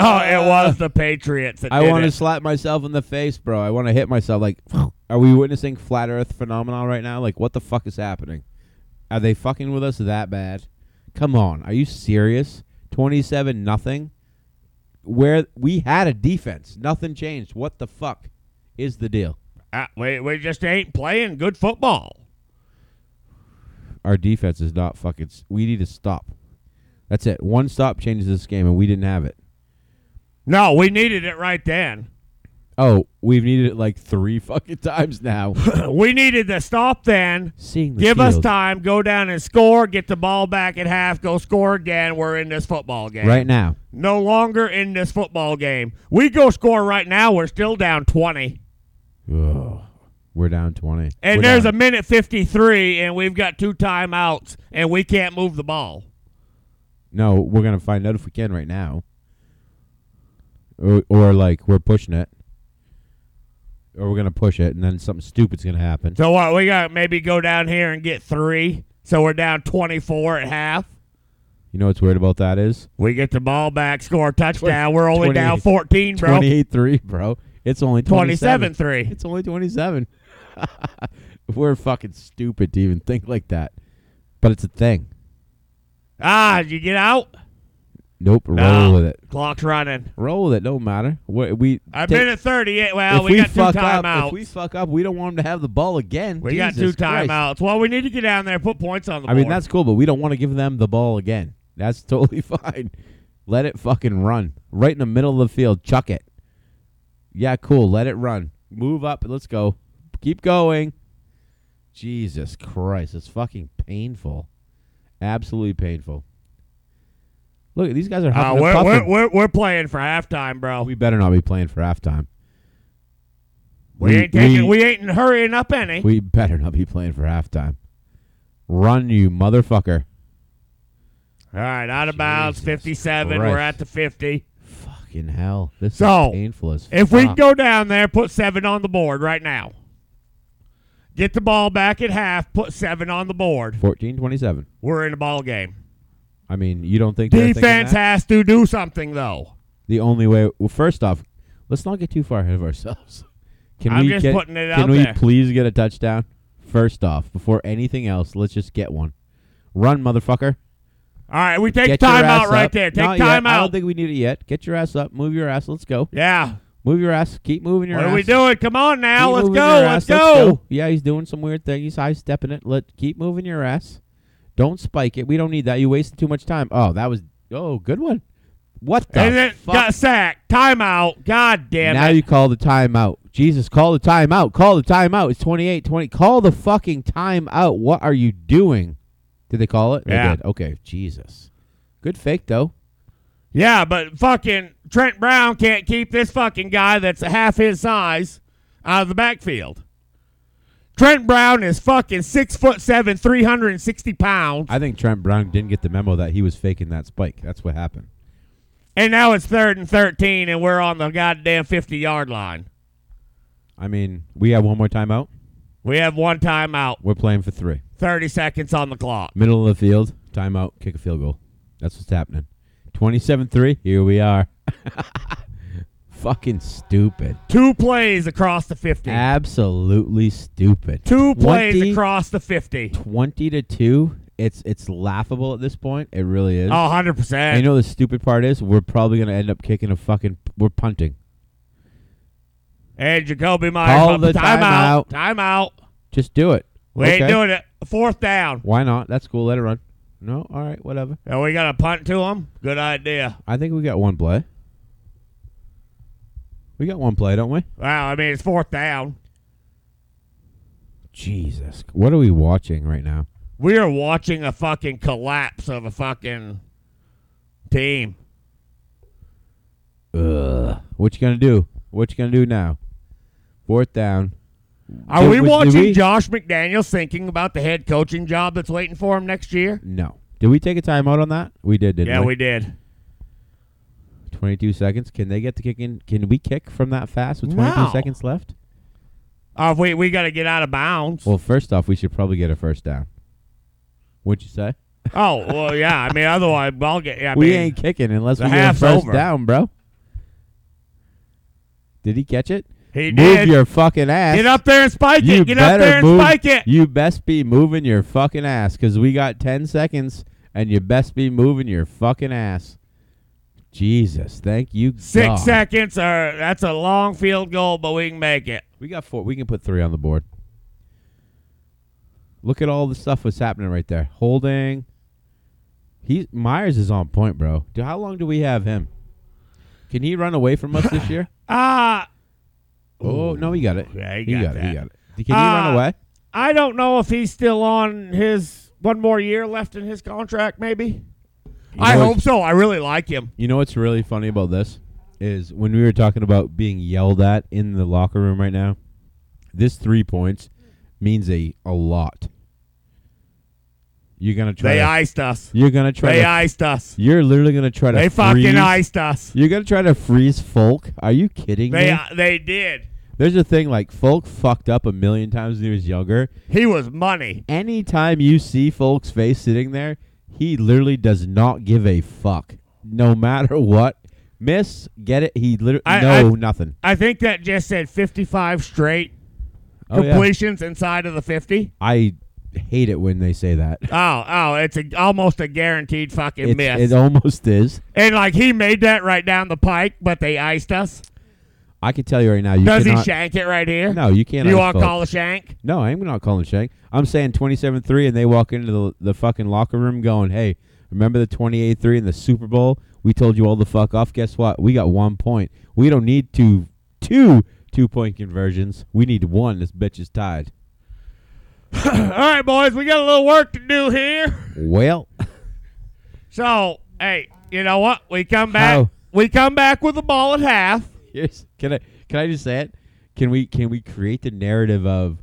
Speaker 1: Uh,
Speaker 2: oh, it was the Patriots. That
Speaker 1: I
Speaker 2: did
Speaker 1: want to
Speaker 2: it.
Speaker 1: slap myself in the face, bro. I want to hit myself. Like, *laughs* are we witnessing flat Earth phenomenon right now? Like, what the fuck is happening? Are they fucking with us that bad? Come on, are you serious? Twenty-seven nothing. Where we had a defense, nothing changed. What the fuck is the deal?
Speaker 2: Uh, we, we just ain't playing good football.
Speaker 1: Our defense is not fucking. s- We need to stop. That's it. One stop changes this game, and we didn't have it.
Speaker 2: No, we needed it right then. *clears throat*
Speaker 1: Oh, we've needed it like three *laughs* fucking times now.
Speaker 2: *laughs* we needed the stop then.
Speaker 1: Seeing the
Speaker 2: Give us
Speaker 1: field.
Speaker 2: time, go down and score, get the ball back at half, go score again. We're in this football game.
Speaker 1: right now.
Speaker 2: No longer in this football game. We go score right now, we're still down 20.
Speaker 1: Ugh. We're down twenty.
Speaker 2: And
Speaker 1: We're
Speaker 2: there's
Speaker 1: down.
Speaker 2: a minute 53, and we've got two timeouts, and we can't move the ball.
Speaker 1: No, we're gonna find out if we can right now. Or, or like we're pushing it, or we're gonna push it, and then something stupid's gonna happen.
Speaker 2: So what? We got to maybe go down here and get three. So we're down 24 at half.
Speaker 1: You know what's weird about that is
Speaker 2: We get the ball back, score a touchdown.
Speaker 1: Twen-
Speaker 2: We're only
Speaker 1: 28
Speaker 2: down 14, bro.
Speaker 1: twenty-eight three, bro. It's only 27.
Speaker 2: 27 3.
Speaker 1: It's only twenty-seven. *laughs* we're fucking stupid to even think like that, but it's a thing.
Speaker 2: Ah, did you get out?
Speaker 1: Nope, roll
Speaker 2: Nah.
Speaker 1: with it.
Speaker 2: Clock's running.
Speaker 1: Roll with it. Don't matter. We, we
Speaker 2: I've
Speaker 1: take-
Speaker 2: been at 38.
Speaker 1: if
Speaker 2: Well, we, got two
Speaker 1: fuck up,
Speaker 2: timeouts.
Speaker 1: if we
Speaker 2: We,
Speaker 1: fuck up, we don't want them to have the ball again.
Speaker 2: got two
Speaker 1: Jesus Christ.
Speaker 2: timeouts. Well, we need to get down there and put points on the
Speaker 1: I
Speaker 2: board.
Speaker 1: mean, that's cool, but we don't want to give them the ball again. That's *laughs* totally fine. Let it fucking run. Right in the middle of the field. Chuck it. Yeah, cool. Let it run. Move up. Let's go. Keep going. Jesus Christ. It's fucking painful. Absolutely painful. Look, these guys are
Speaker 2: Uh,
Speaker 1: huffing and
Speaker 2: we're,
Speaker 1: puffing.
Speaker 2: we're, we're, we're playing for halftime, bro.
Speaker 1: we better not be playing for halftime.
Speaker 2: We,
Speaker 1: we-
Speaker 2: ain't taking.
Speaker 1: we-
Speaker 2: We, ain't hurrying up any.
Speaker 1: We better not be playing for halftime. Run, you motherfucker.
Speaker 2: All right, out of bounds,
Speaker 1: Jesus
Speaker 2: 57. We're
Speaker 1: Christ.
Speaker 2: at the 50.
Speaker 1: Fuck. fucking hell. This
Speaker 2: So,
Speaker 1: is painful as
Speaker 2: If we
Speaker 1: fuck.
Speaker 2: go down there, put seven on the board right now. Get the ball back at half, put seven on the board.
Speaker 1: 14-27.
Speaker 2: We're in the ball game.
Speaker 1: I mean, you don't think they're thinking
Speaker 2: Defense
Speaker 1: that?
Speaker 2: has to do something though.
Speaker 1: the only way? Well, first off, let's not get too far ahead of ourselves. *laughs* Can
Speaker 2: I'm
Speaker 1: we
Speaker 2: just
Speaker 1: get,
Speaker 2: putting it
Speaker 1: Can
Speaker 2: out
Speaker 1: we
Speaker 2: there.
Speaker 1: please get a touchdown? First off, before anything else, let's just get one. Run, motherfucker!
Speaker 2: All right, we take
Speaker 1: get your
Speaker 2: time out
Speaker 1: ass
Speaker 2: right
Speaker 1: up.
Speaker 2: there. Take
Speaker 1: Not yet.
Speaker 2: time
Speaker 1: I don't
Speaker 2: out.
Speaker 1: think we need it yet. Get your ass up. Move your ass. Let's go.
Speaker 2: Yeah.
Speaker 1: Move your ass. Keep moving your
Speaker 2: What
Speaker 1: ass.
Speaker 2: are we doing? Come on now.
Speaker 1: Keep
Speaker 2: Let's
Speaker 1: moving
Speaker 2: go.
Speaker 1: your
Speaker 2: Let's
Speaker 1: ass.
Speaker 2: go.
Speaker 1: Yeah, he's doing some weird thing. He's high stepping it. Let keep moving your ass. Don't spike it. We don't need that. You wasted too much time. Oh, that was oh, good one. What the
Speaker 2: And then
Speaker 1: fuck?
Speaker 2: got sacked. Timeout. God damn
Speaker 1: now
Speaker 2: it.
Speaker 1: you call the timeout. Jesus, call the timeout. Call the timeout. It's 28-20. Call the fucking timeout. What are you doing? Did they call it? They
Speaker 2: Yeah.
Speaker 1: did. Okay, Jesus. Good fake though.
Speaker 2: yeah, but fucking Trent Brown can't keep this fucking guy that's half his size out of the backfield. Trent Brown is fucking six foot seven, three hundred and sixty pounds,
Speaker 1: I think Trent Brown didn't get the memo that he was faking that spike. That's what happened.
Speaker 2: and now it's third and thirteen, and we're on the goddamn fifty yard line.
Speaker 1: I mean, we have one more timeout.
Speaker 2: We have one timeout,
Speaker 1: We're playing for three.
Speaker 2: thirty seconds on the clock.
Speaker 1: Middle of the field, timeout, kick a field goal. That's what's happening. 27 3, here we are. *laughs* Fucking stupid.
Speaker 2: Two plays across the fifty.
Speaker 1: Ah, Absolutely stupid.
Speaker 2: Two plays
Speaker 1: 20
Speaker 2: across the fifty.
Speaker 1: 20 to 2, it's it's laughable at this point. It really is.
Speaker 2: Oh, 100
Speaker 1: And
Speaker 2: percent.
Speaker 1: you know the stupid part is? We're probably going to end up kicking a fucking. We're punting.
Speaker 2: And Jacoby Myers.
Speaker 1: Call
Speaker 2: up.
Speaker 1: the
Speaker 2: timeout. Timeout.
Speaker 1: Just do it.
Speaker 2: We
Speaker 1: okay.
Speaker 2: ain't doing it. Fourth down.
Speaker 1: Why not? That's cool. Let it run. No, all right, whatever.
Speaker 2: And we got to punt to him. Good idea.
Speaker 1: I think we got one play. We got one play, don't we?
Speaker 2: Wow. I mean, it's fourth down.
Speaker 1: Jesus. What are we watching right now?
Speaker 2: We are watching a fucking collapse of a fucking team.
Speaker 1: Ugh. What you gonna do? What you gonna do now? Fourth down.
Speaker 2: Are
Speaker 1: Did-
Speaker 2: we
Speaker 1: was- did
Speaker 2: watching
Speaker 1: we-
Speaker 2: Josh McDaniels thinking about the head coaching job that's waiting for him next year?
Speaker 1: No. Did we take a timeout on that? We did, didn't
Speaker 2: yeah,
Speaker 1: we?
Speaker 2: we did.
Speaker 1: Twenty-two seconds. Can they get the kick in? Can we kick from that fast with twenty-two
Speaker 2: No.
Speaker 1: seconds left?
Speaker 2: Oh, if we we got to get out of bounds.
Speaker 1: Well, first off, we should probably get a first down. What'd you say?
Speaker 2: oh, well, yeah. I mean, otherwise, I'll get. Yeah, I
Speaker 1: we
Speaker 2: mean,
Speaker 1: ain't kicking unless
Speaker 2: the
Speaker 1: we get a
Speaker 2: half's
Speaker 1: first
Speaker 2: over.
Speaker 1: down, bro. Did he catch it?
Speaker 2: He
Speaker 1: move
Speaker 2: did.
Speaker 1: your fucking ass.
Speaker 2: Get up there and spike
Speaker 1: You
Speaker 2: it. Get up
Speaker 1: better
Speaker 2: there and
Speaker 1: move.
Speaker 2: spike it.
Speaker 1: You best be moving your fucking ass because we got 10 seconds and you best be moving your fucking ass. Jesus, thank you.
Speaker 2: Six
Speaker 1: God.
Speaker 2: seconds, or that's a long field goal, but we can make it.
Speaker 1: We got four. We can put three on the board. Look at all the stuff that's happening right there. Holding. He Myers is on point, bro. Dude, how long do we have him? Can he run away from us
Speaker 2: *laughs*
Speaker 1: this year?
Speaker 2: Uh,
Speaker 1: Oh no, he got it.
Speaker 2: Yeah, he
Speaker 1: he
Speaker 2: got
Speaker 1: got it.
Speaker 2: that.
Speaker 1: He got it. Can he run
Speaker 2: Uh,
Speaker 1: away?
Speaker 2: I don't know if he's still on his one more year left in his contract, maybe. I
Speaker 1: know
Speaker 2: hope
Speaker 1: it's-
Speaker 2: so. I really like him.
Speaker 1: You know what's really funny about this is when we were talking about being yelled at in the locker room right now. This three points means a a lot. You're gonna try.
Speaker 2: They
Speaker 1: to-
Speaker 2: iced us.
Speaker 1: you're gonna try.
Speaker 2: They
Speaker 1: to-
Speaker 2: iced us.
Speaker 1: you're literally gonna try to.
Speaker 2: They fucking
Speaker 1: freeze-
Speaker 2: iced us.
Speaker 1: You're gonna try to freeze Folk. Are you kidding
Speaker 2: They
Speaker 1: me?
Speaker 2: uh, they did.
Speaker 1: There's a thing like Folk fucked up a million times when he was younger.
Speaker 2: He was money.
Speaker 1: Anytime you see Folk's face sitting there, he literally does not give a fuck. No matter what, miss, get it. He literally
Speaker 2: I-
Speaker 1: no
Speaker 2: I-
Speaker 1: nothing.
Speaker 2: I think that just said 55 straight
Speaker 1: Oh, yeah.
Speaker 2: completions inside of the 50.
Speaker 1: I hate it when they say that.
Speaker 2: Oh, oh, it's a, almost a guaranteed fucking
Speaker 1: It's-
Speaker 2: miss.
Speaker 1: It almost is.
Speaker 2: And like he made that right down the pike, but they iced us.
Speaker 1: I can tell you right now. You
Speaker 2: Does
Speaker 1: cannot,
Speaker 2: he shank it right here?
Speaker 1: No, you can't.
Speaker 2: You
Speaker 1: ice
Speaker 2: want to
Speaker 1: Folk.
Speaker 2: call a shank?
Speaker 1: No, I'm not calling Shank. I'm saying 27-3, and they walk into the, the fucking locker room going, "Hey, remember the 28-3 in the Super Bowl? We told you all the fuck off. Guess what? We got one point. We don't need two two two point conversions. We need one. This bitch is tied.
Speaker 2: All right, boys, we got a little work to do here.
Speaker 1: Well, *laughs*
Speaker 2: So, hey, you know what? We come back.
Speaker 1: How?
Speaker 2: We come back with the ball at half.
Speaker 1: here's can I can I just say it? Can we can we create the narrative of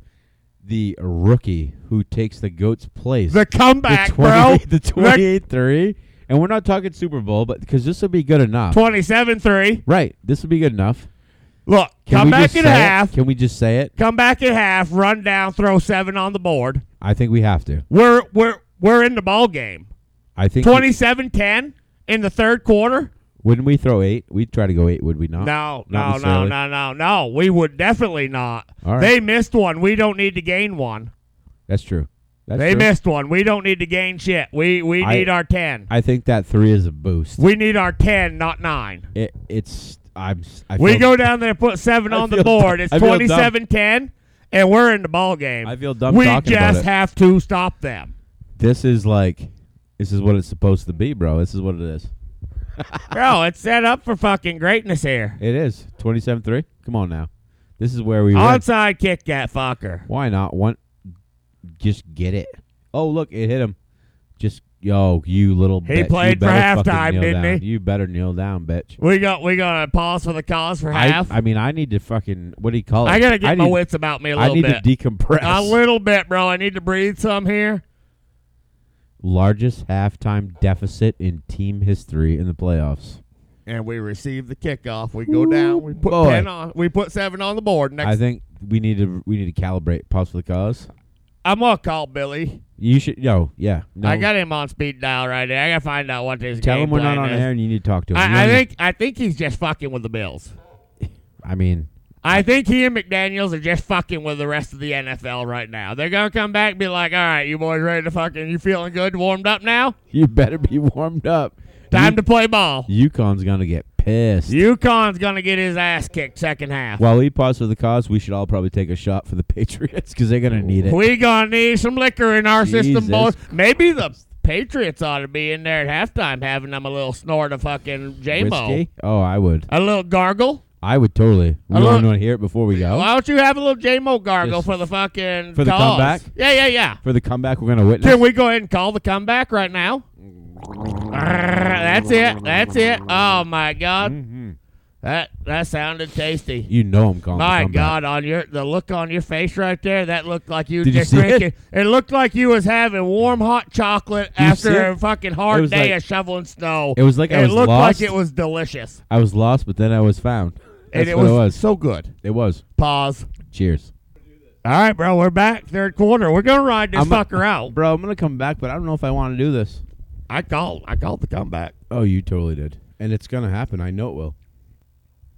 Speaker 1: the rookie who takes the goat's place?
Speaker 2: The comeback, bro.
Speaker 1: the 28 3 And we're not talking Super Bowl, but because this would be good enough.
Speaker 2: 27 3.
Speaker 1: Right. This would be good enough.
Speaker 2: Look,
Speaker 1: Can
Speaker 2: come
Speaker 1: we
Speaker 2: back
Speaker 1: just
Speaker 2: at
Speaker 1: say it?
Speaker 2: half.
Speaker 1: Can we just say it?
Speaker 2: Come back at half, run down, throw seven on the board.
Speaker 1: I think we have to.
Speaker 2: We're we're we're in the ball game.
Speaker 1: I think we-
Speaker 2: 27-10 in the third quarter?
Speaker 1: wouldn't we throw eight? We'd try to go eight, would we not?
Speaker 2: No, no,
Speaker 1: not
Speaker 2: no,
Speaker 1: necessarily.
Speaker 2: no, no, no. We would definitely not.
Speaker 1: All right.
Speaker 2: They missed one. We don't need to gain one.
Speaker 1: That's true. That's
Speaker 2: they
Speaker 1: true.
Speaker 2: missed one. We don't need to gain shit. We we
Speaker 1: I-
Speaker 2: need our 10.
Speaker 1: I think that three is a boost.
Speaker 2: we need our 10, not 9.
Speaker 1: It, it's I'm. s- I
Speaker 2: We
Speaker 1: feel-
Speaker 2: go down there and put 7
Speaker 1: I
Speaker 2: on the
Speaker 1: feel
Speaker 2: board.
Speaker 1: dumb.
Speaker 2: It's
Speaker 1: I feel dumb.
Speaker 2: 27-10 and we're in the ball game.
Speaker 1: I feel dumb
Speaker 2: we
Speaker 1: talking about
Speaker 2: just
Speaker 1: it.
Speaker 2: have to stop them.
Speaker 1: This is like, this is what it's supposed to be, bro. This is what it is.
Speaker 2: Bro, it's set up for fucking greatness here.
Speaker 1: It is twenty-seven three. Come on now, this is where we. win.
Speaker 2: Onside kick that fucker.
Speaker 1: Why not? One, just get it. Oh look, it hit him. Just yo, you little.
Speaker 2: He
Speaker 1: bitch. You
Speaker 2: played for
Speaker 1: better fucking
Speaker 2: halftime,
Speaker 1: kneel
Speaker 2: didn't
Speaker 1: down.
Speaker 2: he?
Speaker 1: You better kneel down, bitch.
Speaker 2: We got we gonna pause for the cause for
Speaker 1: I,
Speaker 2: half. I,
Speaker 1: I mean, I need to fucking. What do you call it?
Speaker 2: gotta get
Speaker 1: I
Speaker 2: my
Speaker 1: need-
Speaker 2: wits about me a
Speaker 1: I
Speaker 2: little
Speaker 1: need
Speaker 2: bit.
Speaker 1: to decompress.
Speaker 2: a little bit, bro. I need to breathe some here.
Speaker 1: Largest halftime deficit in team history in the playoffs.
Speaker 2: And we receive the kickoff. We go down. We put
Speaker 1: boy.
Speaker 2: ten on. We put seven on the board.
Speaker 1: I
Speaker 2: Next,
Speaker 1: think we need to we need to calibrate. Pause for the cause.
Speaker 2: I'm gonna call Billy.
Speaker 1: You should. No, yeah. No,
Speaker 2: I got him on speed dial right there. I gotta find out what this.
Speaker 1: Tell
Speaker 2: game
Speaker 1: him we're not
Speaker 2: plan
Speaker 1: on
Speaker 2: is.
Speaker 1: air, and you need to talk to him. You
Speaker 2: I, I
Speaker 1: know,
Speaker 2: think I think he's just fucking with the Bills.
Speaker 1: I mean, *laughs*
Speaker 2: I think he and McDaniel's are just fucking with the rest of the NFL right now. They're gonna come back and be like, "All right, you boys ready to fucking? You feeling good? Warmed up now?
Speaker 1: you better be warmed up.
Speaker 2: Time to play ball."
Speaker 1: U- UConn's gonna get pissed.
Speaker 2: UConn's gonna get his ass kicked second half.
Speaker 1: While we pause for the cause, we should all probably take a shot for the *laughs* Patriots because they're gonna need it.
Speaker 2: We gonna need some liquor in our system,
Speaker 1: Jesus.
Speaker 2: boys. Maybe the Patriots ought to be in there at halftime, having them a little snort of fucking JMO,
Speaker 1: Whiskey? Oh, I would.
Speaker 2: a little gargle.
Speaker 1: I would totally. We
Speaker 2: I
Speaker 1: don't
Speaker 2: love-
Speaker 1: want to hear it before we go.
Speaker 2: Why don't you have a little JMO gargle
Speaker 1: Just
Speaker 2: for the fucking
Speaker 1: for the
Speaker 2: cause?
Speaker 1: comeback?
Speaker 2: Yeah, yeah, yeah.
Speaker 1: For the comeback, we're gonna witness.
Speaker 2: Can we go ahead and call the comeback right now? That's it. That's it. Oh my god,
Speaker 1: Mhm.
Speaker 2: that that sounded tasty.
Speaker 1: You know I'm calling. the
Speaker 2: My
Speaker 1: comeback.
Speaker 2: God, on your the look on your face right there, that looked like you
Speaker 1: Did you
Speaker 2: just
Speaker 1: see it?
Speaker 2: drinking. It? looked like you was having warm hot chocolate
Speaker 1: Did you see
Speaker 2: after
Speaker 1: it?
Speaker 2: a fucking
Speaker 1: It
Speaker 2: hard
Speaker 1: was
Speaker 2: day
Speaker 1: like-
Speaker 2: of shoveling snow.
Speaker 1: It was like I
Speaker 2: it
Speaker 1: was
Speaker 2: looked
Speaker 1: lost.
Speaker 2: like it was delicious,
Speaker 1: I was lost, but then I was found. That's
Speaker 2: and it
Speaker 1: what
Speaker 2: was,
Speaker 1: it was.
Speaker 2: so good.
Speaker 1: It was.
Speaker 2: Pause.
Speaker 1: Cheers.
Speaker 2: All right, bro, we're back third quarter. We're gonna ride this
Speaker 1: I'm a-
Speaker 2: fucker out.
Speaker 1: Bro, I'm gonna come back, but I don't know if I want to do this.
Speaker 2: I called. I called the comeback.
Speaker 1: Oh, you totally did, and it's gonna happen. I know it will.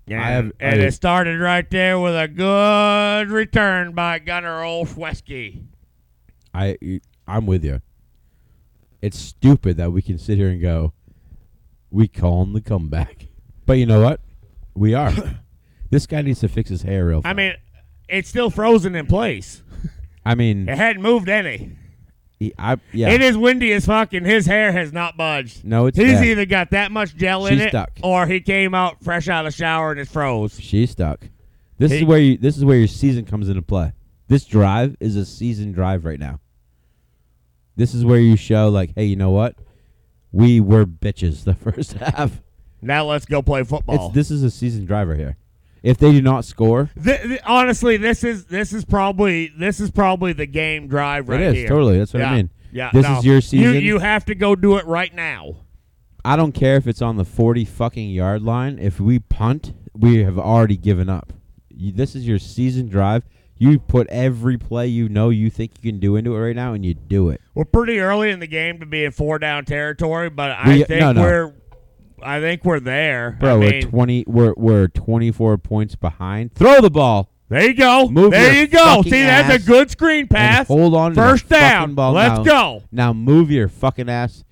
Speaker 2: Yeah,
Speaker 1: have-
Speaker 2: and
Speaker 1: I-
Speaker 2: it started right there with a good return by Gunnar Olszewski.
Speaker 1: I, I'm with you. It's stupid that we can sit here and go, we calling the comeback, *laughs* but you know what? We *coughs* are. this guy needs to fix his hair real.
Speaker 2: I
Speaker 1: fast.
Speaker 2: mean, it's still frozen in place.
Speaker 1: I mean, *coughs*
Speaker 2: It hadn't moved any.
Speaker 1: he, I yeah.
Speaker 2: It is windy as fuck, and his hair has not budged.
Speaker 1: no, it's
Speaker 2: He's
Speaker 1: bad.
Speaker 2: either got that much gel in
Speaker 1: She's
Speaker 2: it,
Speaker 1: stuck.
Speaker 2: or he came out fresh out of the shower and it's froze.
Speaker 1: She's stuck. This
Speaker 2: He-
Speaker 1: is where you. This is where your season comes into play. This drive is a season drive right now. This is where you show like, hey, you know what? We were bitches the *laughs* first half.
Speaker 2: Now let's go play football.
Speaker 1: It's this is a season driver here. If they do not score,
Speaker 2: Th- th- honestly, this is this is probably this is probably the game drive right
Speaker 1: it is
Speaker 2: here.
Speaker 1: totally. That's what
Speaker 2: yeah.
Speaker 1: I mean.
Speaker 2: Yeah,
Speaker 1: This
Speaker 2: no.
Speaker 1: is your season.
Speaker 2: You you have to go do it right now.
Speaker 1: I don't care if it's on the forty fucking yard line. If we punt, we have already given up. You, this is your season drive. You put every play you know you think you can do into it right now, and you do it.
Speaker 2: We're pretty early in the game to be in four down territory, but I
Speaker 1: We-
Speaker 2: think
Speaker 1: no, no.
Speaker 2: we're I think we're there.
Speaker 1: Bro,
Speaker 2: I
Speaker 1: we're
Speaker 2: mean,
Speaker 1: twenty. We're we're twenty four points behind. Throw the ball.
Speaker 2: there you go.
Speaker 1: Move
Speaker 2: there
Speaker 1: your
Speaker 2: you go.
Speaker 1: fucking
Speaker 2: See, that's
Speaker 1: ass
Speaker 2: a good screen
Speaker 1: and
Speaker 2: pass.
Speaker 1: Hold on. To the
Speaker 2: First
Speaker 1: fucking
Speaker 2: down.
Speaker 1: Ball
Speaker 2: Let's
Speaker 1: now.
Speaker 2: go.
Speaker 1: Now move your fucking ass.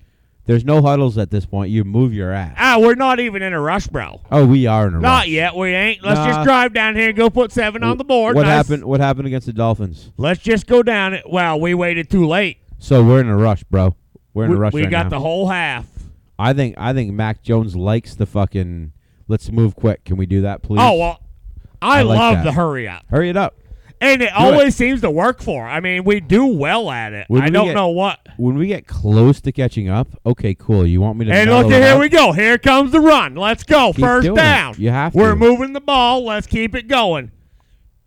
Speaker 1: There's no huddles at this point. You move your ass.
Speaker 2: Ah, we're not even in a rush, bro.
Speaker 1: Oh, we are in a
Speaker 2: Not
Speaker 1: rush.
Speaker 2: yet. We ain't. Let's just
Speaker 1: Nah.
Speaker 2: drive down here and go put seven on the board.
Speaker 1: What
Speaker 2: Nice.
Speaker 1: happened? What happened against the Dolphins?
Speaker 2: Let's just go down it. Well, we waited too late.
Speaker 1: So we're in a rush, bro. We're in
Speaker 2: We,
Speaker 1: a rush.
Speaker 2: we
Speaker 1: right
Speaker 2: got
Speaker 1: now.
Speaker 2: the whole half.
Speaker 1: I think I think Mac Jones likes the fucking. Let's move quick. Can we do that, please?
Speaker 2: Oh well, I,
Speaker 1: I like
Speaker 2: love
Speaker 1: that.
Speaker 2: the hurry up,
Speaker 1: hurry it up.
Speaker 2: and it always seems to work for. I mean, we do well at it.
Speaker 1: When
Speaker 2: I
Speaker 1: we
Speaker 2: don't
Speaker 1: get-
Speaker 2: know what.
Speaker 1: When we get close to catching up, okay, cool. You want me to?
Speaker 2: And
Speaker 1: mellow
Speaker 2: look,
Speaker 1: it
Speaker 2: here
Speaker 1: out?
Speaker 2: we go. Here comes the run. Let's go.
Speaker 1: Keep
Speaker 2: First
Speaker 1: doing it.
Speaker 2: down.
Speaker 1: You have
Speaker 2: We're
Speaker 1: to.
Speaker 2: moving the ball. Let's keep it going.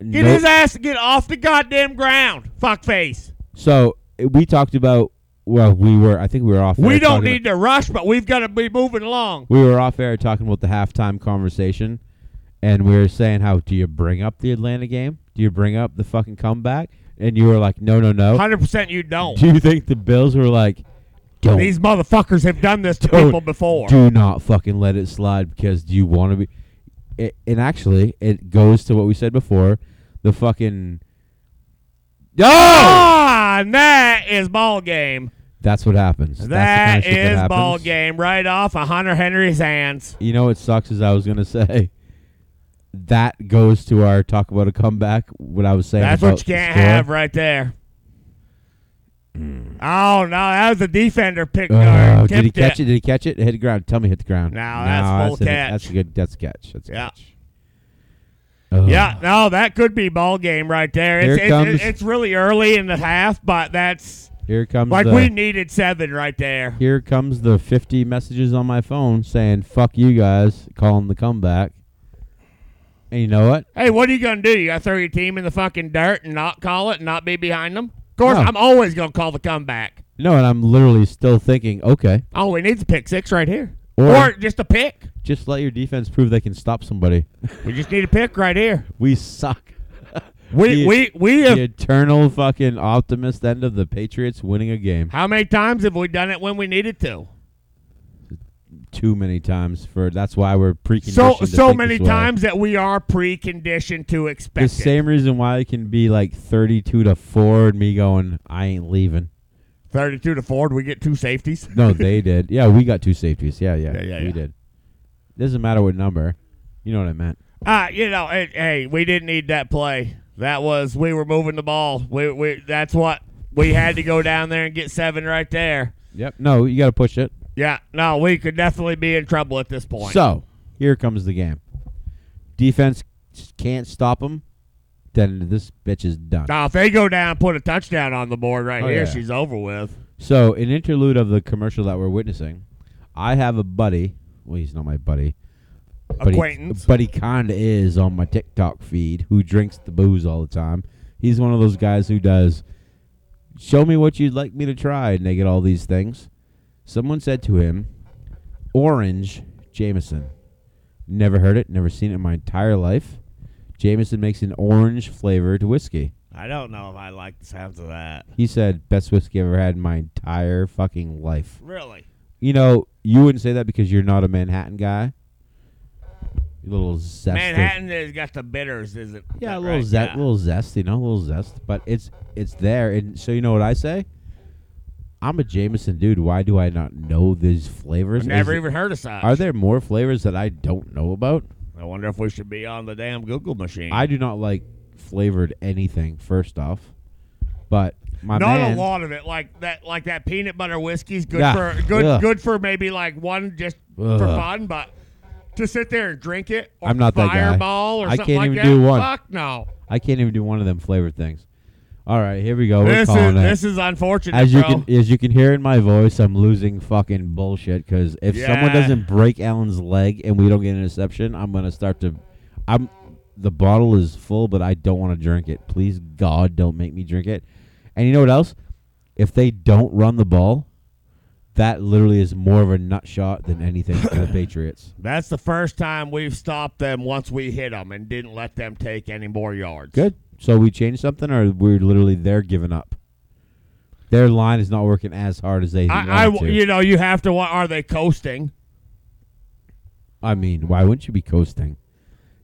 Speaker 2: Get
Speaker 1: No-
Speaker 2: his ass to get off the goddamn ground. Fuck face.
Speaker 1: So eh, we talked about well, we were. I think we were off. air
Speaker 2: We don't
Speaker 1: talking-
Speaker 2: need to rush, but we've got to be moving along.
Speaker 1: we were off air talking about the halftime conversation, and we were saying how do you bring up the Atlanta game? Do you bring up the fucking comeback? And you were like, no, no, no.
Speaker 2: 100% you don't.
Speaker 1: Do you think the Bills were like, don't,
Speaker 2: These motherfuckers have done this to
Speaker 1: Don't
Speaker 2: people before.
Speaker 1: do not fucking let it slide because do you want to be? It, and actually, it goes to what we said before. The fucking oh,
Speaker 2: Ah, and that is ball game.
Speaker 1: that's what happens.
Speaker 2: That
Speaker 1: that's the kind of shit
Speaker 2: is
Speaker 1: that
Speaker 2: ball
Speaker 1: happens.
Speaker 2: game right off of Hunter Henry's hands.
Speaker 1: You know what sucks is I was gonna *laughs* say that goes to our talk about a comeback. What I was saying.
Speaker 2: That's
Speaker 1: about
Speaker 2: what you can't
Speaker 1: the score. Hmm.
Speaker 2: have right there. Oh no, that was a defender pick.
Speaker 1: Oh,
Speaker 2: or
Speaker 1: did he
Speaker 2: tipped
Speaker 1: catch it? Did he catch it? Hit the ground. Tell me, hit the ground.
Speaker 2: No, that's full
Speaker 1: an-
Speaker 2: catch.
Speaker 1: that's a good. That's a catch. That's a
Speaker 2: Yeah.
Speaker 1: catch. Oh, Ugh.
Speaker 2: Yeah, no, that could be ball game right there. It's,
Speaker 1: Here
Speaker 2: it's,
Speaker 1: comes-
Speaker 2: it's really early in the half, but that's
Speaker 1: Here comes
Speaker 2: like
Speaker 1: the,
Speaker 2: we needed seven right there.
Speaker 1: Here comes the 50 messages on my phone saying "fuck you guys," calling the comeback. And you know what?
Speaker 2: Hey, what are you gonna do? You gotta throw your team in the fucking dirt and not call it and not be behind them? Of course,
Speaker 1: No.
Speaker 2: I'm always gonna call the comeback.
Speaker 1: No, and I'm literally still thinking, okay,
Speaker 2: Oh, we need to pick six right here,
Speaker 1: Or-
Speaker 2: or just a pick.
Speaker 1: just let your defense prove they can stop somebody. *laughs*
Speaker 2: We just need a pick right here.
Speaker 1: we suck.
Speaker 2: We
Speaker 1: The-
Speaker 2: we *laughs* we have
Speaker 1: the eternal fucking optimist end of the Patriots winning a game
Speaker 2: how many times have we done it when we needed to?
Speaker 1: too many times for that's why we're preconditioned.
Speaker 2: So
Speaker 1: to
Speaker 2: so
Speaker 1: think
Speaker 2: many
Speaker 1: this way.
Speaker 2: times that we are preconditioned to expect
Speaker 1: The
Speaker 2: it.
Speaker 1: same reason why it can be like 32 to 4 and me going, I ain't leaving.
Speaker 2: Thirty-two to Ford, we get two safeties. *laughs*
Speaker 1: No, they did. Yeah, we got two safeties. Yeah, yeah.
Speaker 2: Yeah, yeah,
Speaker 1: we
Speaker 2: yeah.
Speaker 1: did. Doesn't matter what number. You know what I meant.
Speaker 2: Uh, you know, it, hey, we didn't need that play. That was we were moving the ball. We, we that's what we had to go down there and get seven right there.
Speaker 1: Yep. No, you got to push it.
Speaker 2: Yeah, no, we could definitely be in trouble at this point.
Speaker 1: So, here comes the game. Defense s- can't stop them. Then this bitch is done.
Speaker 2: now if they go down and put a touchdown on the board right
Speaker 1: Oh,
Speaker 2: here,
Speaker 1: yeah.
Speaker 2: she's over with.
Speaker 1: So, an interlude of the commercial that we're witnessing, I have a buddy. Well, he's not my buddy. but he-
Speaker 2: Acquaintance.
Speaker 1: but he kind of is on my TikTok feed who drinks the booze all the time. He's one of those guys who does show me what you'd like me to try and they get all these things. Someone said to him, "Orange Jameson." Never heard it, never seen it in my entire life. Jameson makes an orange flavored whiskey.
Speaker 2: I don't know if I like the sounds of that.
Speaker 1: He said, "Best whiskey I've ever had in my entire fucking life."
Speaker 2: Really?
Speaker 1: You know, you wouldn't say that because you're not a Manhattan guy. You little zesty.
Speaker 2: Manhattan has got the bitters, isn't
Speaker 1: Yeah,
Speaker 2: it,
Speaker 1: a little
Speaker 2: right?
Speaker 1: zest,
Speaker 2: Yeah.
Speaker 1: little zest, you know, a little zest. But it's it's there, and so you know what I say. I'm a Jameson dude. Why do I not know these flavors?
Speaker 2: I've never
Speaker 1: Is-
Speaker 2: even heard of such.
Speaker 1: Are there more flavors that I don't know about?
Speaker 2: I wonder if we should be on the damn Google machine.
Speaker 1: I do not like flavored anything. First off, but my
Speaker 2: Not
Speaker 1: man,
Speaker 2: a lot of it, like that, like that peanut butter whiskey's good
Speaker 1: Yeah.
Speaker 2: for good,
Speaker 1: Ugh.
Speaker 2: good for maybe like one just
Speaker 1: Ugh.
Speaker 2: for fun, but to sit there and drink it, or
Speaker 1: I'm not that guy.
Speaker 2: fireball or
Speaker 1: I
Speaker 2: something
Speaker 1: can't
Speaker 2: like
Speaker 1: even
Speaker 2: that.
Speaker 1: do one.
Speaker 2: Fuck no.
Speaker 1: I can't even do one of them flavored things. All right, here we go. We're
Speaker 2: this
Speaker 1: calling
Speaker 2: is
Speaker 1: it.
Speaker 2: this is unfortunate,
Speaker 1: as you
Speaker 2: bro.
Speaker 1: can as you can hear in my voice, I'm losing fucking bullshit because if someone
Speaker 2: Yeah.
Speaker 1: doesn't break Allen's leg and we don't get an interception, I'm gonna start to. I'm the bottle is full, but I don't want to drink it. Please God, don't make me drink it. And you know what else? If they don't run the ball, that literally is more of a nut shot than anything for
Speaker 2: *coughs*
Speaker 1: the Patriots.
Speaker 2: That's the first time we've stopped them once we hit them and didn't let them take any more yards.
Speaker 1: Good. So we changed something, or we're literally they're giving up. Their line is not working as hard as they. want
Speaker 2: I, I
Speaker 1: it to.
Speaker 2: you know, you have to. wa- Are they coasting?
Speaker 1: I mean, why wouldn't you be coasting?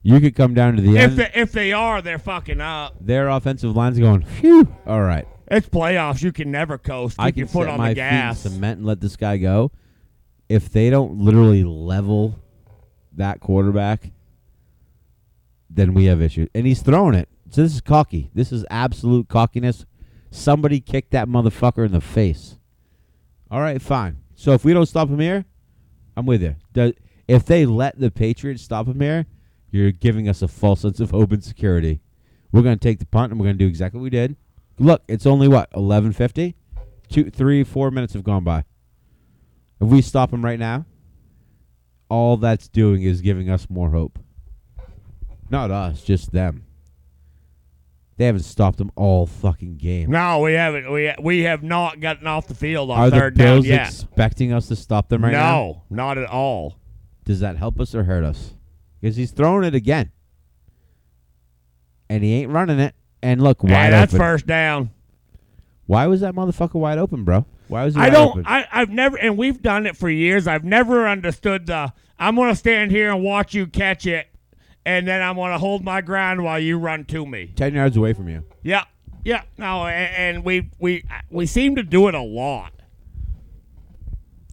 Speaker 1: You could come down to the
Speaker 2: If
Speaker 1: end.
Speaker 2: they, if they are, they're fucking up.
Speaker 1: Their offensive line's going, phew, all right.
Speaker 2: It's playoffs. You can never coast. Keep
Speaker 1: I can
Speaker 2: your foot
Speaker 1: set
Speaker 2: on
Speaker 1: my
Speaker 2: the
Speaker 1: feet in
Speaker 2: gas.
Speaker 1: cement and let this guy go. If they don't literally level that quarterback, then we have issues. And he's throwing it. So this is cocky. This is absolute cockiness. Somebody kicked that motherfucker in the face. All right, fine. So if we don't stop him here, I'm with you. Do- If they let the Patriots stop him here, you're giving us a false sense of hope and security. We're going to take the punt and we're going to do exactly what we did. Look, it's only what eleven fifty, two, three, four minutes have gone by. If we stop him right now, all that's doing is giving us more hope. Not us, just them. They haven't stopped them all fucking game.
Speaker 2: No, we haven't. We we have not gotten off the field on
Speaker 1: Are the
Speaker 2: third down
Speaker 1: Bills
Speaker 2: yet.
Speaker 1: expecting us to stop them right now?
Speaker 2: no, not at all.
Speaker 1: Does that help us or hurt us? Because he's throwing it again, and he ain't running it. And look, wide
Speaker 2: Hey, that's
Speaker 1: open.
Speaker 2: first down.
Speaker 1: Why was that motherfucker wide open, bro? Why was he?
Speaker 2: I
Speaker 1: wide
Speaker 2: don't.
Speaker 1: Open?
Speaker 2: I, I've never, and we've done it for years. I've never understood the. I'm gonna stand here and watch you catch it, and then I'm gonna hold my ground while you run to me.
Speaker 1: Ten yards away from you.
Speaker 2: Yeah, yeah. No, and, and we we we seem to do it a lot.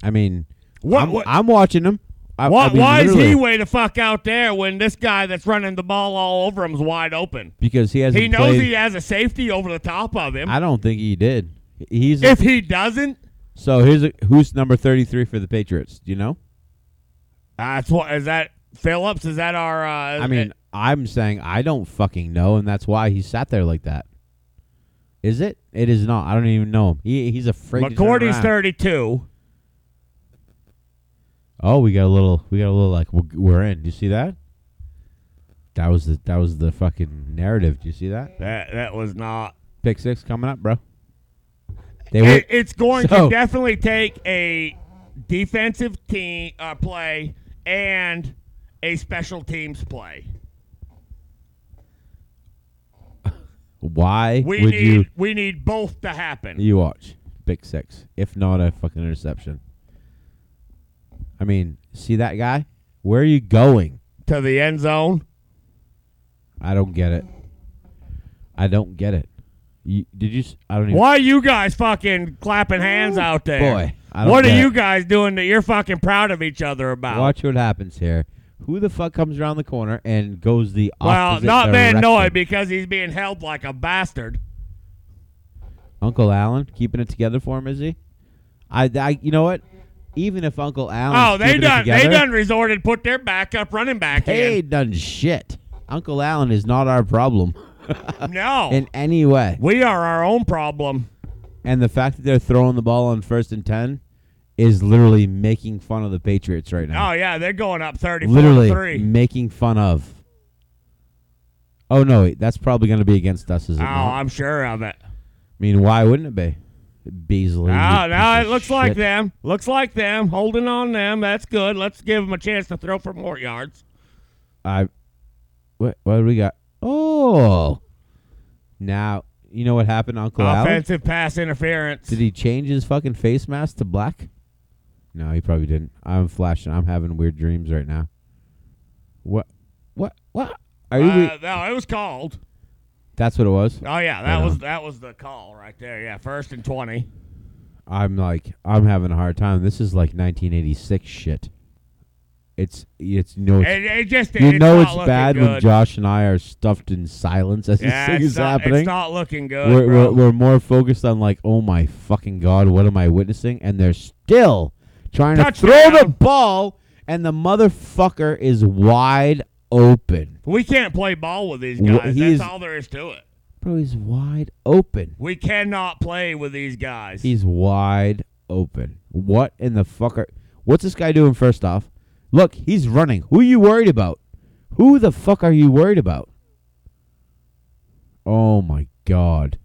Speaker 1: I mean,
Speaker 2: What-
Speaker 1: I'm,
Speaker 2: what-
Speaker 1: I'm watching him. I,
Speaker 2: Why,
Speaker 1: I mean,
Speaker 2: why is he
Speaker 1: literally,
Speaker 2: way the fuck out there when this guy that's running the ball all over him's wide open?
Speaker 1: Because he hasn't
Speaker 2: He knows
Speaker 1: played.
Speaker 2: he has a safety over the top of him.
Speaker 1: I don't think he did. He's
Speaker 2: if he doesn't,
Speaker 1: so here's a, who's number thirty three for the Patriots. Do you know?
Speaker 2: that's what is that Phillips? Is that our? Uh,
Speaker 1: I mean, I'm saying I don't fucking know, and that's why he sat there like that. Is it? It is not. I don't even know him. He he's afraid. to turn
Speaker 2: McCourty's
Speaker 1: around.
Speaker 2: 32.
Speaker 1: Oh, we got a little. We got a little like we're- we're in. Do you see that? That was the that was the fucking narrative. Do you see that?
Speaker 2: That that was not.
Speaker 1: Pick six coming up, bro. They
Speaker 2: It,
Speaker 1: went
Speaker 2: it's going
Speaker 1: So-
Speaker 2: to definitely take a defensive team uh, play and a special teams play.
Speaker 1: Why
Speaker 2: We
Speaker 1: would
Speaker 2: need
Speaker 1: you?
Speaker 2: we need both to happen.
Speaker 1: You watch pick six, if not a fucking interception. I mean, see that guy? Where are you going?
Speaker 2: to the end zone.
Speaker 1: I don't get it. I don't get it. You, did you? s- I don't even.
Speaker 2: Why you guys fucking clapping hands out there?
Speaker 1: Boy, I don't
Speaker 2: what
Speaker 1: get
Speaker 2: are
Speaker 1: it.
Speaker 2: you guys doing that you're fucking proud of each other about?
Speaker 1: Watch what happens here. Who the fuck comes around the corner and goes the
Speaker 2: well,
Speaker 1: opposite
Speaker 2: not Van
Speaker 1: direction?
Speaker 2: Noy because he's being held like a bastard.
Speaker 1: Uncle Allen keeping it together for him, is he? I, I you know what? Even if Uncle Allen,
Speaker 2: Oh, they
Speaker 1: keeping it
Speaker 2: done they
Speaker 1: together,
Speaker 2: done resorted put their backup running back
Speaker 1: They ain't done shit. Uncle Allen is not our problem uh,
Speaker 2: in. No.
Speaker 1: in any way.
Speaker 2: we are our own problem.
Speaker 1: And the fact that they're throwing the ball on first and ten is literally making fun of the Patriots right now.
Speaker 2: Oh yeah, they're going up 34
Speaker 1: literally
Speaker 2: three.
Speaker 1: making fun of. Oh no, wait, that's probably going to be against us, is it?
Speaker 2: Oh,
Speaker 1: not?
Speaker 2: I'm sure of it.
Speaker 1: I mean, why wouldn't it be? Beasley.
Speaker 2: Oh,
Speaker 1: you
Speaker 2: no,
Speaker 1: piece
Speaker 2: it
Speaker 1: of
Speaker 2: looks like
Speaker 1: shit.
Speaker 2: them. Looks like them. Holding on them. That's good. Let's give them a chance to throw for more yards.
Speaker 1: I. What? What do we got? Oh. Now you know what happened, to Uncle Allen.
Speaker 2: Offensive pass interference.
Speaker 1: Did he change his fucking face mask to black? No, he probably didn't. I'm flashing. I'm having weird dreams right now. What? What? What? Are you?
Speaker 2: Uh,
Speaker 1: re-
Speaker 2: no, it was called.
Speaker 1: That's what it was.
Speaker 2: Oh yeah,
Speaker 1: Right
Speaker 2: that was
Speaker 1: on.
Speaker 2: that was the call right there. Yeah, first and twenty.
Speaker 1: I'm like, I'm having a hard time. This is like 1986 shit. It's it's you know it's,
Speaker 2: It, it just
Speaker 1: you
Speaker 2: it's
Speaker 1: know
Speaker 2: not
Speaker 1: it's
Speaker 2: looking
Speaker 1: bad
Speaker 2: good.
Speaker 1: when Josh and I are stuffed in silence as *laughs* this
Speaker 2: yeah,
Speaker 1: thing
Speaker 2: it's
Speaker 1: is
Speaker 2: not,
Speaker 1: happening.
Speaker 2: It's not looking good.
Speaker 1: we're,
Speaker 2: bro.
Speaker 1: we're, we're more focused on like, oh my fucking god, what am I witnessing? And they're still trying to throw the
Speaker 2: Touchdown.
Speaker 1: ball, and the motherfucker is wide open,
Speaker 2: we can't play ball with these
Speaker 1: Wha-
Speaker 2: guys.
Speaker 1: he
Speaker 2: That's
Speaker 1: is-
Speaker 2: all there is to it.
Speaker 1: bro. He's wide open.
Speaker 2: We cannot play with these guys.
Speaker 1: He's wide open. What in the fucker? What's this guy doing? First off, look, he's running. Who are you worried about? Who the fuck are you worried about? Oh my god!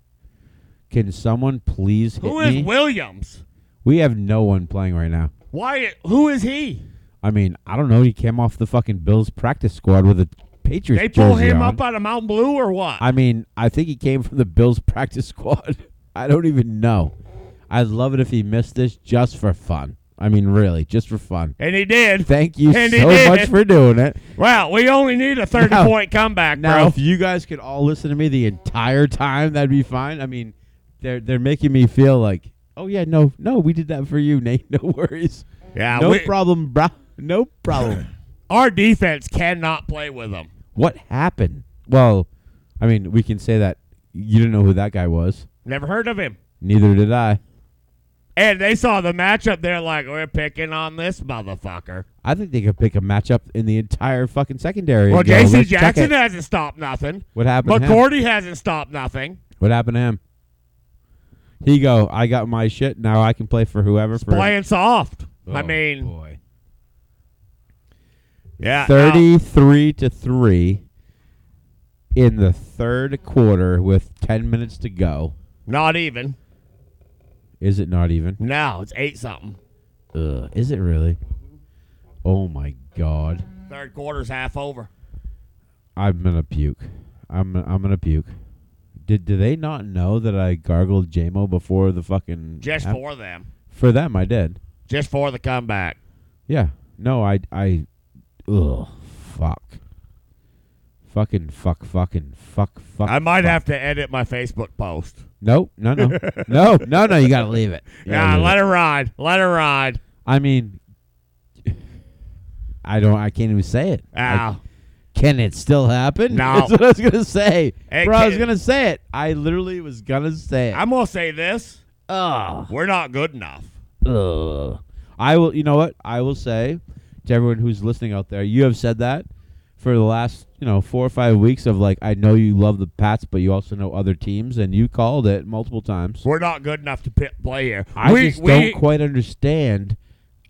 Speaker 1: Can someone please hit
Speaker 2: Who is
Speaker 1: me?
Speaker 2: Williams?
Speaker 1: we have no one playing right now.
Speaker 2: Why? Who is he?
Speaker 1: I mean, I don't know. He came off the fucking Bills practice squad with a Patriots
Speaker 2: They pull
Speaker 1: jersey
Speaker 2: him
Speaker 1: on.
Speaker 2: up out of Mount Blue or what?
Speaker 1: I mean, I think he came from the Bills practice squad. *laughs* I don't even know. I'd love it if he missed this just for fun. I mean, really, just for fun.
Speaker 2: and he did.
Speaker 1: Thank you
Speaker 2: And he
Speaker 1: so
Speaker 2: did
Speaker 1: much
Speaker 2: it.
Speaker 1: for doing it.
Speaker 2: Wow, we only need a
Speaker 1: Now-
Speaker 2: thirty-point comeback,
Speaker 1: Now,
Speaker 2: bro.
Speaker 1: if you guys could all listen to me the entire time, that'd be fine. I mean, they're they're making me feel like, oh yeah, no, no, we did that for you, Nate. *laughs* No worries.
Speaker 2: yeah,
Speaker 1: No
Speaker 2: we-
Speaker 1: problem, bro. No problem.
Speaker 2: our defense cannot play with them.
Speaker 1: What happened? Well, I mean, we can say that you didn't know who that guy was.
Speaker 2: Never heard of him.
Speaker 1: Neither did I.
Speaker 2: And they saw the matchup. They're like, we're picking on this motherfucker.
Speaker 1: I think they could pick a matchup in the entire fucking secondary.
Speaker 2: Well,
Speaker 1: and go,
Speaker 2: J.C.
Speaker 1: "Let's check
Speaker 2: Jackson
Speaker 1: it."
Speaker 2: hasn't stopped nothing.
Speaker 1: What happened? To him?
Speaker 2: McCourty hasn't stopped nothing.
Speaker 1: What happened to him? He go. I got my shit. Now I can play for whoever. For
Speaker 2: Playing soft. I
Speaker 1: Oh,
Speaker 2: mean,
Speaker 1: boy.
Speaker 2: yeah. no.
Speaker 1: thirty-three to three. in the third quarter with 10 minutes to go.
Speaker 2: Not even.
Speaker 1: Is it not even?
Speaker 2: No, it's eight something.
Speaker 1: Ugh, is it really? Oh my god.
Speaker 2: Third quarter's half over.
Speaker 1: I'm gonna puke. I'm I'm gonna puke. Did do they not know that I gargled JMO before the fucking
Speaker 2: Just
Speaker 1: half-
Speaker 2: for them.
Speaker 1: for them I did.
Speaker 2: Just for the comeback.
Speaker 1: Yeah. No, I I ugh fuck. Fucking fuck fucking fuck fuck.
Speaker 2: I might
Speaker 1: fuck.
Speaker 2: have to edit my Facebook post.
Speaker 1: Nope, no
Speaker 2: *laughs*
Speaker 1: no. no, no, no, you gotta leave it. You gotta
Speaker 2: Yeah,
Speaker 1: leave
Speaker 2: let her ride. Let her ride.
Speaker 1: I mean, I don't. I can't even say it.
Speaker 2: Ow.
Speaker 1: I- can it still happen?
Speaker 2: No.
Speaker 1: *laughs* That's what I was gonna say,
Speaker 2: It
Speaker 1: bro. I was
Speaker 2: can-
Speaker 1: gonna say it. I literally was gonna say it.
Speaker 2: I'm gonna say this.
Speaker 1: Ugh.
Speaker 2: We're not good enough.
Speaker 1: Ugh. I will. You know what? I will say to everyone who's listening out there. You have said that for the last, you know, four or five weeks of like, I know you love the Pats, but you also know other teams, and you called it multiple times.
Speaker 2: We're not good enough to pi play here.
Speaker 1: I
Speaker 2: we,
Speaker 1: just
Speaker 2: we,
Speaker 1: don't quite understand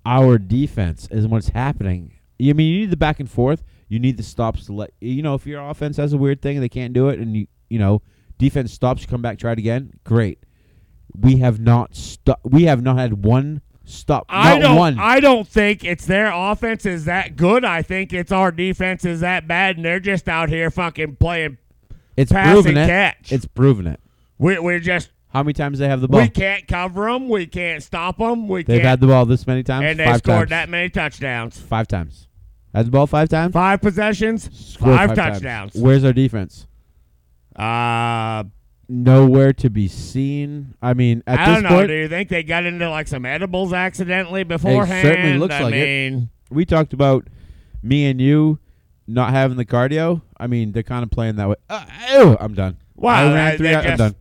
Speaker 1: our defense and what's happening. I mean, you need the back and forth. You need the stops to let you know if your offense has a weird thing and they can't do it, and you you know defense stops, you come back, try it again. Great. We have not stop. We have not had one stop.
Speaker 2: I
Speaker 1: not
Speaker 2: don't.
Speaker 1: one.
Speaker 2: I don't think it's their offense is that good. I think it's our defense is that bad, and they're just out here fucking playing.
Speaker 1: it's
Speaker 2: pass
Speaker 1: proven
Speaker 2: and
Speaker 1: it.
Speaker 2: catch.
Speaker 1: It's proven it.
Speaker 2: We, we're just.
Speaker 1: How many times they have the ball?
Speaker 2: we can't cover them. We can't stop them. We
Speaker 1: They've
Speaker 2: can't.
Speaker 1: had the ball this many times.
Speaker 2: and they
Speaker 1: five
Speaker 2: scored
Speaker 1: times.
Speaker 2: that many touchdowns.
Speaker 1: Five times. Had the ball five times.
Speaker 2: Five possessions.
Speaker 1: Scored
Speaker 2: five
Speaker 1: times.
Speaker 2: touchdowns.
Speaker 1: Where's our defense?
Speaker 2: Uh,
Speaker 1: nowhere to be seen. I mean, at
Speaker 2: I don't
Speaker 1: this
Speaker 2: know.
Speaker 1: point,
Speaker 2: Do you think they got into like some edibles accidentally
Speaker 1: certainly
Speaker 2: beforehand?
Speaker 1: looks
Speaker 2: I
Speaker 1: like it.
Speaker 2: mean,
Speaker 1: we talked about me and you not having the cardio. I mean, they're kind of playing that way. Uh, ew, I'm done.
Speaker 2: Wow,
Speaker 1: I
Speaker 2: that-
Speaker 1: ran three
Speaker 2: they
Speaker 1: out, I'm
Speaker 2: just-
Speaker 1: done.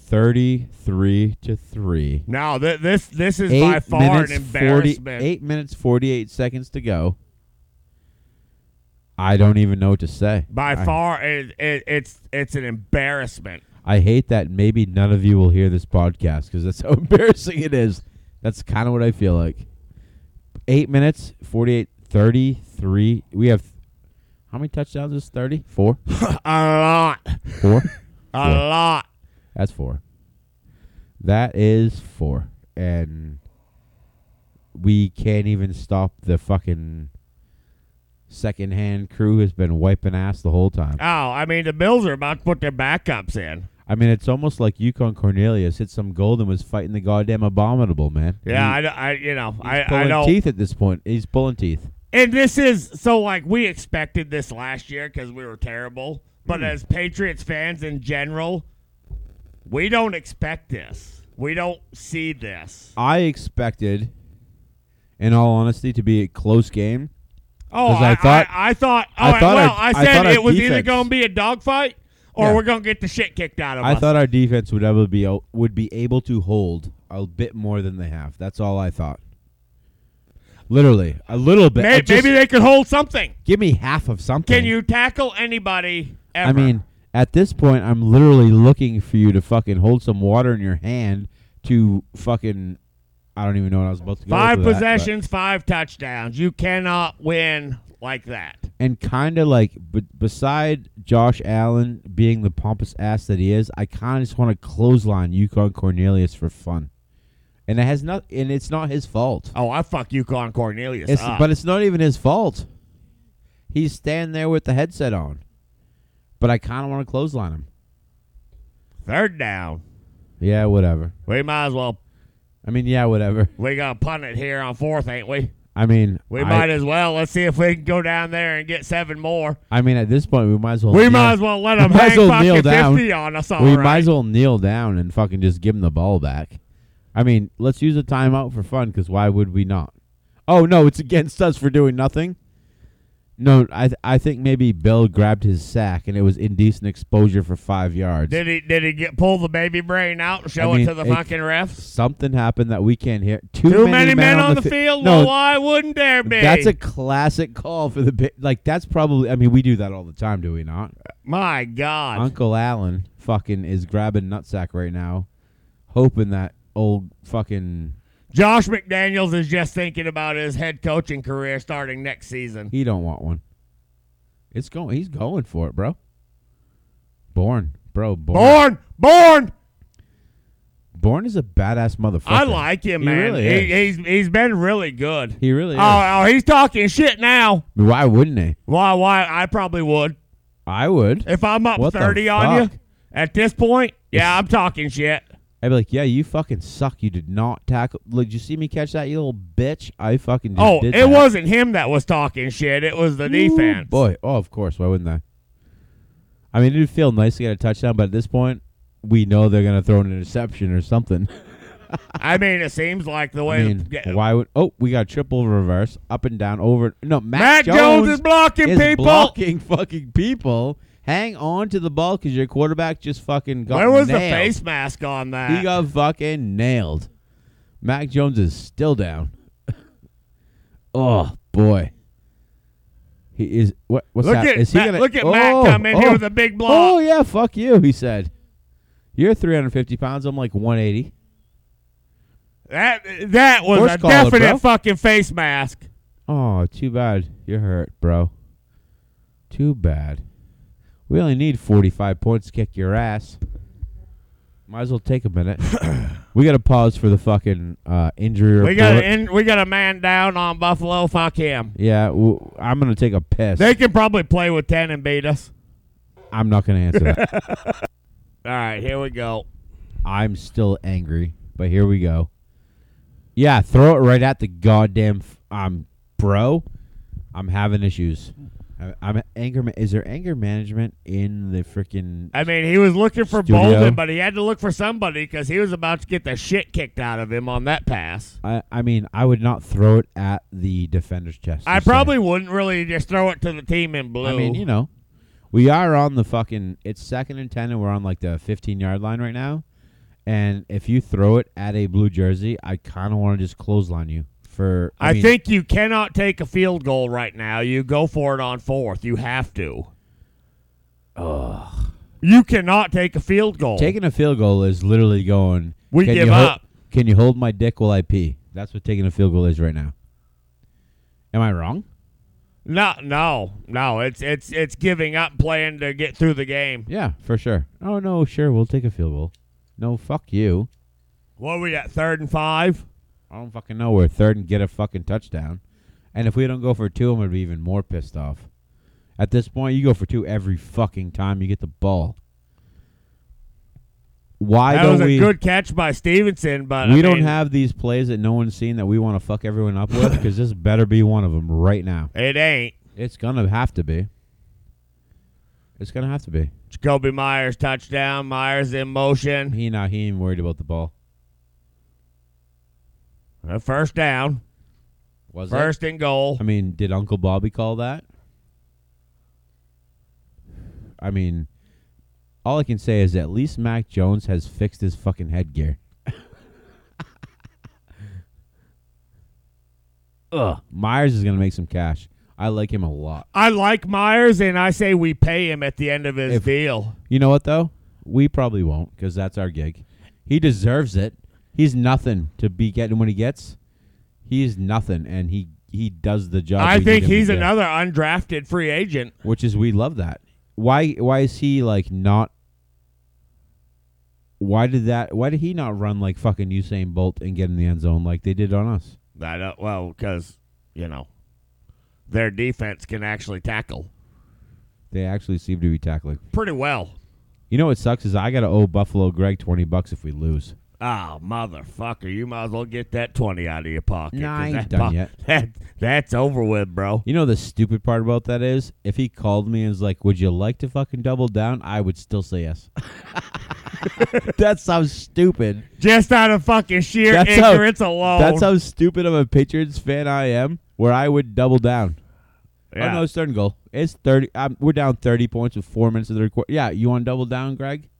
Speaker 1: Thirty-three to three.
Speaker 2: no. Th- this this is
Speaker 1: Eight
Speaker 2: by far
Speaker 1: minutes,
Speaker 2: an embarrassment.
Speaker 1: 40, eight minutes forty-eight seconds to go. I don't even know what to say.
Speaker 2: By
Speaker 1: I-
Speaker 2: far, it, it, it's it's an embarrassment.
Speaker 1: I hate that maybe none of you will hear this podcast because that's *laughs* how embarrassing it is. That's kind of what I feel like. Eight minutes, 48, 33. We have how many touchdowns is 30? Four?
Speaker 2: a lot,
Speaker 1: Four?
Speaker 2: a lot.
Speaker 1: that's four. That is four. And we can't even stop the fucking secondhand crew has been wiping ass the whole time.
Speaker 2: Oh, I mean, the Bills are about to put their backups in.
Speaker 1: I mean, it's almost like Yukon Cornelius hit some gold and was fighting the goddamn abominable, man.
Speaker 2: Yeah, I, don't- I you know,
Speaker 1: He's
Speaker 2: I, I
Speaker 1: pulling
Speaker 2: don't.
Speaker 1: teeth at this point. He's pulling teeth.
Speaker 2: And this is so like we expected this last year because we were terrible.
Speaker 1: Hmm.
Speaker 2: But as Patriots fans in general, we don't expect this. We don't see this.
Speaker 1: I expected, in all honesty, to be a close game.
Speaker 2: Oh,
Speaker 1: 'Cause
Speaker 2: I,
Speaker 1: I thought-
Speaker 2: I, I thought. Oh,
Speaker 1: I thought
Speaker 2: well,
Speaker 1: our-
Speaker 2: I
Speaker 1: I
Speaker 2: said
Speaker 1: thought our
Speaker 2: it was either
Speaker 1: defense-
Speaker 2: going to be a dogfight or
Speaker 1: Yeah.
Speaker 2: we're going to get the shit kicked out of
Speaker 1: I
Speaker 2: us.
Speaker 1: thought our defense would ever be o- would be able to hold a bit more than they have. That's all I thought. Literally, a little bit.
Speaker 2: May-
Speaker 1: I
Speaker 2: maybe
Speaker 1: just-
Speaker 2: they could hold something.
Speaker 1: give me half of something.
Speaker 2: Can you tackle anybody ever?
Speaker 1: I mean, at this point, I'm literally looking for you to fucking hold some water in your hand to fucking. I don't even know what I was about to go.
Speaker 2: five
Speaker 1: with that, but-
Speaker 2: possessions, five touchdowns. You cannot win like that.
Speaker 1: and kind of like b- beside Josh Allen being the pompous ass that he is, I kind of just want to clothesline Yukon Cornelius for fun, and it has not, and it's not his fault.
Speaker 2: Oh, I fuck UConn Cornelius.
Speaker 1: It's,
Speaker 2: up.
Speaker 1: but it's not even his fault. He's standing there with the headset on, but I kind of want to clothesline him.
Speaker 2: Third down.
Speaker 1: Yeah, whatever.
Speaker 2: We might as well.
Speaker 1: I mean, yeah, whatever.
Speaker 2: We gonna punt it here on fourth, ain't we?
Speaker 1: I mean,
Speaker 2: We
Speaker 1: I,
Speaker 2: might as well. Let's see if we can go down there and get seven more.
Speaker 1: I mean, at this point, we might as well.
Speaker 2: We
Speaker 1: kneel-
Speaker 2: might as well let
Speaker 1: We
Speaker 2: them
Speaker 1: might as
Speaker 2: hang
Speaker 1: well kneel
Speaker 2: fucking
Speaker 1: down.
Speaker 2: fifty on us. *laughs* All
Speaker 1: we
Speaker 2: right.
Speaker 1: might as well kneel down and fucking just give him the ball back. I mean, let's use a timeout for fun because why would we not? Oh no, it's against us for doing nothing. No, I th- I think maybe Bill grabbed his sack and it was indecent exposure for five yards.
Speaker 2: Did he? Did he get pull the baby brain out and show
Speaker 1: I mean,
Speaker 2: it to the
Speaker 1: it-
Speaker 2: fucking refs?
Speaker 1: Something happened that we can't hear. Too,
Speaker 2: Too many men on the
Speaker 1: fi-
Speaker 2: field.
Speaker 1: No,
Speaker 2: well, why wouldn't there be?
Speaker 1: that's a classic call for the bi- like. That's probably. I mean, we do that all the time, do we not?
Speaker 2: my God.
Speaker 1: Uncle Allen fucking is grabbing nutsack right now, hoping that old fucking
Speaker 2: Josh McDaniels is just thinking about his head coaching career starting next season.
Speaker 1: He don't want one. It's going. He's going for it, bro. Born, bro. Born.
Speaker 2: Born, born.
Speaker 1: Born is a badass motherfucker.
Speaker 2: I like him,
Speaker 1: He
Speaker 2: man.
Speaker 1: really
Speaker 2: he's he's been really good.
Speaker 1: He really. Is.
Speaker 2: Oh, oh, he's talking shit now.
Speaker 1: Why wouldn't he?
Speaker 2: Why? Why? I probably would
Speaker 1: I would.
Speaker 2: if I'm up
Speaker 1: What the
Speaker 2: thirty on you
Speaker 1: fuck?
Speaker 2: at this point. Yeah, I'm talking shit.
Speaker 1: I'd be like, yeah, you fucking suck. You did not tackle. Did you see me catch that, you little bitch? I fucking just
Speaker 2: Oh,
Speaker 1: did
Speaker 2: it
Speaker 1: that.
Speaker 2: wasn't him that was talking shit. It was the defense.
Speaker 1: Boy, oh, of course. Why wouldn't I? I mean, it'd feel nice to get a touchdown, but at this point, we know they're gonna throw an interception or something. *laughs*
Speaker 2: I mean, it seems like the way
Speaker 1: I mean,
Speaker 2: yeah,
Speaker 1: why would? Oh, we got triple reverse, up and down, over. No,
Speaker 2: Matt
Speaker 1: Matt,
Speaker 2: Jones, is blocking
Speaker 1: is
Speaker 2: people.
Speaker 1: blocking fucking people. Hang on to the ball because your quarterback just fucking got.
Speaker 2: Where was the
Speaker 1: nailed.
Speaker 2: face mask on that?
Speaker 1: He got fucking nailed. Mac Jones is still down. *laughs* oh boy. He is what what's
Speaker 2: look
Speaker 1: that?
Speaker 2: at
Speaker 1: Is he
Speaker 2: Matt,
Speaker 1: gonna
Speaker 2: look at
Speaker 1: oh,
Speaker 2: Matt come in
Speaker 1: oh,
Speaker 2: here with a big block.
Speaker 1: Oh yeah, fuck you, he said. You're three hundred and fifty pounds, I'm like one eighty.
Speaker 2: That that was
Speaker 1: Horse
Speaker 2: a
Speaker 1: collar,
Speaker 2: definite
Speaker 1: bro.
Speaker 2: fucking face mask.
Speaker 1: Oh, too bad. You're hurt, bro. Too bad. We only need forty five points to kick your ass. Might as well take a minute. we gotta pause for the fucking uh, injury report.
Speaker 2: We got an in, we got a man down on Buffalo. Fuck him.
Speaker 1: Yeah, w- I'm gonna take a piss.
Speaker 2: They can probably play with ten and beat us.
Speaker 1: I'm not gonna answer
Speaker 2: *laughs*
Speaker 1: that.
Speaker 2: All right, here we go.
Speaker 1: I'm still angry, but here we go. Yeah, throw it right at the goddamn. F- um, bro, I'm having issues. I- I'm anger. Ma- is there anger management in the freaking?
Speaker 2: I mean, he was looking for
Speaker 1: Studio.
Speaker 2: Bolden, but he had to look for somebody because he was about to get the shit kicked out of him on that pass.
Speaker 1: I, I mean, I would not throw it at the defender's chest.
Speaker 2: I
Speaker 1: just saying.
Speaker 2: probably wouldn't really just throw it to the team in blue.
Speaker 1: I mean, you know, we are on the fucking. It's second and ten, and we're on like the 15 yard line right now. And if you throw it at a blue jersey, I kind of want to just clothesline you for.
Speaker 2: I,
Speaker 1: I, mean,
Speaker 2: think you cannot take a field goal right now. You go for it on fourth. You have to. You cannot take a field goal.
Speaker 1: taking a field goal is literally going.
Speaker 2: We
Speaker 1: can
Speaker 2: give
Speaker 1: you hol-
Speaker 2: up."
Speaker 1: can you hold my dick while I pee? That's what taking a field goal is right now. Am I wrong?
Speaker 2: no, no, no. It's it's it's giving up playing to get through the game.
Speaker 1: Yeah, for sure. Oh no, sure, we'll take a field goal. No, fuck you.
Speaker 2: What are we at? Third and five.
Speaker 1: I don't fucking know. We're third and get a fucking touchdown. And if we don't go for two, I'm gonna be even more pissed off. At this point, you go for two every fucking time you get the ball. Why
Speaker 2: that
Speaker 1: don't
Speaker 2: was a
Speaker 1: we?
Speaker 2: good catch by Stevenson, but
Speaker 1: we
Speaker 2: I
Speaker 1: don't
Speaker 2: mean,
Speaker 1: have these plays that no one's seen that we want to fuck everyone up with
Speaker 2: *laughs*
Speaker 1: because this better be one of them right now.
Speaker 2: It ain't
Speaker 1: It's gonna have to be. It's gonna have to be.
Speaker 2: Jacoby Myers touchdown. Myers in motion.
Speaker 1: He not he ain't worried about the ball.
Speaker 2: Uh, First down.
Speaker 1: Was it?
Speaker 2: First and goal.
Speaker 1: I mean, did Uncle Bobby call that? I mean, all I can say is at least Mac Jones has fixed his fucking headgear. Ugh, Myers is gonna make some cash. I like him a lot.
Speaker 2: I like Myers, and I say we pay him at the end of his
Speaker 1: If-
Speaker 2: deal.
Speaker 1: You know what though? We probably won't because that's our gig. He deserves it. He's nothing to be getting when he gets. He's nothing, and he he does the job.
Speaker 2: I
Speaker 1: we need
Speaker 2: think
Speaker 1: him to
Speaker 2: he's
Speaker 1: do.
Speaker 2: another undrafted free agent.
Speaker 1: which is we love that. Why why is he like not why did that why did he not run like fucking Usain Bolt and get in the end zone like they did on us?
Speaker 2: That uh, well, because you know their defense can actually tackle
Speaker 1: They actually seem to be tackling.
Speaker 2: pretty well.
Speaker 1: You know what sucks is I gotta owe Buffalo Greg twenty bucks if we lose.
Speaker 2: Oh, motherfucker! You might as well get that twenty out of your pocket. 'cause
Speaker 1: Nah, I ain't
Speaker 2: that
Speaker 1: done
Speaker 2: po-
Speaker 1: yet.
Speaker 2: *laughs* That that's over with, bro.
Speaker 1: You know the stupid part about that is if he called me and was like, Would you like to fucking double down? I would still say yes. That's how stupid.
Speaker 2: Just out of fucking sheer
Speaker 1: That's how-
Speaker 2: ignorance alone.
Speaker 1: That's how stupid of a Patriots fan I am, where I would double down.
Speaker 2: Yeah.
Speaker 1: Oh no, it's third and goal. It's thirty. Um, we're down thirty points with four minutes of the quarter. Yeah, you want to double down, Greg?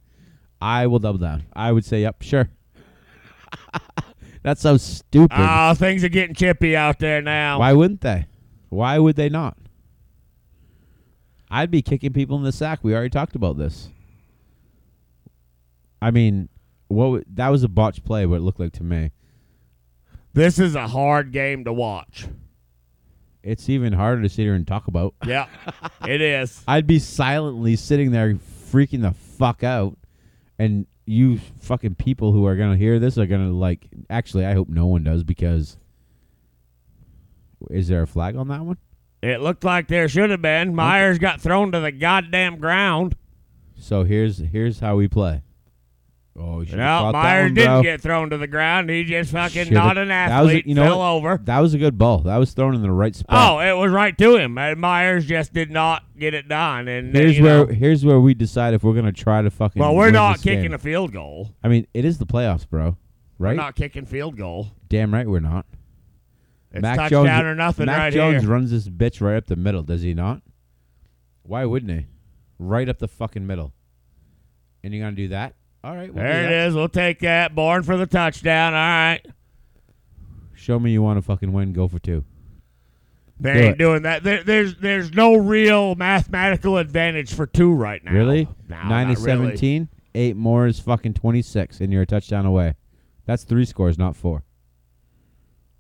Speaker 1: I will double down. I would say, yep, sure. *laughs* That's so stupid.
Speaker 2: Oh, things are getting chippy out there now.
Speaker 1: Why wouldn't they? Why would they not? I'd be kicking people in the sack. We already talked about this. I mean, what w- that was a botched play. What it looked like to me.
Speaker 2: This is a hard game to watch.
Speaker 1: it's even harder to sit here and talk about.
Speaker 2: Yeah,
Speaker 1: *laughs*
Speaker 2: it is.
Speaker 1: I'd be silently sitting there freaking the fuck out, and you fucking people who are gonna hear this are gonna like. Actually, I hope no one does because. Is there a flag on that one?
Speaker 2: It looked like there should have been. Myers got thrown to the goddamn ground.
Speaker 1: So here's here's how we play. Oh, you should
Speaker 2: No, Myers didn't get thrown to the ground. He just fucking
Speaker 1: Should've-
Speaker 2: not an
Speaker 1: that was a-
Speaker 2: athlete.
Speaker 1: you know
Speaker 2: fell
Speaker 1: what?
Speaker 2: over.
Speaker 1: That was a good ball. That was thrown in the right spot.
Speaker 2: Oh, it was right to him. And Myers just did not get it done. And uh,
Speaker 1: here's
Speaker 2: you
Speaker 1: where
Speaker 2: know,
Speaker 1: here's where we decide if we're gonna try to fucking.
Speaker 2: well, we're
Speaker 1: win
Speaker 2: not
Speaker 1: this game.
Speaker 2: kicking a field goal.
Speaker 1: I mean, it is the playoffs, bro. Right?
Speaker 2: We're not kicking field goal.
Speaker 1: Damn right, we're not.
Speaker 2: It's
Speaker 1: Mac
Speaker 2: touchdown
Speaker 1: Jones,
Speaker 2: or nothing
Speaker 1: Mac
Speaker 2: right
Speaker 1: Jones
Speaker 2: here.
Speaker 1: runs this bitch right up the middle, does he not? Why wouldn't he? Right up the fucking middle. And you're gonna do that? All right. We'll
Speaker 2: There it is. We'll take that. Born for the touchdown. All right.
Speaker 1: Show me you want to fucking win. Go for two.
Speaker 2: They
Speaker 1: Do
Speaker 2: ain't
Speaker 1: it.
Speaker 2: doing that. There, there's there's no real mathematical advantage for two right now.
Speaker 1: Really?
Speaker 2: No,
Speaker 1: Nine
Speaker 2: not
Speaker 1: is
Speaker 2: really.
Speaker 1: seventeen. Eight more is fucking twenty six, and you're a touchdown away. That's three scores, not four.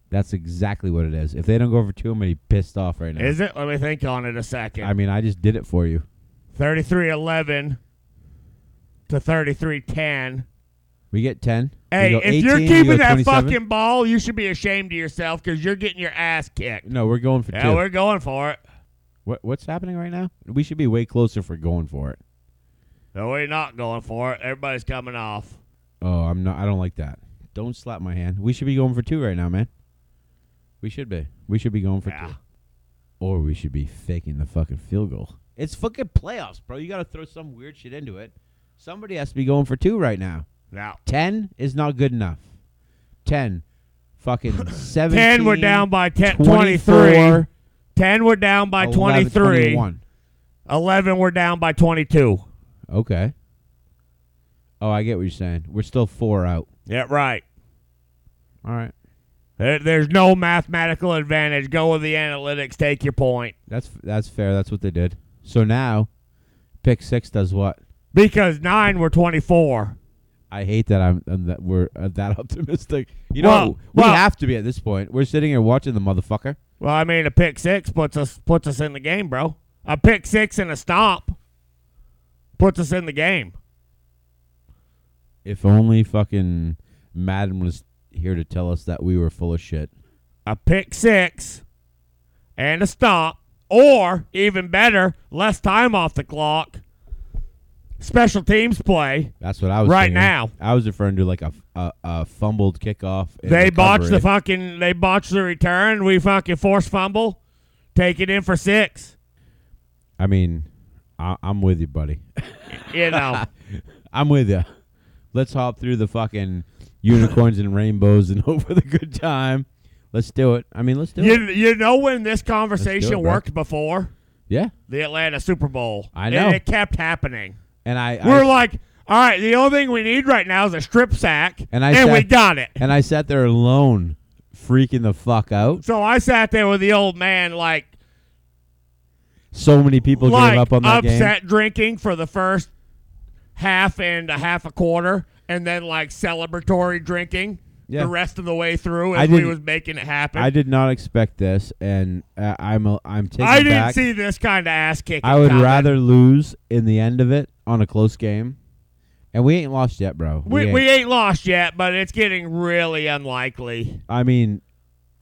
Speaker 1: That's exactly what it is. If they don't go for two, I'm gonna be pissed off right now.
Speaker 2: Is it? Let me think on it a second.
Speaker 1: I mean, I just did it for you.
Speaker 2: 33-11 to 33-10.
Speaker 1: We get ten. we
Speaker 2: Hey,
Speaker 1: go
Speaker 2: if you're
Speaker 1: 18, we go
Speaker 2: keeping that
Speaker 1: 27.
Speaker 2: fucking ball, you should be ashamed of yourself because you're getting your ass kicked.
Speaker 1: no, we're going for
Speaker 2: Yeah,
Speaker 1: two.
Speaker 2: we're going for it.
Speaker 1: What what's happening right now? We should be way closer for going for it.
Speaker 2: No, we're not going for it. Everybody's coming off.
Speaker 1: Oh, I'm not. I don't like that. Don't slap my hand. We should be going for two right now, man. We should be. We should be going for
Speaker 2: Yeah.
Speaker 1: two, or we should be faking the fucking field goal. It's fucking playoffs, bro. You got to throw some weird shit into it. Somebody has to be going for two right now.
Speaker 2: Now,
Speaker 1: Ten is not good enough. Ten,
Speaker 2: *laughs*
Speaker 1: fucking seventeen.
Speaker 2: 10, we're down by 10, 23.
Speaker 1: 24,
Speaker 2: 10, we're down by
Speaker 1: 11,
Speaker 2: 23.
Speaker 1: 21.
Speaker 2: 11, we're down by 22.
Speaker 1: Okay. Oh, I get what you're saying. We're still four out.
Speaker 2: Yeah, right.
Speaker 1: All right.
Speaker 2: There- There's no mathematical advantage. Go with the analytics. Take your point.
Speaker 1: That's that's fair. That's what they did. So now, pick six does what?
Speaker 2: Because 9, we're 24.
Speaker 1: I hate that I'm, I'm that we're uh, that *laughs* optimistic. You know,
Speaker 2: Well,
Speaker 1: we
Speaker 2: well-
Speaker 1: have to be at this point. We're sitting here watching the motherfucker.
Speaker 2: Well, I mean, a pick six puts us puts us in the game, bro. A pick six and a stomp puts us in the game.
Speaker 1: If only fucking Madden was here to tell us that we were full of shit.
Speaker 2: A pick six and a stomp, or even better, less time off the clock. Special teams play.
Speaker 1: That's what I was
Speaker 2: Right
Speaker 1: thinking.
Speaker 2: now.
Speaker 1: I was referring to like a f- a, a fumbled kickoff. and
Speaker 2: they botch the
Speaker 1: recovery.
Speaker 2: fucking. They botch the return. We fucking force fumble. Take it in for six.
Speaker 1: I mean, I, I'm with you, buddy.
Speaker 2: You know.
Speaker 1: I'm with you. Let's hop through the fucking unicorns and rainbows and *laughs* hope for the good time. Let's do it. I mean, let's do it.
Speaker 2: You, you know when this conversation
Speaker 1: bro.
Speaker 2: worked before?
Speaker 1: Yeah.
Speaker 2: The Atlanta Super Bowl.
Speaker 1: I
Speaker 2: And
Speaker 1: know.
Speaker 2: it kept happening.
Speaker 1: And I, I-
Speaker 2: We're like, all right, the only thing we need right now is a strip sack,
Speaker 1: And I
Speaker 2: we
Speaker 1: said-
Speaker 2: got it.
Speaker 1: and I sat there alone, freaking the fuck out.
Speaker 2: So I sat there with the old man, like,
Speaker 1: So many people
Speaker 2: like
Speaker 1: gave up on that game.
Speaker 2: upset drinking for the first half and a half a quarter, and then like celebratory drinking
Speaker 1: Yeah.
Speaker 2: the rest of the way through
Speaker 1: I
Speaker 2: as we
Speaker 1: didn't-
Speaker 2: was making it happen.
Speaker 1: I did not expect this, and uh, I'm a, I'm taking
Speaker 2: I didn't
Speaker 1: back.
Speaker 2: see this kind of ass kicking.
Speaker 1: I would
Speaker 2: coming.
Speaker 1: rather lose in the end of it on a close game, and we ain't lost yet, bro.
Speaker 2: We,
Speaker 1: ain't-
Speaker 2: we ain't lost yet, but it's getting really unlikely.
Speaker 1: I mean,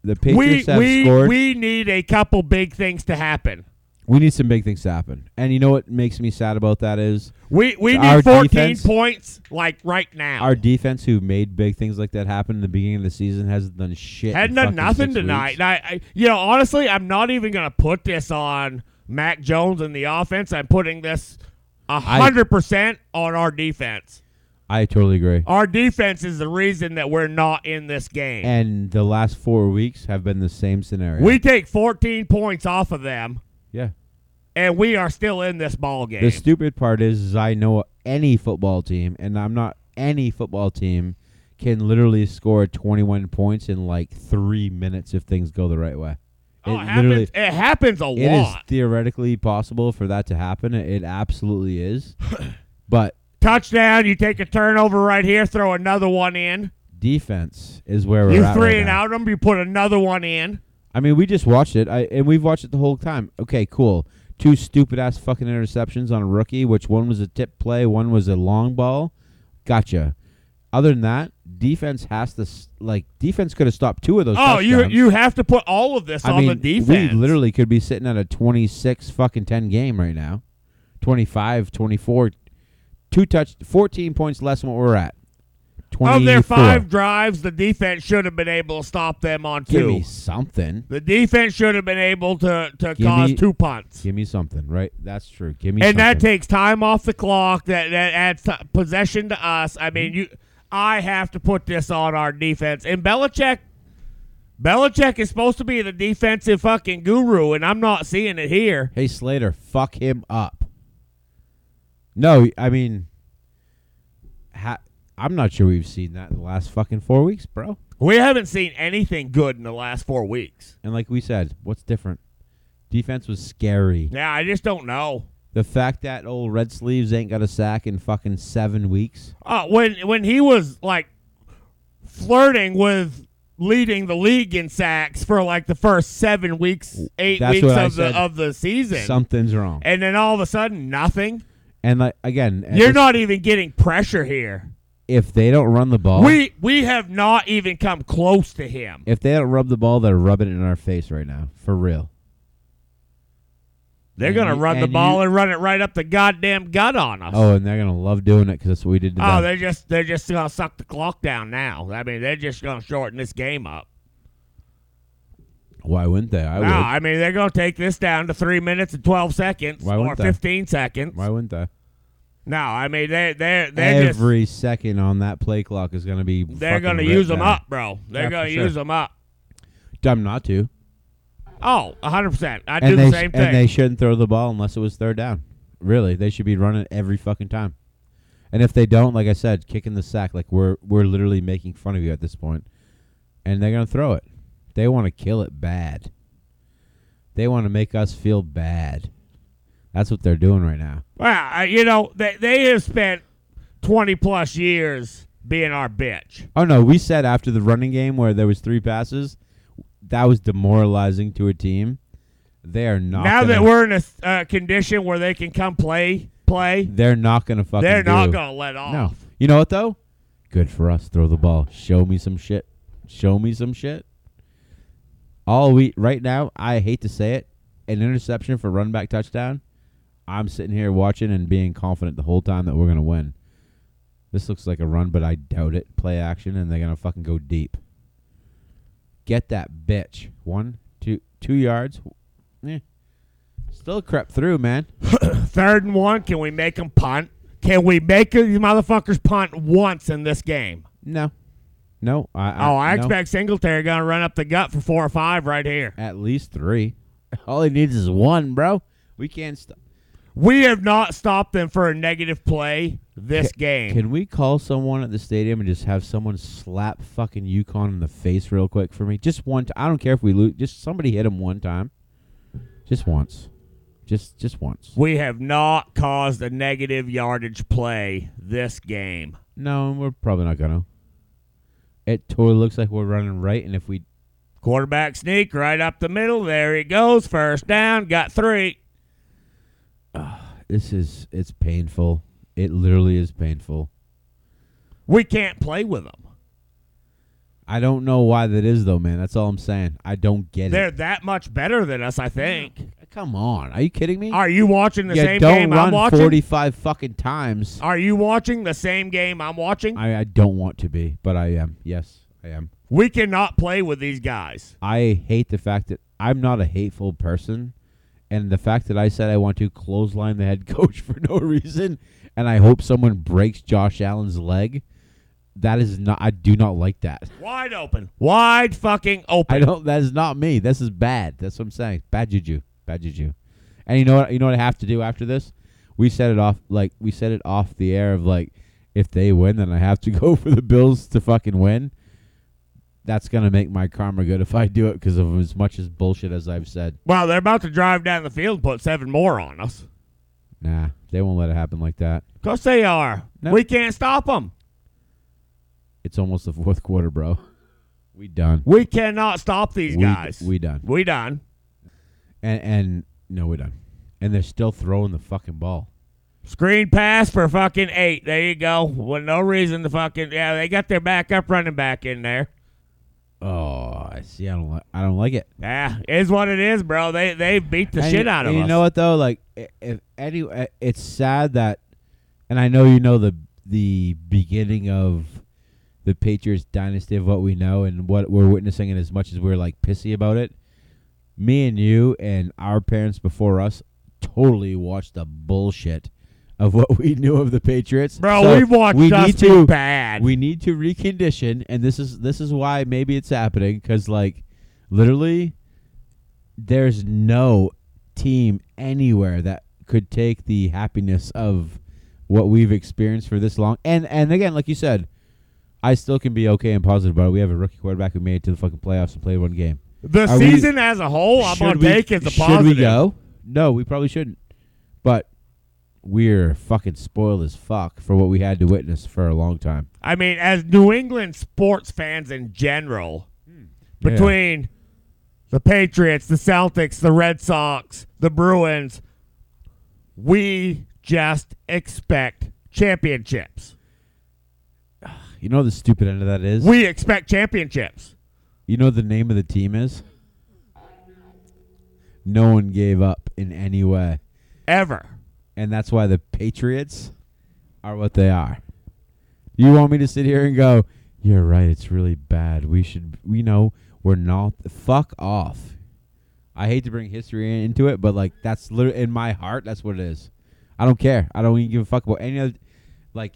Speaker 1: the
Speaker 2: we
Speaker 1: Patriots have
Speaker 2: we
Speaker 1: scored.
Speaker 2: we need a couple big things to happen.
Speaker 1: we need some big things to happen, and you know what makes me sad about that is
Speaker 2: We we need
Speaker 1: Our
Speaker 2: 14
Speaker 1: defense-
Speaker 2: points like right now.
Speaker 1: Our defense, who made big things like that happen in the beginning of the season, hasn't done shit. in
Speaker 2: Hadn't done
Speaker 1: fucking
Speaker 2: nothing
Speaker 1: six
Speaker 2: tonight.
Speaker 1: weeks.
Speaker 2: And I, I you know honestly, I'm not even gonna put this on Mac Jones and the offense. I'm putting this hundred percent on our defense.
Speaker 1: I totally agree.
Speaker 2: Our defense is the reason that we're not in this game.
Speaker 1: And the last four weeks have been the same scenario.
Speaker 2: we take 14 points off of them,
Speaker 1: yeah.
Speaker 2: and we are still in this ball game.
Speaker 1: The stupid part is, is I know any football team, and I'm not any football team can literally score 21 points in like three minutes if things go the right way.
Speaker 2: oh, it,
Speaker 1: it literally,
Speaker 2: happens, it happens a
Speaker 1: it is
Speaker 2: lot.
Speaker 1: theoretically possible for that to happen. It, it absolutely is,
Speaker 2: *coughs*
Speaker 1: but
Speaker 2: Touchdown, you take a turnover right here, throw another one in.
Speaker 1: defense is where we're
Speaker 2: You
Speaker 1: at
Speaker 2: three
Speaker 1: right
Speaker 2: and
Speaker 1: now.
Speaker 2: out them, you put another one in.
Speaker 1: I I mean, we just watched it, I, and we've watched it the whole time. Okay, cool. Two stupid ass fucking interceptions on a rookie, which one was a tip play, one was a long ball. Gotcha. Other than that, defense has to s- like defense could have stopped two of those.
Speaker 2: Oh, you
Speaker 1: touchdowns.
Speaker 2: you have to put all of this
Speaker 1: I
Speaker 2: on
Speaker 1: mean,
Speaker 2: the defense.
Speaker 1: we literally could be sitting at a twenty-six fucking ten game right now, 25, 24, two touch, fourteen points less than what we're at.
Speaker 2: of
Speaker 1: Twenty
Speaker 2: their five drives, the defense should have been able to stop them on
Speaker 1: give
Speaker 2: two.
Speaker 1: me something.
Speaker 2: The defense should have been able to to
Speaker 1: Give
Speaker 2: cause
Speaker 1: me-
Speaker 2: two punts.
Speaker 1: Give me something, right? That's true. Give me
Speaker 2: and that
Speaker 1: something.
Speaker 2: takes time off the clock. That that adds t- possession to us. I mean,
Speaker 1: Mm-hmm.
Speaker 2: you, I have to put this on our defense. And Belichick, Belichick is supposed to be the defensive fucking guru, and I'm not seeing it here.
Speaker 1: hey Slater, fuck him up. No, I mean, ha- I'm not sure we've seen that in the last fucking four weeks, bro.
Speaker 2: We haven't seen anything good in the last four weeks.
Speaker 1: And like we said, what's different? Defense was scary.
Speaker 2: Yeah, I just don't know.
Speaker 1: The fact that old Red Sleeves ain't got a sack in fucking seven weeks.
Speaker 2: Uh, when when he was like flirting with leading the league in sacks for like the first seven weeks, eight
Speaker 1: That's
Speaker 2: weeks
Speaker 1: what I
Speaker 2: of the
Speaker 1: said.
Speaker 2: of the season,
Speaker 1: Something's wrong.
Speaker 2: and then all of a sudden nothing.
Speaker 1: And like again, at
Speaker 2: You're
Speaker 1: this-
Speaker 2: not even getting pressure here.
Speaker 1: if they don't run the ball,
Speaker 2: We we have not even come close to him.
Speaker 1: if they don't rub the ball, they're rubbing it in our face right now, for real.
Speaker 2: They're
Speaker 1: And
Speaker 2: gonna
Speaker 1: you-
Speaker 2: run the
Speaker 1: and
Speaker 2: ball
Speaker 1: you-
Speaker 2: and run it right up the goddamn gut on us.
Speaker 1: Oh, and they're gonna love doing it because that's what we did to
Speaker 2: Oh,
Speaker 1: them.
Speaker 2: they're just they're just gonna suck the clock down now. I mean, they're just gonna shorten this game up.
Speaker 1: Why wouldn't they? I
Speaker 2: no,
Speaker 1: would.
Speaker 2: I mean they're gonna take this down to three minutes and twelve seconds
Speaker 1: Why
Speaker 2: or
Speaker 1: wouldn't they?
Speaker 2: fifteen seconds.
Speaker 1: Why wouldn't they?
Speaker 2: No, I mean they they they're just
Speaker 1: Every second on that play clock is gonna be.
Speaker 2: they're
Speaker 1: fucking
Speaker 2: gonna
Speaker 1: ripped
Speaker 2: use them
Speaker 1: down.
Speaker 2: up, bro. They're
Speaker 1: Yeah, for
Speaker 2: gonna
Speaker 1: sure.
Speaker 2: use them up.
Speaker 1: Dumb not to.
Speaker 2: Oh, hundred percent. I do
Speaker 1: And
Speaker 2: the
Speaker 1: they sh-
Speaker 2: same
Speaker 1: and
Speaker 2: thing.
Speaker 1: they shouldn't throw the ball unless it was third down. Really, they should be running every fucking time. And if they don't, like I said, kicking the sack, like we're we're literally making fun of you at this point. And they're gonna throw it. They want to kill it bad. They want to make us feel bad. That's what they're doing right now.
Speaker 2: Well, I- you know, they, they have spent 20 plus years being our bitch.
Speaker 1: Oh no, we said after the running game where there was three passes, that was demoralizing to a team. They are not.
Speaker 2: now
Speaker 1: gonna,
Speaker 2: that we're in a uh, condition where they can come play, play,
Speaker 1: they're not gonna fucking.
Speaker 2: they're
Speaker 1: do.
Speaker 2: not going to let
Speaker 1: No.
Speaker 2: off.
Speaker 1: Oh. You know what though? Good for us. Throw the ball. Show me some shit. Show me some shit. All we right now, I hate to say it, an interception for run back touchdown. I'm sitting here watching and being confident the whole time that we're gonna win. This looks like a run, but I doubt it. Play action, and they're gonna fucking go deep. Get that bitch. One, two, two yards. Eh. Still crept through, man.
Speaker 2: Third and one, can we make them punt? Can we make these motherfuckers punt once in this game?
Speaker 1: No, no. I, I
Speaker 2: oh, I
Speaker 1: Uh, no.
Speaker 2: expect Singletary going to run up the gut for four or five right here.
Speaker 1: At least three. *laughs* All he needs is one, bro. We can't stop.
Speaker 2: We have not stopped them for a negative play this game.
Speaker 1: Can we call someone at the stadium and just have someone slap fucking Yukon in the face real quick for me? Just one. T- I don't care if we lose. Just somebody hit him one time. Just once. Just just once.
Speaker 2: we have not caused a negative yardage play this game.
Speaker 1: No, we're probably not gonna. It totally looks like we're running right, and if we
Speaker 2: Quarterback sneak right up the middle. There he goes. First down. Got three.
Speaker 1: this is it's painful. It literally is painful.
Speaker 2: We can't play with them.
Speaker 1: I don't know why that is though, man. That's all I'm saying. I don't get
Speaker 2: They're
Speaker 1: it.
Speaker 2: that much better than us, I think.
Speaker 1: Come on, are you kidding me?
Speaker 2: Are you watching the
Speaker 1: yeah,
Speaker 2: same
Speaker 1: don't
Speaker 2: game
Speaker 1: run
Speaker 2: I'm watching?
Speaker 1: 45 fucking times.
Speaker 2: Are you watching the same game I'm watching?
Speaker 1: I, I don't want to be, but I am. Yes, I am.
Speaker 2: we cannot play with these guys.
Speaker 1: I hate the fact that I'm not a hateful person, and the fact that I said I want to clothesline the head *laughs* coach for no reason, and I hope someone breaks Josh Allen's leg. That is not. I do not like that.
Speaker 2: Wide open. Wide fucking open.
Speaker 1: I don't. That is not me. This is bad. That's what I'm saying. Bad juju. Bad juju. And you know what? You know what I have to do after this? We set it off like we set it off the air of like, if they win, then I have to *laughs* go for the Bills to fucking win. That's gonna make my karma good if I do it because of as much as bullshit as I've said.
Speaker 2: Well, they're about to drive down the field and put seven more on us.
Speaker 1: Nah, they won't let it happen like that.
Speaker 2: Of course they are.
Speaker 1: No.
Speaker 2: We can't stop them.
Speaker 1: It's almost the fourth quarter, bro. We done.
Speaker 2: We cannot stop these
Speaker 1: We-
Speaker 2: guys.
Speaker 1: we done.
Speaker 2: We done.
Speaker 1: And and no, we're done. And they're still throwing the fucking ball.
Speaker 2: Screen pass for fucking eight. There you go. With no reason to fucking yeah, they got their backup running back in there.
Speaker 1: Oh, I see. I don't like. I don't like it.
Speaker 2: Yeah, is what it is, bro. They they beat the
Speaker 1: And
Speaker 2: shit
Speaker 1: you-
Speaker 2: out of
Speaker 1: and
Speaker 2: us.
Speaker 1: You know what though? Like, i- if any, uh, it's sad that, and I know you know the the beginning of the Patriots dynasty of what we know and what we're witnessing, and as much as we're like pissy about it, me and you and our parents before us totally watched the bullshit of what we knew of the Patriots.
Speaker 2: bro,
Speaker 1: So
Speaker 2: we've watched
Speaker 1: we
Speaker 2: us
Speaker 1: need
Speaker 2: be
Speaker 1: to
Speaker 2: bad.
Speaker 1: we need to recondition and this is this is why maybe it's happening cuz like literally there's no team anywhere that could take the happiness of what we've experienced for this long and and again like you said I still can be okay and positive about it. We have a rookie quarterback who made it to the fucking playoffs and played one game.
Speaker 2: the
Speaker 1: are we-
Speaker 2: season as a whole, Oh, I'm
Speaker 1: Should
Speaker 2: gonna
Speaker 1: we-
Speaker 2: take as a
Speaker 1: should
Speaker 2: positive.
Speaker 1: we go? No, we probably shouldn't. But we're fucking spoiled as fuck for what we had to witness for a long time.
Speaker 2: I mean, as New England sports fans in general,
Speaker 1: Hmm. Yeah.
Speaker 2: between the Patriots, the Celtics, the Red Sox, the Bruins, we just expect championships.
Speaker 1: You know what the stupid end of that is?
Speaker 2: We expect championships.
Speaker 1: You know what the name of the team is? No one gave up in any way.
Speaker 2: Ever.
Speaker 1: And that's why the Patriots are what they are. You want me to sit here and go, you're right, it's really bad. We should, we know, we're not. Fuck off. I hate to bring history in- into it, but like, that's literally in my heart, that's what it is. I don't care. I don't even give a fuck about any other, like,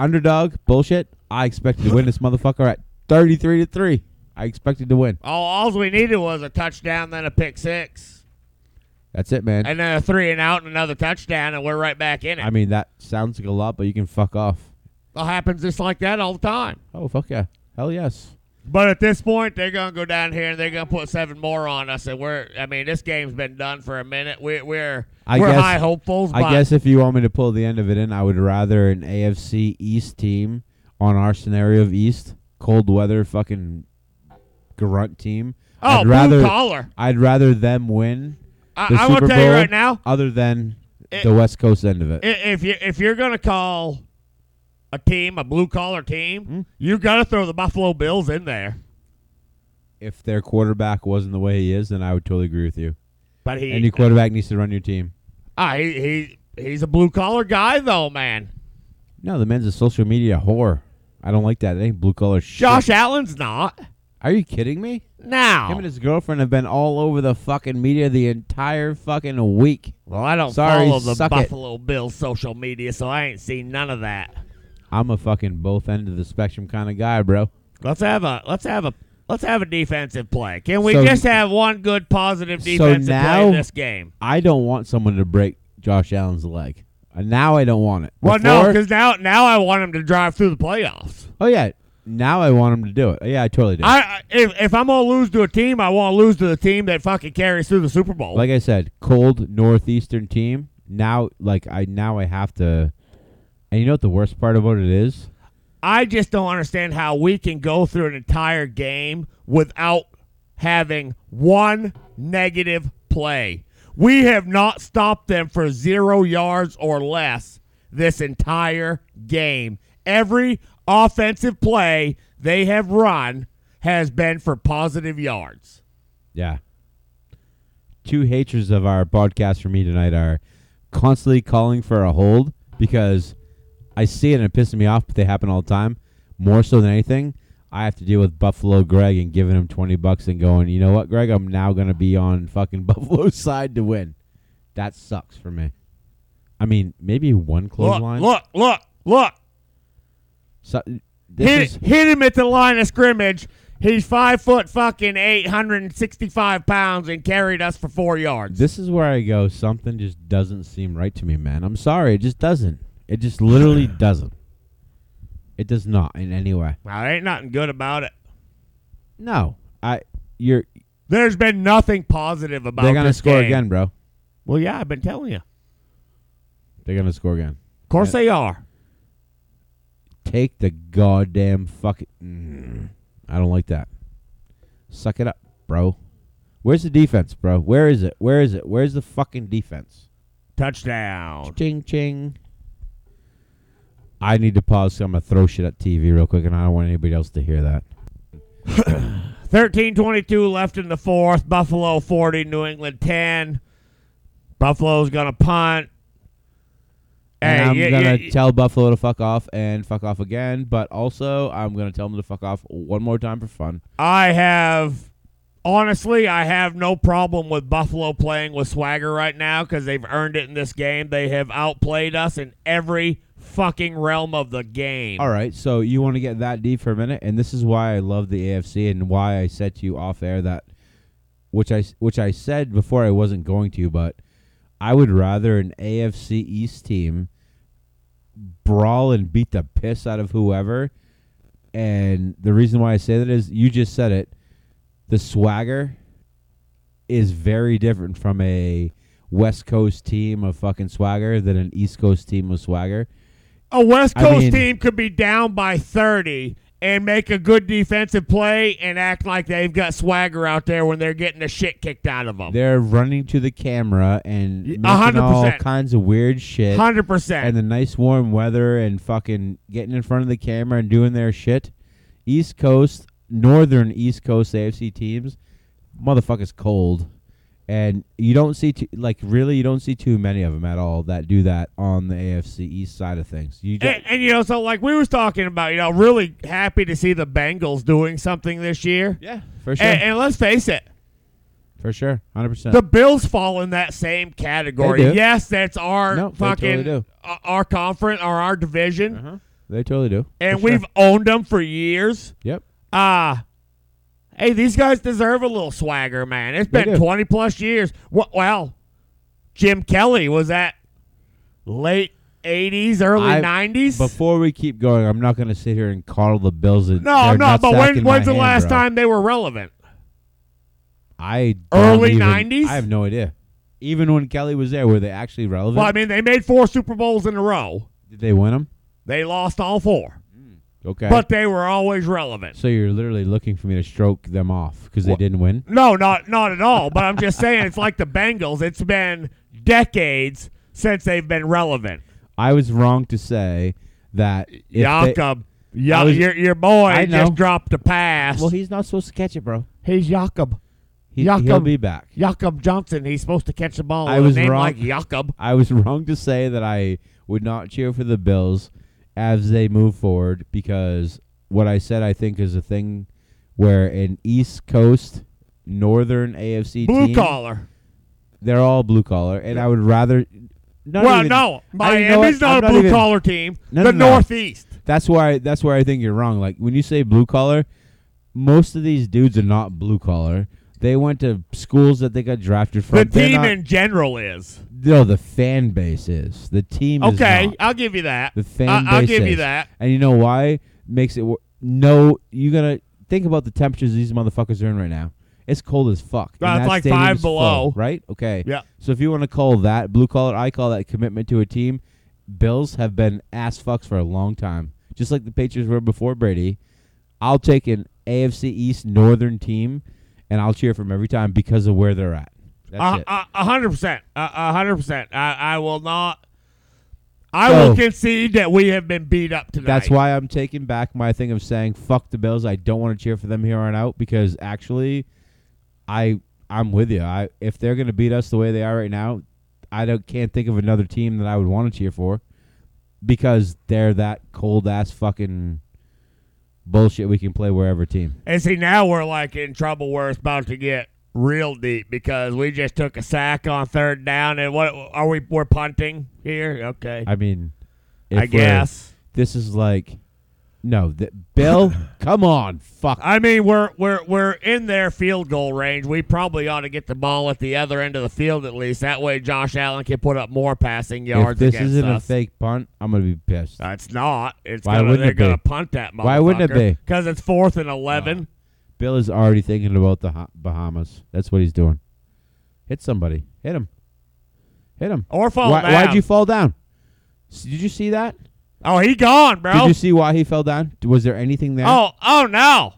Speaker 1: underdog bullshit. I expected to win this motherfucker at 33 to 3. I expected to win.
Speaker 2: All, all we needed was a touchdown, then a pick six,
Speaker 1: That's it, man.
Speaker 2: and then a three and out, and another touchdown, and we're right back in it.
Speaker 1: I mean, that sounds like a lot, but you can fuck off.
Speaker 2: it happens just like that all the time.
Speaker 1: Oh, fuck yeah. Hell yes.
Speaker 2: But at this point, they're gonna go down here and they're gonna put seven more on us, and we're—I mean, this game's been done for a minute. We're we're
Speaker 1: I
Speaker 2: we're
Speaker 1: guess-
Speaker 2: high hopefuls.
Speaker 1: I
Speaker 2: but
Speaker 1: guess if you want me to pull the end of it in, I would rather an AFC East team on our scenario of East, cold weather fucking grunt team.
Speaker 2: oh,
Speaker 1: I'd
Speaker 2: blue
Speaker 1: rather
Speaker 2: collar.
Speaker 1: I'd rather them win
Speaker 2: I,
Speaker 1: the
Speaker 2: I
Speaker 1: Super
Speaker 2: will tell
Speaker 1: Bowl
Speaker 2: you right now,
Speaker 1: other than
Speaker 2: Oh. It-
Speaker 1: the West Coast end of it.
Speaker 2: i- if you if you're gonna call a team a blue collar team,
Speaker 1: Hmm?
Speaker 2: you gotta throw the Buffalo Bills in there.
Speaker 1: if their quarterback wasn't the way he is, then I would totally agree with you.
Speaker 2: But he,
Speaker 1: And your quarterback needs to run your team.
Speaker 2: ah, he he he's a blue collar guy though, man.
Speaker 1: No, the man's a social media whore. I don't like that. It ain't blue collar shit.
Speaker 2: Josh Allen's not
Speaker 1: Are you kidding me?
Speaker 2: now.
Speaker 1: Him and his girlfriend have been all over the fucking media the entire fucking week.
Speaker 2: well, I don't
Speaker 1: Sorry,
Speaker 2: follow the
Speaker 1: suck it.
Speaker 2: Buffalo Bills social media, so I ain't seen none of that.
Speaker 1: I'm a fucking both end of the spectrum kind of guy, bro.
Speaker 2: Let's have a let's have a let's have a defensive play. Can we
Speaker 1: So-
Speaker 2: just have one good positive
Speaker 1: So
Speaker 2: defensive play
Speaker 1: now-
Speaker 2: in this game?
Speaker 1: I don't want someone to break Josh Allen's leg. And now I don't want it.
Speaker 2: Well, no,
Speaker 1: Before-
Speaker 2: because now now I want him to drive through the playoffs.
Speaker 1: oh yeah, now I want him to do it. Yeah, I totally do.
Speaker 2: I I if, if I'm gonna lose to a team, I want to lose to the team that fucking carries through the Super Bowl.
Speaker 1: like I said, cold northeastern team. Now, like I now I have to. And you know what the worst part about it is?
Speaker 2: I just don't understand how we can go through an entire game without having one negative play. We have not stopped them for zero yards or less this entire game. Every offensive play they have run has been for positive yards.
Speaker 1: Yeah. Two haters of our podcast for me tonight are constantly calling for a hold because I see it and it pisses me off, but they happen all the time. More so than anything, I have to deal with Buffalo Greg and giving him 20 bucks and going, you know what, Greg, I'm now going to be on fucking *laughs* Buffalo's side to win. That sucks for me. I mean, maybe one
Speaker 2: Look,
Speaker 1: clothesline.
Speaker 2: look, look, look.
Speaker 1: So, this
Speaker 2: Hit,
Speaker 1: is-
Speaker 2: hit him at the line of scrimmage. He's five foot fucking 865 pounds and carried us for four yards.
Speaker 1: This is where I go. Something just doesn't seem right to me, man. I'm sorry. It just doesn't. It just literally doesn't. It does not in any way.
Speaker 2: Well, there ain't nothing good about it.
Speaker 1: No, I. You're.
Speaker 2: There's been nothing positive about.
Speaker 1: They're gonna
Speaker 2: this
Speaker 1: score
Speaker 2: game.
Speaker 1: again, bro.
Speaker 2: Well, yeah, I've been telling you. Of
Speaker 1: They're gonna score again.
Speaker 2: course they are.
Speaker 1: Take the goddamn fucking. Mm, I don't like that. Suck it up, bro. Where's the defense, bro? Where is it? Where is it? Where's the fucking defense?
Speaker 2: Touchdown.
Speaker 1: Ching ching. I need to pause. So I'm gonna throw shit at TV real quick, and I don't want anybody else to hear that.
Speaker 2: 1322 left in the fourth. Buffalo 40, New England 10. Buffalo's going to punt. Hey,
Speaker 1: and I'm
Speaker 2: you-
Speaker 1: gonna
Speaker 2: you-
Speaker 1: tell Buffalo to fuck off and fuck off again, but also I'm gonna tell them to fuck off one more time for fun.
Speaker 2: I have, honestly, I have no problem with Buffalo playing with swagger right now because they've earned it in this game. They have outplayed us in every fucking realm of the game.
Speaker 1: All right, so you want to get that deep for a minute, and this is why I love the AFC and why I said to you off air that, which I which I said before I wasn't going to, but I would rather an AFC East team brawl and beat the piss out of whoever, and the reason why I say that is you just said it, the swagger is very different from a West Coast team of fucking swagger than an East Coast team of swagger.
Speaker 2: A West
Speaker 1: I
Speaker 2: Coast
Speaker 1: mean-
Speaker 2: team could be down by 30 and make a good defensive play and act like they've got swagger out there when they're getting the shit kicked out of them.
Speaker 1: They're running to the camera and
Speaker 2: Y- a
Speaker 1: making
Speaker 2: hundred
Speaker 1: all
Speaker 2: percent.
Speaker 1: kinds of weird shit.
Speaker 2: Hundred percent.
Speaker 1: And the nice warm weather and fucking getting in front of the camera and doing their shit. East Coast, Northern East Coast AFC teams, motherfuckers cold. And you don't see, too, like, really, you don't see too many of them at all that do that on the AFC East side of things. You just,
Speaker 2: and, and, you know, so like we was talking about, you know, really happy to see the Bengals doing something this year.
Speaker 1: yeah, for
Speaker 2: A-
Speaker 1: sure.
Speaker 2: And, let's face it,
Speaker 1: for sure. 100%.
Speaker 2: eh. the Bills fall in that same category.
Speaker 1: They do.
Speaker 2: Yes, that's our
Speaker 1: No, they
Speaker 2: fucking
Speaker 1: totally do.
Speaker 2: uh, our conference or our division,
Speaker 1: uh-huh. They totally do.
Speaker 2: and
Speaker 1: For sure.
Speaker 2: we've owned them for years.
Speaker 1: Yep.
Speaker 2: Ah. Hey, these guys deserve a little swagger, man. It's
Speaker 1: They
Speaker 2: been
Speaker 1: do.
Speaker 2: 20 plus years. Wh- Well, Jim Kelly was at late 80s, early
Speaker 1: I-
Speaker 2: 90s.
Speaker 1: Before we keep going, I'm not going to sit here and coddle the Bills. And
Speaker 2: No,
Speaker 1: their
Speaker 2: no, but
Speaker 1: nutsack
Speaker 2: when,
Speaker 1: in my
Speaker 2: when's the
Speaker 1: hand,
Speaker 2: last
Speaker 1: bro.
Speaker 2: time they were relevant?
Speaker 1: I don't
Speaker 2: Early
Speaker 1: even-
Speaker 2: 90s?
Speaker 1: I have no idea. Even when Kelly was there, were they actually relevant?
Speaker 2: Well, I mean, they made four Super Bowls in a row.
Speaker 1: Did they win them?
Speaker 2: They lost all four,
Speaker 1: Okay.
Speaker 2: but they were always relevant.
Speaker 1: so you're literally looking for me to stroke them off because they
Speaker 2: What?
Speaker 1: didn't win.
Speaker 2: No, not not at all. But I'm just saying, it's like the Bengals. It's been decades since they've been relevant.
Speaker 1: I was wrong to say that. If they-
Speaker 2: Jakob,
Speaker 1: I
Speaker 2: ya,
Speaker 1: was-
Speaker 2: your your boy
Speaker 1: I know.
Speaker 2: just dropped a pass.
Speaker 1: well, he's not supposed to catch it, bro.
Speaker 2: he's Jakob.
Speaker 1: He,
Speaker 2: Yuck 'em.
Speaker 1: he'll be back.
Speaker 2: Jakob Johnson. He's supposed to catch the ball.
Speaker 1: I
Speaker 2: with a
Speaker 1: was
Speaker 2: name
Speaker 1: wrong.
Speaker 2: like Jakob.
Speaker 1: I was *laughs* wrong to say that I would not cheer for the Bills as they move forward because what I said I think is a thing where an East Coast Northern AFC
Speaker 2: Blue
Speaker 1: team,
Speaker 2: collar.
Speaker 1: they're all blue collar, and I would rather. Not
Speaker 2: well,
Speaker 1: even-
Speaker 2: no,
Speaker 1: I- you know
Speaker 2: Miami's
Speaker 1: what? I'm
Speaker 2: not a
Speaker 1: not
Speaker 2: blue
Speaker 1: even-
Speaker 2: collar team.
Speaker 1: No,
Speaker 2: the
Speaker 1: no, no.
Speaker 2: Northeast.
Speaker 1: That's why. That's where I think you're wrong. Like when you say blue collar, most of these dudes are not blue collar. They went to schools that they got drafted from.
Speaker 2: The
Speaker 1: They're
Speaker 2: team
Speaker 1: not-
Speaker 2: in general is.
Speaker 1: no, the fan base is the team. is
Speaker 2: Okay,
Speaker 1: not.
Speaker 2: I'll give you that.
Speaker 1: The fan
Speaker 2: I- I'll
Speaker 1: base
Speaker 2: give you
Speaker 1: is.
Speaker 2: that.
Speaker 1: And you know why? Makes it wor- no. You gotta think about the temperatures these motherfuckers are in right now. It's cold as fuck. and
Speaker 2: Well, it's
Speaker 1: that
Speaker 2: like
Speaker 1: stadium's
Speaker 2: five below.
Speaker 1: full, right? Okay.
Speaker 2: Yeah.
Speaker 1: So if you want to call that blue collar, I call that commitment to a team. Bills have been ass fucks for a long time, just like the Patriots were before Brady. I'll take an AFC East Northern team, and I'll cheer for them every time because of where they're at. That's
Speaker 2: A
Speaker 1: it.
Speaker 2: a- uh, a hundred percent. A a hundred percent. I I will not. I
Speaker 1: So-
Speaker 2: will concede that we have been beat up tonight.
Speaker 1: That's why I'm taking back my thing of saying fuck the Bills. I don't want to cheer for them here on out because actually, I I'm with you. I if they're gonna beat us the way they are right now, I don't can't think of another team that I would want to cheer for because they're that cold ass fucking bullshit. We can play wherever team.
Speaker 2: And see, now we're like in trouble where it's about to get real deep because we just took a sack on third down, and what are we? We're punting here. Okay,
Speaker 1: I mean, if
Speaker 2: I
Speaker 1: we're-
Speaker 2: guess.
Speaker 1: this is like no, th-
Speaker 2: *laughs*
Speaker 1: Bill. come on, fuck.
Speaker 2: I mean, we're we're we're in their field goal range. We probably ought to get the ball at the other end of the field at least. That way, Josh Allen can put up more passing
Speaker 1: if
Speaker 2: yards.
Speaker 1: this
Speaker 2: against
Speaker 1: isn't
Speaker 2: us.
Speaker 1: a fake punt, I'm gonna be pissed.
Speaker 2: Uh, It's not. It's
Speaker 1: Why
Speaker 2: gonna,
Speaker 1: wouldn't
Speaker 2: they're
Speaker 1: it be?
Speaker 2: going to punt that motherfucker.
Speaker 1: Why wouldn't it be?
Speaker 2: Because it's fourth and 11.
Speaker 1: Bill is already thinking about the Ha- Bahamas. That's what he's doing. Hit somebody. Hit him. Hit him.
Speaker 2: or fall
Speaker 1: why,
Speaker 2: down.
Speaker 1: Why'd you fall down? S- Did you see that?
Speaker 2: oh, he gone,
Speaker 1: Did
Speaker 2: bro.
Speaker 1: you see why he fell down? D- Was there anything there?
Speaker 2: Oh, oh no.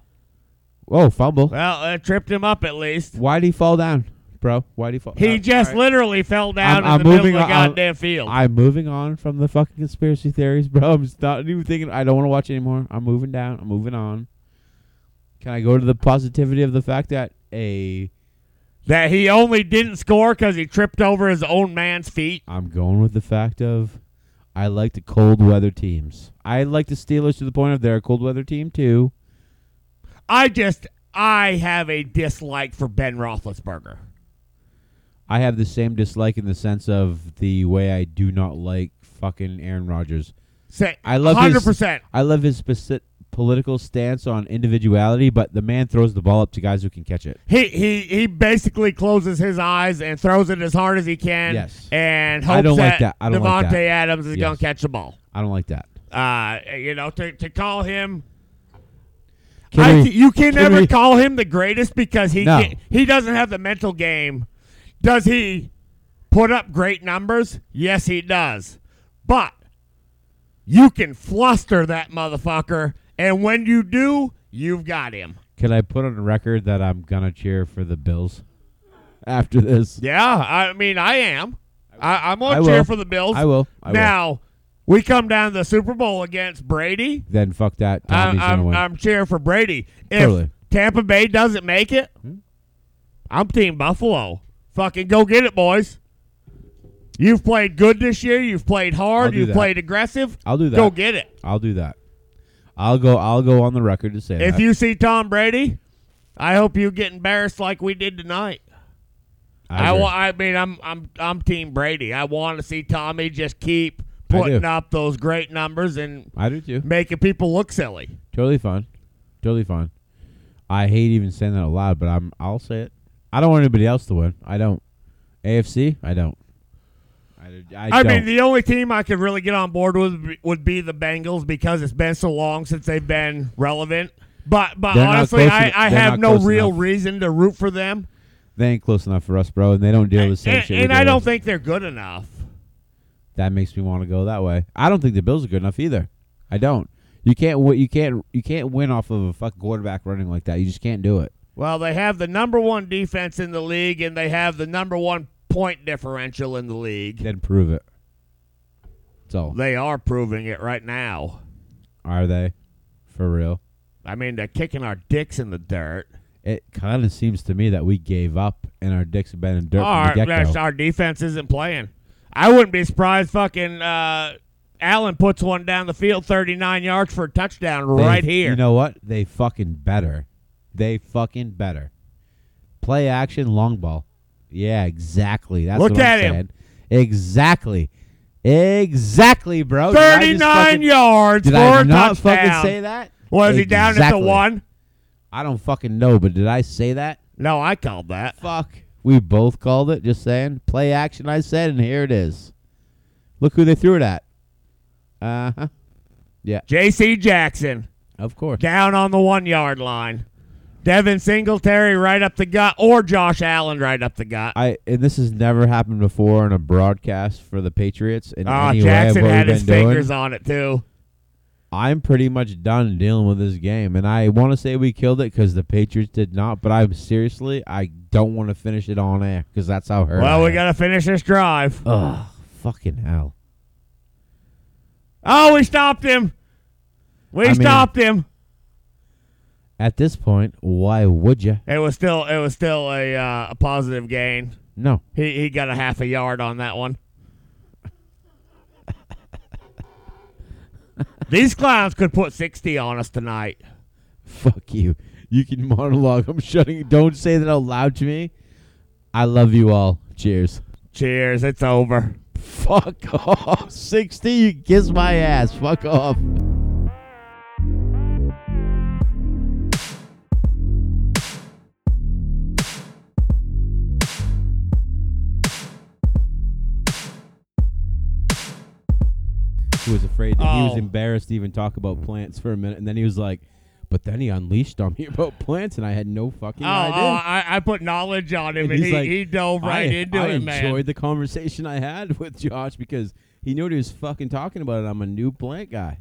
Speaker 1: Oh, fumble.
Speaker 2: Well, it tripped him up at least.
Speaker 1: Why'd he fall down, bro? Why'd he fall?
Speaker 2: He
Speaker 1: Uh,
Speaker 2: just literally fell down
Speaker 1: I'm
Speaker 2: in the
Speaker 1: moving
Speaker 2: middle of the
Speaker 1: on- I'm-
Speaker 2: goddamn field.
Speaker 1: I'm moving on from the fucking conspiracy theories, bro. I'm just not even thinking. I don't want to watch anymore. I'm moving down. I'm moving on. Can I go to the positivity of the fact that a
Speaker 2: that he only didn't score because he tripped over his own man's feet.
Speaker 1: I'm going with the fact of I like the cold weather teams. I like the Steelers to the point of they're a cold weather team too.
Speaker 2: I just, I have a dislike for Ben Roethlisberger.
Speaker 1: I have the same dislike in the sense of the way I do not like fucking Aaron Rodgers.
Speaker 2: Say,
Speaker 1: I love his-
Speaker 2: 100%.
Speaker 1: I love his specific political stance on individuality, but the man throws the ball up to guys who can catch it.
Speaker 2: He, he he basically closes his eyes and throws it as hard as he can.
Speaker 1: Yes.
Speaker 2: And
Speaker 1: I
Speaker 2: hopes
Speaker 1: don't like that. I don't
Speaker 2: Devontae
Speaker 1: like that.
Speaker 2: Adams is
Speaker 1: Yes.
Speaker 2: going to catch the ball.
Speaker 1: I don't like that.
Speaker 2: Uh, you know, to, to call him.
Speaker 1: Can
Speaker 2: I,
Speaker 1: we-
Speaker 2: ca- you can,
Speaker 1: can
Speaker 2: never
Speaker 1: we-
Speaker 2: call him the greatest because he
Speaker 1: No.
Speaker 2: can't, he doesn't have the mental game. Does he put up great numbers? Yes, he does. But you can fluster that motherfucker, and when you do, you've got him.
Speaker 1: Can I put on record that I'm gonna cheer for the Bills after this?
Speaker 2: Yeah, I mean, I am. I, I'm
Speaker 1: I
Speaker 2: going to
Speaker 1: will.
Speaker 2: cheer for the Bills.
Speaker 1: I will. I will.
Speaker 2: now we come down to the Super Bowl against Brady.
Speaker 1: Then fuck that. Tommy's
Speaker 2: I'm,
Speaker 1: gonna
Speaker 2: I'm,
Speaker 1: win.
Speaker 2: I'm cheering for Brady. If
Speaker 1: Totally. Hmm?
Speaker 2: Tampa Bay doesn't make it, I'm Team Buffalo. Fucking go get it, boys. You've played good this year. You've played
Speaker 1: I'll
Speaker 2: hard.
Speaker 1: do
Speaker 2: You've
Speaker 1: that.
Speaker 2: played aggressive.
Speaker 1: I'll do that.
Speaker 2: Go get it.
Speaker 1: I'll do that. I'll go. I'll go on the record to say
Speaker 2: If
Speaker 1: that.
Speaker 2: you see Tom Brady, I hope you get embarrassed like we did tonight. I,
Speaker 1: agree.
Speaker 2: wa- I mean, I'm I'm I'm Team Brady. I want to see Tommy just keep
Speaker 1: I do.
Speaker 2: putting up those great numbers and
Speaker 1: I do too.
Speaker 2: making people look silly.
Speaker 1: Totally fine. Totally fine. I hate even saying that aloud, but I'm. I'll say it. I don't want anybody else to win. I don't. AFC. I don't. I,
Speaker 2: I,
Speaker 1: don't.
Speaker 2: mean, the only team I could really get on board with would be the Bengals because it's been so long since they've been relevant. But but
Speaker 1: They're not
Speaker 2: honestly,
Speaker 1: close
Speaker 2: I,
Speaker 1: en-
Speaker 2: I
Speaker 1: they're
Speaker 2: have
Speaker 1: not
Speaker 2: no
Speaker 1: close
Speaker 2: real
Speaker 1: enough.
Speaker 2: reason to root for them,
Speaker 1: they ain't close enough for us, bro, and they don't deal
Speaker 2: and,
Speaker 1: with the same shit. we
Speaker 2: and
Speaker 1: deal
Speaker 2: I don't
Speaker 1: with.
Speaker 2: think they're good enough.
Speaker 1: that makes me want to go that way. I don't think the Bills are good enough either. I don't. You can't. wi- You can't. You can't win off of a fucking quarterback running like that. You just can't do it.
Speaker 2: Well, they have the number one defense in the league, and they have the number one point differential in the league.
Speaker 1: Then prove it. That's all.
Speaker 2: They are proving it right now.
Speaker 1: Are they? For real?
Speaker 2: I mean, they're kicking our dicks in the dirt.
Speaker 1: It kind of seems to me that we gave up and our dicks have been in dirt
Speaker 2: Our,
Speaker 1: from the get go.
Speaker 2: our defense isn't playing. I wouldn't be surprised. Fucking uh, Allen puts one down the field, thirty-nine yards for a touchdown right here.
Speaker 1: You know what? They fucking better. They fucking better. Play action, long ball. Yeah, exactly. That's
Speaker 2: Look
Speaker 1: what I'm
Speaker 2: at him.
Speaker 1: saying. Exactly. Exactly, bro. Did I just
Speaker 2: thirty-nine
Speaker 1: fucking-
Speaker 2: yards
Speaker 1: Did
Speaker 2: for
Speaker 1: I
Speaker 2: a
Speaker 1: not
Speaker 2: touchdown.
Speaker 1: fucking say that?
Speaker 2: Was he down at the
Speaker 1: Exactly.
Speaker 2: one?
Speaker 1: I don't fucking know, but did I say that?
Speaker 2: No, I called that.
Speaker 1: Fuck. We both called it, just saying. Play action, I said, and here it is. Look who they threw it at. Uh huh.
Speaker 2: J.C. Jackson
Speaker 1: Of course.
Speaker 2: down on the one-yard line. Devin Singletary right up the gut, or Josh Allen right up the gut.
Speaker 1: I and this has never happened before in a broadcast for the Patriots in
Speaker 2: Ah,
Speaker 1: any
Speaker 2: Jackson
Speaker 1: way of what
Speaker 2: had
Speaker 1: we've
Speaker 2: his
Speaker 1: been doing.
Speaker 2: fingers on it too.
Speaker 1: I'm pretty much done dealing with this game, and I want to say we killed it because the Patriots did not. But I'm seriously, I don't want to finish it on air because that's how hurt.
Speaker 2: Well,
Speaker 1: I
Speaker 2: we
Speaker 1: am.
Speaker 2: gotta finish this drive.
Speaker 1: Ugh, fucking hell.
Speaker 2: Oh, we stopped him. We
Speaker 1: I mean-
Speaker 2: stopped him.
Speaker 1: At this point, why would you?
Speaker 2: It was still it was still a uh, a positive gain.
Speaker 1: No,
Speaker 2: He he got a half a yard on that one. *laughs* These clowns could put sixty on us tonight.
Speaker 1: fuck you. You can *laughs* monologue. I'm shutting. Don't say that out loud to me. I love you all. Cheers.
Speaker 2: Cheers, it's over.
Speaker 1: Fuck *laughs* off. 60, you kiss my ass. Fuck off. He was afraid that he was
Speaker 2: Oh.
Speaker 1: embarrassed to even talk about plants for a minute, and then he was like, "But then he unleashed on me *laughs* about plants, and I had no fucking
Speaker 2: oh,
Speaker 1: idea."
Speaker 2: oh, I, I put knowledge on him,
Speaker 1: And
Speaker 2: and
Speaker 1: he's
Speaker 2: he,
Speaker 1: like,
Speaker 2: he dove right
Speaker 1: I,
Speaker 2: into
Speaker 1: I
Speaker 2: it,
Speaker 1: enjoyed
Speaker 2: man.
Speaker 1: *laughs* the conversation I had with Josh because he knew what he was fucking talking about, and I'm a new plant guy.